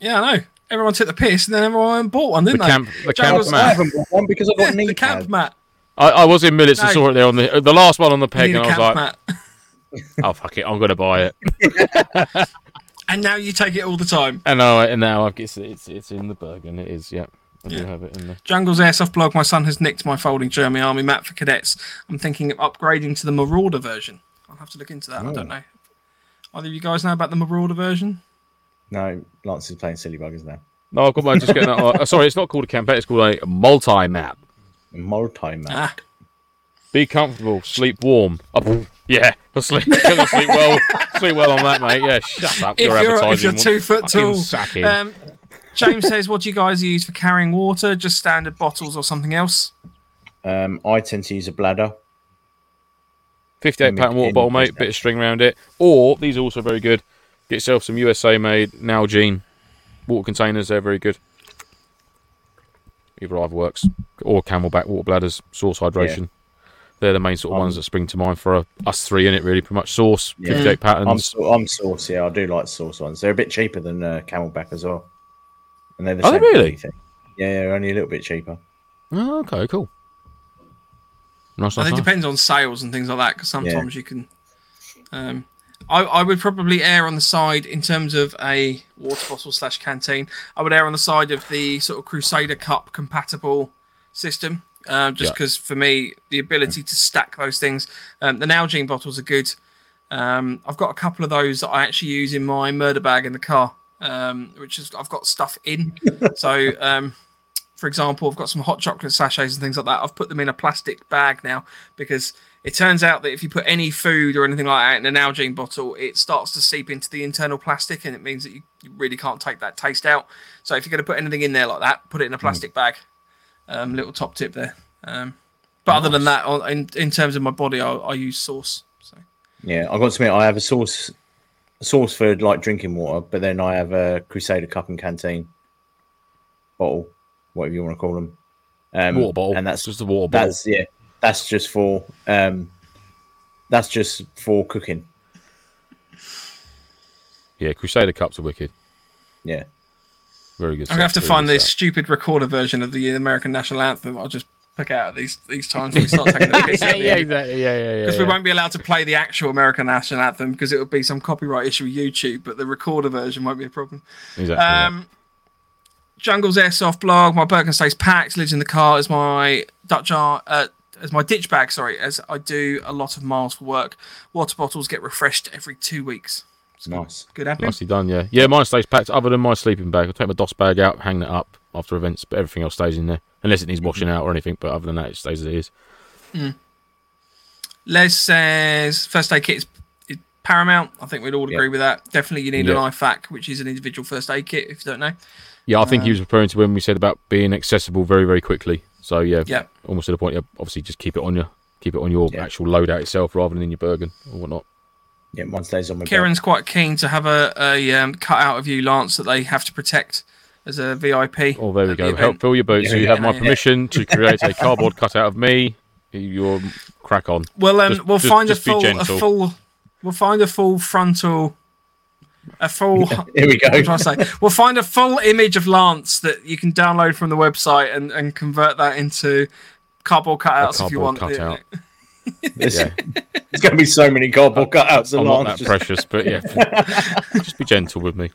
yeah, I know. Everyone took the piss and then everyone bought one,
The
didn't they?
camp, the
Joe
camp
was-
I
mat.
haven't got one because I've got knee
the camp
pads.
mat.
I, I was in Millets and
No.
saw it there on the the last one on the
You
peg,
need
and
a
I was
camp
like,
mat.
"Oh fuck it, I'm gonna buy it."
And now you take it all the time.
And now, and now I guess it's it's in the Bergen. It is. Yeah, I do have it in there.
Jungle's Airsoft blog. My son has nicked my folding German Army map for cadets. I'm thinking of upgrading to the Marauder version. I'll have to look into that. I don't know. Either of you guys know about the Marauder version?
No, Lance is playing silly buggers now.
No, I've got mine. Just getting that. uh, sorry, it's not called a campaign. It's called a multi-map.
Multi man.
Ah,
Be comfortable, sleep warm. Oh, yeah, I'll sleep. I'll sleep well. Sleep well on that, mate. Yeah, shut up.
if
your
you're, if
advertising
you're two foot
fucking
tall.
Sack him.
Um, James says, "What do you guys use for carrying water? Just standard bottles or something else?"
Um, I tend to use a bladder.
Fifty-eight pound water
in-
bottle, mate. Bit of string around it. Or these are also very good. Get yourself some USA made Nalgene water containers. They're very good. Either either works, or Camelback water bladders, source hydration. They're the main sort of
Um,
ones that spring to mind for uh, us three in it. Really, pretty much source
Yeah.
fifty-eight
I'm,
patterns.
sau- I'm sauce, yeah. I do like sauce ones. They're a bit cheaper than uh, Camelback as well. And they're the
Are they
same quality
really?
thing. Yeah, yeah, only a little bit cheaper.
Oh, okay, cool. Nice,
Well,
nice,
it
nice.
depends on sales and things like that because sometimes you can. Um, I, I would probably err on the side in terms of a water bottle slash canteen. I would err on the side of the sort of Crusader Cup compatible system, um, just
Yeah.
because for me the ability to stack those things. Um, the Nalgene bottles are good. Um, I've got a couple of those that I actually use in my murder bag in the car, um, which is I've got stuff in. so, um, for example, I've got some hot chocolate sachets and things like that. I've put them in a plastic bag now because it turns out that if you put any food or anything like that in an Nalgene bottle, it starts to seep into the internal plastic and it means that you, you really can't take that taste out. So, if you're going to put anything in there like that, put it in
Hmm.
a plastic bag. Um, little top tip there. Um, but other than that, on- in, in terms of my body, I, I use sauce. So.
Yeah, I've got to admit, I have a sauce, sauce for like drinking water, but then I have a Crusader cup and canteen bottle, whatever you want to call them. Um,
water bottle.
And that's
just the water bottle.
that's yeah, that's just for um, that's just for cooking.
Yeah, Crusader Cups are wicked.
Yeah,
Very good.
I'm gonna have
stuff,
to
very
find
good
this
stuff.
stupid recorder version of the American national anthem. I'll just pick out these these times when we start taking the piss.
Yeah, yeah, exactly. Yeah, yeah, yeah.
Because we
yeah.
won't be allowed to play the actual American national anthem because it would be some copyright issue with YouTube, but the recorder version won't be a problem.
Exactly. yeah.
Um, Jungle's airsoft blog. My Birkenstocks packed. Lives in the car as my Dutch ar- uh, as my ditch bag. Sorry, as I do a lot of miles for work. Water bottles get refreshed every two weeks.
it's nice.
Good happen.
Nicely done, yeah. Yeah, mine stays packed other than my sleeping bag. I take my DOS bag out, hang that up after events, but everything else stays in there. Unless it needs washing
Mm-hmm.
out or anything, but other than that, it stays as it is.
Les says first aid kit is, is paramount. I think we'd all agree
Yeah.
with that. Definitely, you need
Yeah.
an IFAC, which is an individual first aid kit. If you don't know,
Yeah, I think
Uh.
he was referring to when we said about being accessible very, very quickly. So, yeah,
Yeah.
almost to the point, yeah, obviously just keep it on you. Keep it on your
Yeah.
actual loadout itself rather than in your Bergen or whatnot.
Yeah, one stays on my belt.
Kieran's quite keen to have a, a um, cut out of you, Lance, that they have to protect as a VIP.
Oh, there we
at the
go.
event.
Help fill your boots. So you have my
Yeah.
permission to create a cardboard cutout of me. You're crack on.
Well, um,
Just-
we'll
just-
find
just
a
be
full, a
gentle.
full, we'll find a full frontal A full.
Here we
What
go.
was I say? We'll find a full image of Lance that you can download from the website and, and convert that into cardboard cutouts if you want.
cardboard cutout.
There's, there's going to be so many cardboard cutouts
I'm
and
not
Lance
that
just
precious, but yeah. just be gentle with me.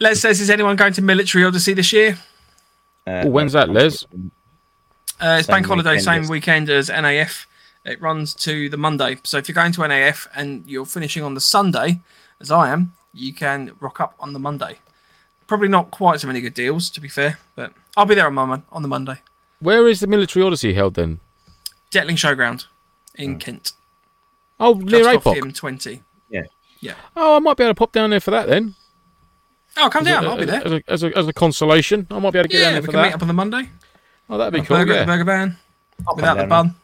Les says, is anyone going to Military Odyssey this year?
Uh,
Oh, when's that, Les?
Uh, it's
Same
bank holiday,
weekend
same
as-
weekend as NAF. It runs to the Monday. So if you're going to NAF and you're finishing on the Sunday, as I am, you can rock up on the Monday. Probably not quite so many good deals, to be fair, but I'll be there on my, on the Monday.
Where is the military odyssey held then?
Detling Showground
Hmm.
in Kent.
Oh, near
Just off the
APOC.
M20.
Oh, I might be able to pop down there for that then.
Oh, come down. I'll be there.
As a, as a, as a consolation, I might be able to get
Yeah,
down there
we
for
can meet
that.
up on the Monday.
Oh, that'd be cool.
burger at
yeah. Oh,
the Burger Van
I'll come
without the
down.
bun.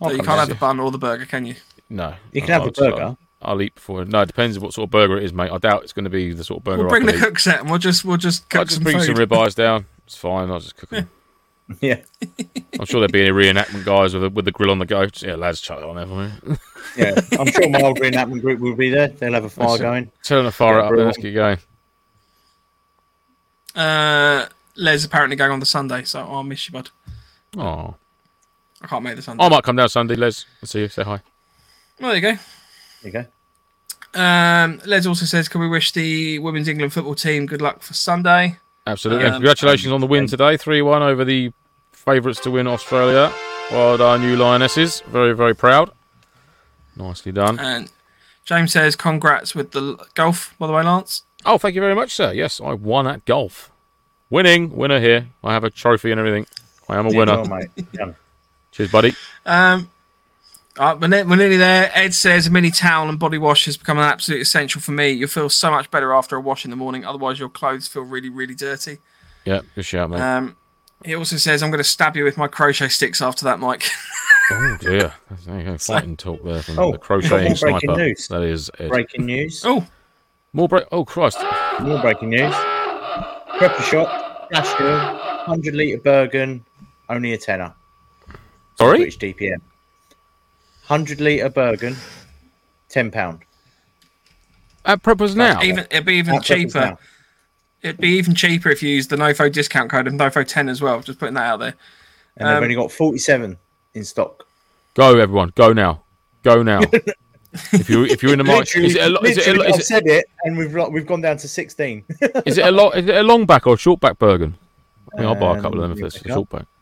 I'll
So you
come
can't
down.
have the bun or the burger, can you?
No, Oh,
You can have
I'll-
a burger.
I'll, I'll eat before. No, it depends what sort of burger it is, mate. I doubt it's going to be the sort of burger.
We'll
I
bring the
can eat.
cook set and we'll just we'll just cook
I'll just
some
bring
food.
some ribeyes down. It's fine. I'll just cook them.
Yeah,
I'm sure there'll be any reenactment guys with a, with the grill on the go. Just, yeah, lads, chuck it on there for me.
yeah. I'm sure my old reenactment group will be there. They'll have a fire
That's it.
going.
Turn the fire
Yeah,
up.
grill
Then let's
on.
get going.
Uh, Les apparently going on the Sunday, so I'll miss you, bud.
Oh,
I can't make the Sunday.
I might come down Sunday, Les. I'll see you. Say hi.
well, there you
There you go.
go. Um, Les also says, "Can we wish the women's England football team good luck for Sunday?"
Absolutely.
Um,
Congratulations on the win today, three-one over the favourites to win Australia. Well done, you lionesses. Very, very proud. Nicely done.
Uh,
And James says, "Congrats with the l- golf, by the way, Lance."
Oh, thank you very much, sir. Yes, I won at golf. Winning, winner here. I have a trophy and everything. I am a winner.
Well, mate. Done.
Cheers, buddy.
Um, all right, we're, ne- we're nearly there. Ed says a mini towel and body wash has become an absolute essential for me. You'll feel so much better after a wash in the morning. Otherwise, your clothes feel really, really dirty.
Yeah, good shout, mate.
Uh,
Um, he also says, "I'm going to stab you with my crochet sticks after that, Mike."
oh dear, there you go. Fighting talk there from
Oh,
the
we've got
crocheting
more breaking
sniper.
news.
That is Ed.
Breaking news.
oh,
More break. Oh Christ!
More breaking news. Prepper shop. Flash deal. 100 litre Bergen. Only a tenner.
Sorry.
British DPM. 100 litre Bergen. £10.
At preppers now.
even it'd be even
That's Pepper's
cheaper.
now.
It'd be even cheaper if you used the Nofo discount code of Nofo ten as well. Just putting that out there.
And
Um,
they've only got 47 in stock.
Go everyone. Go now. Go now. if you if you're in the market, is it a lot? Is it a,
literally,
lo-
I've
is,
said it, and we've lo- we've gone down to 16.
it, is it a lot? Is it a long back or a short back Bergen? I think I'll buy a couple of them if
Um,
it's a short back.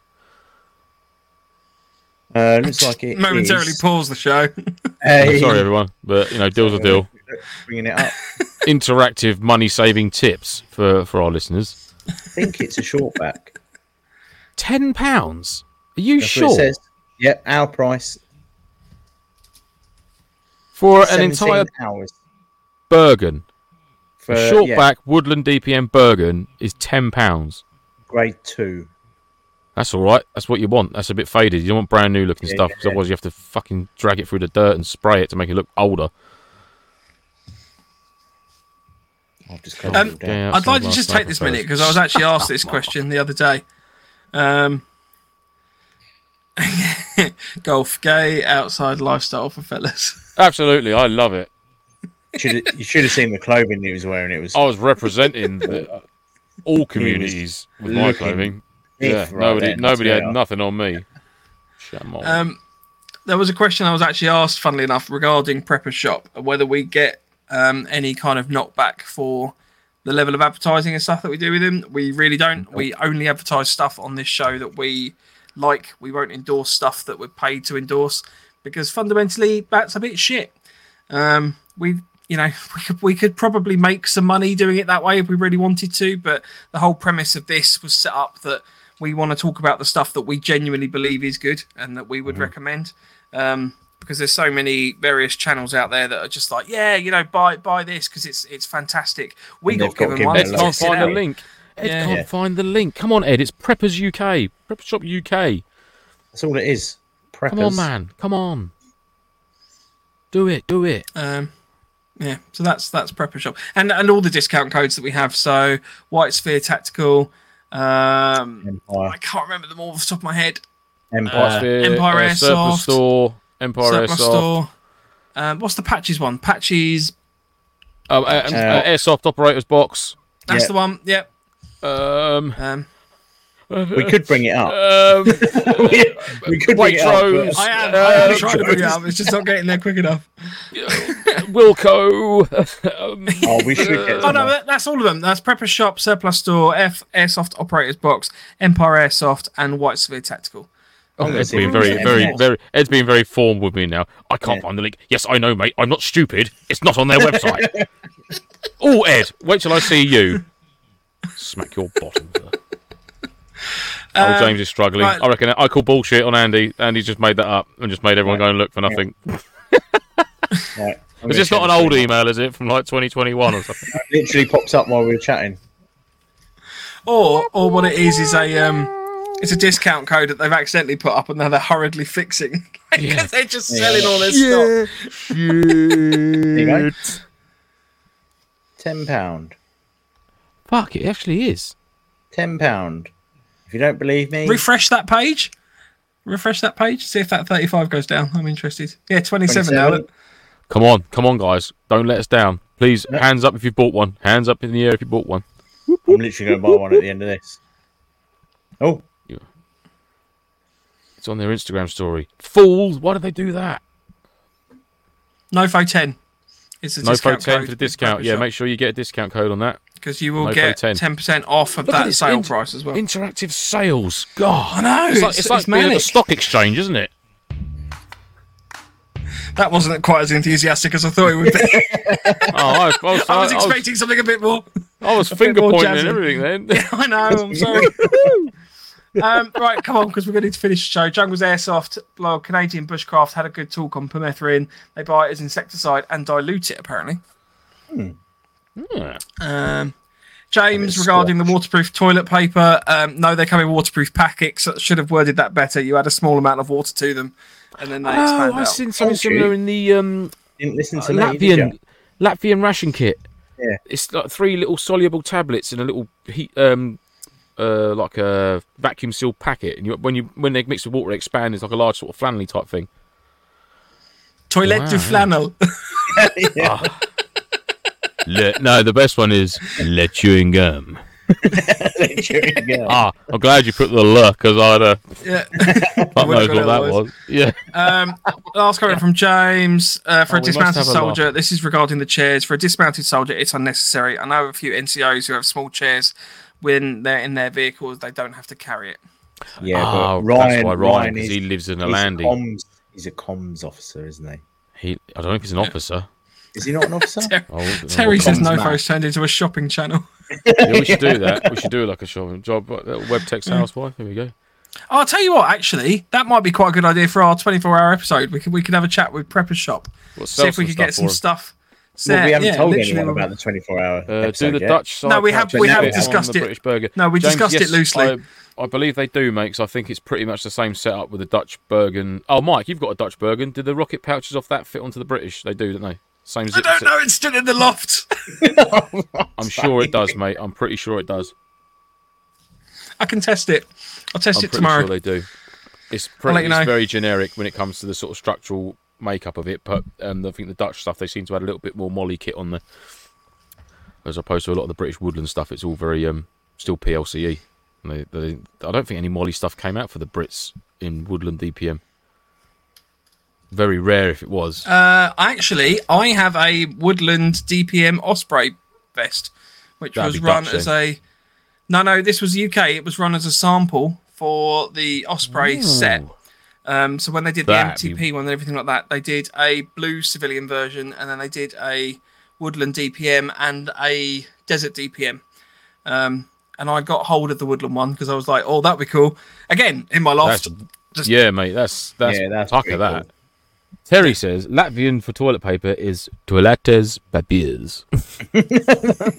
Uh, looks like it
Momentarily
is
pause the show.
a-
Sorry everyone, but you know deal's a deal.
Bringing it up.
interactive money saving tips for, for our listeners.
I think it's a short back.
Ten pounds? Are you
That's what
sure
it says. Yep, our price.
for
17
an entire
hours.
Bergen?
For,
a short
yeah,
back Woodland DPM Bergen is ten pounds.
Grade two.
That's all right. That's what you want. That's a bit faded. You don't want brand new looking
Yeah,
stuff 'cause
yeah.
otherwise you have to fucking drag it through the dirt and spray it to make it look older.
I've just got
Um,
it all down.
Yeah,
I'd like to
outside
just
last
take this
night, I
minute
suppose.
because I was actually asked this question the other day. Um, golf, gay, outside lifestyle for fellas.
Absolutely, I love it.
Should've- you should have seen the clothing he was wearing. It was
I was representing the, uh, all communities with my
looking
clothing.
thick
Yeah,
right
nobody,
then,
nobody
yeah.
had nothing on me. Shame on.
Um, there was a question I was actually asked, funnily enough, regarding Prepper Shop, whether we get um, any kind of knockback for the level of advertising and stuff that we do with them. We really don't. We only advertise stuff on this show that we like. We won't endorse stuff that we're paid to endorse because fundamentally that's a bit shit. Um, we, you know, we could, we could probably make some money doing it that way if we really wanted to, but the whole premise of this was set up that we want to talk about the stuff that we genuinely believe is good and that we would
Mm-hmm.
recommend. Um, because there's so many various channels out there that are just like, yeah, you know, buy buy this because it's it's fantastic. We
And
got
they've got
given
given
one.
a
Ed
let's
lot.
can't
test it
find the
out.
link. Ed
Yeah.
can't
Yeah.
find the link. Come on, Ed. It's Preppers UK. Prepper Shop UK.
that's all it is. Preppers.
Come on, man. Come on. Do it. Do it.
Um, yeah, so that's that's Prepper Shop and and all the discount codes that we have. So White Sphere Tactical. Um,
Empire.
I can't remember them all off the top of my head.
Empire.
uh,
Empire Airsoft.
Surplus Store. Empire
Surplus
Airsoft.
Store. Um, what's the patches one? Patches
Um, uh, um, uh, airsoft operators box.
That's
Yeah.
the one. Yep.
Um,
Um,
We could bring it up.
um,
we could bring it
Waitrose.
up.
I
but-
am. I am
Uh,
trying to bring it up. It's just not getting there quick enough.
Wilco. um,
Oh, we should get.
Oh no,
someone.
that, that's all of them. That's Prepper Shop, Surplus Store, F Airsoft Operators Box, Empire Airsoft, and White Sphere Tactical.
I'm gonna
Ed's
see if
being
we
very,
can
very,
get
very. Ed's being very formal with me now. I can't
Yeah.
find the link. Yes, I know, mate. I'm not stupid. It's not on their website. oh, Ed, wait till I see you. Smack your bottom. sir. oh, James is struggling.
right.
I reckon I call bullshit on Andy. Andy's just made that up and just made everyone go and look for nothing.
someone. Right, I'm
Is
gonna
this not an
check
old
it.
email? Is it from like 2021 or something?
It Literally pops up while we were chatting.
Or or what it is is a um, it's a discount code that they've accidentally put up and now they're hurriedly fixing because they're just selling all this stuff.
There you go. Ten pound.
Fuck! It actually is.
Ten pound. If you don't believe me,
Refresh that page. Refresh that page. See if that thirty-five goes down. I'm interested. Yeah, twenty-seven, now. Look.
Come on, come on, guys! Don't let us down. Please, hands up if you bought one. Hands up in the air if you bought one.
I'm literally going to buy one at the end of this. Oh,
It's on their Instagram story. Fools! Why did they do that?
Nofo ten. It's a
Nofo
discount
ten
code
for the discount. Yeah, make sure you get a discount code on that.
because you will
Nofo
get
10.
ten percent off of
at
that
this
sale
int-
price as well.
Interactive sales. God,
I know,
It's like,
it's-
it's like
it's
being at the
manic.
stock exchange, isn't it?
That wasn't quite as enthusiastic as I thought it would be.
Oh, I was, I was,
I was
I was-
expecting something a bit more.
I was
bit
finger
more
pointing and
jazzy.
everything. Then
I know. I'm sorry. um, right, come on, because we're going to need to finish the show. Jungle's Airsoft blog, Canadian bushcraft had a good talk on permethrin. They buy it as insecticide and dilute it, apparently.
Yeah.
Um, James,
bit
regarding the waterproof toilet paper, um, no, they come in waterproof packets. So should have worded that better. You add a small amount of water to them, and then they expand out.
Oh, something
Told you. similar
in the um,
didn't listen to me. did ya?
Latvian Latvian ration kit.
Yeah.
It's like three little soluble tablets in a little heat um uh like a vacuum sealed packet, and you, when you when they mix with water, it expands. It's like a large sort of flannelly type thing.
Toilet
Wow.
du flannel.
Ah. no, the best one is le chewing gum.
yeah.
Ah, I'm glad you put the le because I'd uh,
yeah.
fuck
Would've
knows
got
what
it
that
otherwise.
was. Yeah.
Um, last comment from James uh, for
Oh,
a
we must
dismounted
have a laugh.
soldier. This is regarding the chairs. For a dismounted soldier, it's unnecessary. I know a few NCOs who have small chairs when they're in their vehicles, they don't have to carry it.
Yeah,
Oh,
but Ryan,
that's why Ryan,
Ryan
because
is,
he lives in a
he's
landing.
comms- he's a comms officer, isn't he?
He, I don't know if he's an officer. Oh,
Is he not an officer?
I wouldn't know
Terry
what
says
comes
no
back.
photos turned into a shopping channel.
Yeah, we should do that. We should do like a short job, uh, web text
Mm.
housewife. Here we go.
I'll tell you what, actually, that might be quite a good idea for our 24 hour episode. We can we can have a chat with Prepper Shop,
We'll
see
sell
if we
some
can get
stuff
some
for
stuff.
well, we
set.
haven't
Yeah,
told
literally,
anyone
we-
about the 24 hour
him. Uh, do
episode
the
yet.
Dutch side
No, we have-
patch
we
and
have
put it on
discussed
the
it.
British burger.
No, we discussed it
yes,
loosely.
I, I believe they do, mate. 'cause I think it's pretty much the same setup with the Dutch Bergen. Oh, Mike, you've got a Dutch Bergen. Did the rocket pouches off that fit onto the British? They do, don't they? Same
I
zip.
don't
zip.
know. It's still in the loft.
I'm sure it does, mate. I'm pretty sure it does.
I can test it. I'll test
I'm
it
pretty
tomorrow.
sure they do. It's
I'll let
pretty.
you know.
It's very generic when it comes to the sort of structural makeup of it, but um, I think the Dutch stuff they seem to add a little bit more molly kit on there, as opposed to a lot of the British woodland stuff. It's all very um, still PLCE. E. And They, they, I don't think any molly stuff came out for the Brits in woodland DPM. Very rare if it was.
Uh, actually, I have a Woodland DPM Osprey vest, which
That'd
was
be
run
Dutch,
as a. No, no, this was UK. It was run as a sample for the Osprey set. Um, so when they did
That'd
the
be-
MTP one and everything like that, they did a blue civilian version, and then they did a Woodland DPM and a Desert DPM. Um, and I got hold of the Woodland one because I was like, "Oh, that'd be cool." Again, in my loft.
That's-
just-
yeah, mate. That's that's
Yeah, that's
fuck
pretty
that.
cool.
Terry says Latvian for toilet paper is toilettes papiers. that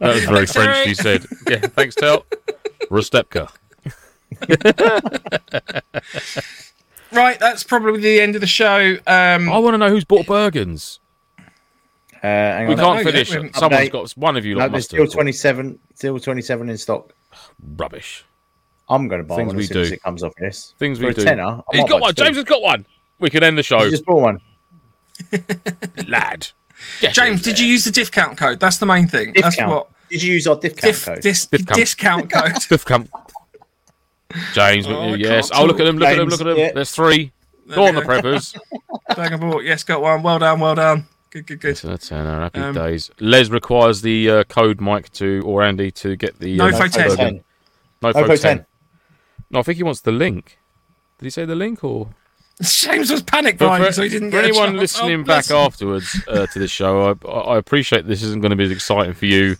was very
Thanks,
French.
Terry.
You said, yeah. Thanks, Tel. Rostepka.
Right, that's probably the end of the show. Um,
I want to know who's bought Bergens.
Uh, hang
We
on.
know
can't
yet,
finish.
we haven't-
Someone's
Update.
got one of you.
No,
lot
there's
must
still
have bought
27, still 27 in stock.
rubbish.
I'm going to buy
Things
one
we
as soon as
do.
it comes off this.
Things
For
we
a
do.
tenner, I
He's
might buy
got one.
two.
James has got one. We can end the show,
You just bought one.
lad. Get
James,
in
did
there.
you use the discount code? That's the main thing. That's
Discount.
what
Did you use our discount
diff,
code?
dis,
Discount.
discount code.
Biff Camp? James,
Oh,
McNew,
I
yes.
can't
Oh, look at them, look at them,
James,
look at them.
yeah.
There's three.
There
Go
we
on, the
go.
preppers.
Bag of ball. Yes, got one. Well done. Well done. Good. Good. Good.
It's a tenner, uh, happy
Um,
days. Les requires the uh, code Mike to or Andy to get the
No
uh,
photo
Nofo
10.
burger. Nofo
Nofo
10.
10.
No, I think he wants the link. Did he say the link or?
James was panic
But
buying,
for,
so he didn't
for
get a
anyone
chance. Oh,
listening
bless
back
him.
afterwards uh, to this show, I, I appreciate this isn't going to be as exciting for you,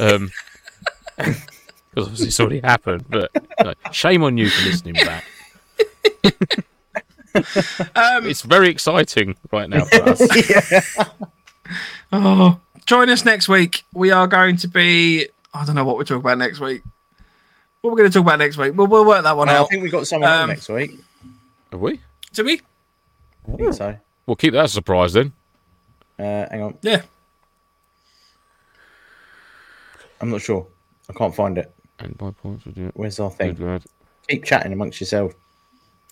um, because obviously it's already happened. But no, shame on you for listening back.
Um,
it's very exciting right now for us.
Oh, join us next week. We are going to be. I don't know what we're talking about next week. What we're going to talk about next week? We'll, we'll work that one
I
out.
think we got someone on
Um,
next week.
Have we?
Do we?
I think so.
We'll keep that a surprise then.
Uh, hang on,
Yeah.
I'm not sure. I can't find it.
And by points, we'll do it.
Where's our
Good
thing?
lad.
Keep chatting amongst yourself.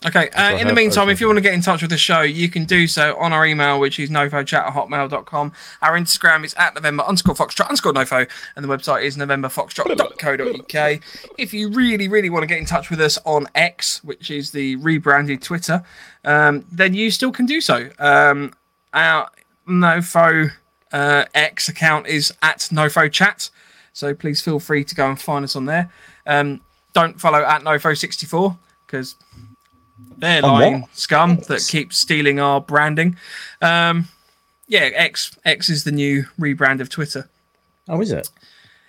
Okay. Uh,
I
in the
have
meantime,
opened.
if you want to get in touch with the show, you can do so on our email, which is nofochat at hotmail.com. Our Instagram is at November underscore foxtrot underscore nofo, and the website is novemberfoxtrot.co.uk. If you really, really want to get in touch with us on X, which is the rebranded Twitter, um, then you still can do so. Um, our nofo uh, X account is at nofochat, so please feel free to go and find us on there. Um, don't follow at nofo64 because they're
On
lying
what?
scum that keep stealing our branding. Um, yeah, X X is the new rebrand of Twitter.
Oh, is it?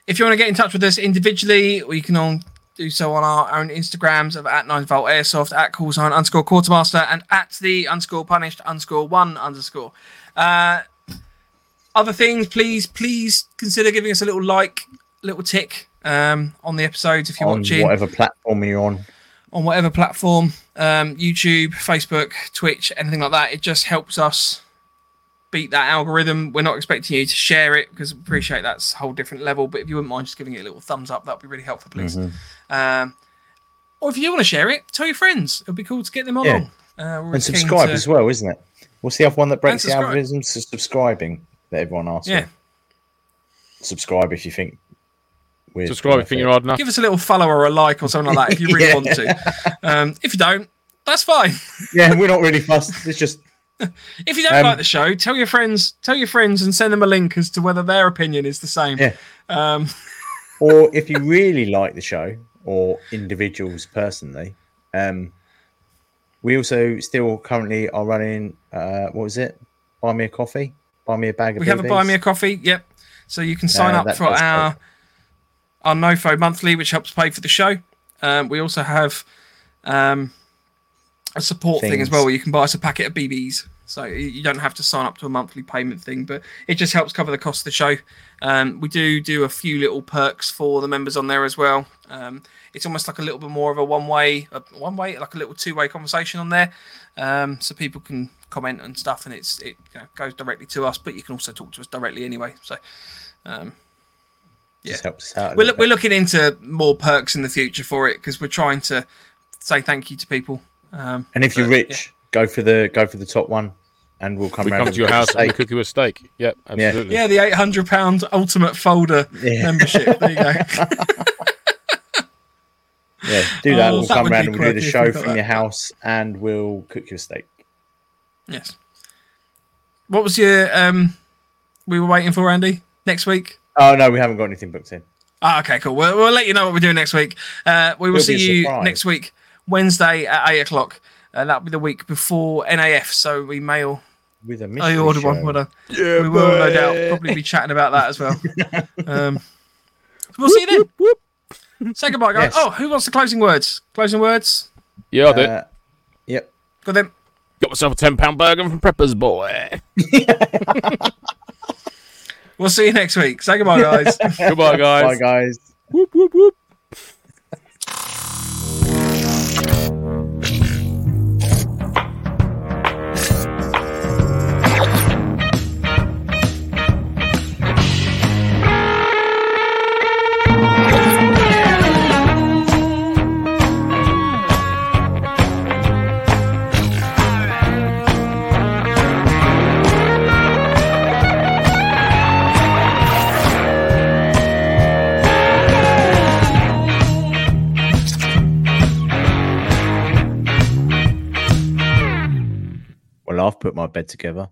If you want to get in touch with us individually, we can all do so on our own Instagrams of at 9volt airsoft, at call sign underscore quartermaster, and at the underscore punished underscore one underscore. Uh, other things, please, please consider giving us a little like, little tick um, on the episodes if you're
on
watching
whatever platform you're on.
on whatever platform um, YouTube, Facebook, Twitch, anything like that. It just helps us beat that algorithm. We're not expecting you to share it because we appreciate that's a whole different level. But if you wouldn't mind just giving it a little thumbs up, that would be really helpful, please.
Mm-hmm.
Um, or if you want to share it, tell your friends. It would be cool to get them along.
Yeah.
Uh, we're keen
And subscribe
to-
as well, isn't it? What's the other one that breaks the
subscribe.
algorithm? S- subscribing that everyone asks.
Yeah.
for. Subscribe if you think. We're
Subscribe if you think you're hard enough.
Give us a little follow or a like or something like that if you really
Yeah.
want to. Um, if you don't, that's fine.
Yeah, we're not really fussed. It's just
If you don't
Um,
like the show, tell your friends, tell your friends, and send them a link as to whether their opinion is the same.
Yeah.
Um,
or if you really like the show or individuals personally, um, we also still currently are running. Uh, what was it? Buy me a coffee. Buy me a bag of.
We have a
BBs.
buy me a coffee. Yep. So you can sign
Uh,
up
that
for
does
our
help.
our Nofo monthly, which helps pay for the show. Um, we also have um, a support thing as
Things.
well, where you can buy us a packet of BBs. So you you don't have to sign up to a monthly payment thing, but it just helps cover the cost of the show. Um, we do do a few little perks for the members on there as well. Um, it's almost like a little bit more of a one way, one way, like a little two way conversation on there um, so people can comment and stuff, and it's it you know, goes directly to us. But you can also talk to us directly anyway. So
Just helps us out. a
we're,
little
loo- we're looking into more perks in the future for it because we're trying to say thank you to people. Um,
And if you're
But, yeah.
rich, go for the go for the top one, and we'll come
We
round
come
and
to your
get a
house and we
steak.
cook you a steak. Yep, absolutely.
yeah, the eight hundred pound ultimate folder
Yeah.
membership. There you go.
Yeah, do that.
Oh,
we'll
that
come
would
round
be
and we'll do
quirky
the
if we
show
got
from your
that.
house, and we'll cook you a steak.
yes. What was your um? We were waiting for Andy next week.
Oh no, we haven't got anything booked in.
Ah, okay, cool. We'll, we'll let you know what we're doing next week. Uh, we will
It'll be
see
a
you
surprise.
next week, Wednesday at eight o'clock. Uh, that'll be the week before NAF, so we may all
With a mystery
I Oh, ordered
show.
one. Well done. we will, no doubt, probably be chatting about that as well. Um, we'll see you then. Say goodbye, guys.
Yes.
Oh, who wants the closing words? Closing words.
Yeah, I did.
Uh, yep.
Got them.
Got myself a ten pound burger from Preppers Boy.
We'll see you next week. Say goodbye, guys.
Goodbye, guys.
Bye, guys.
Whoop whoop whoop.
Alright.
I've put my bed together.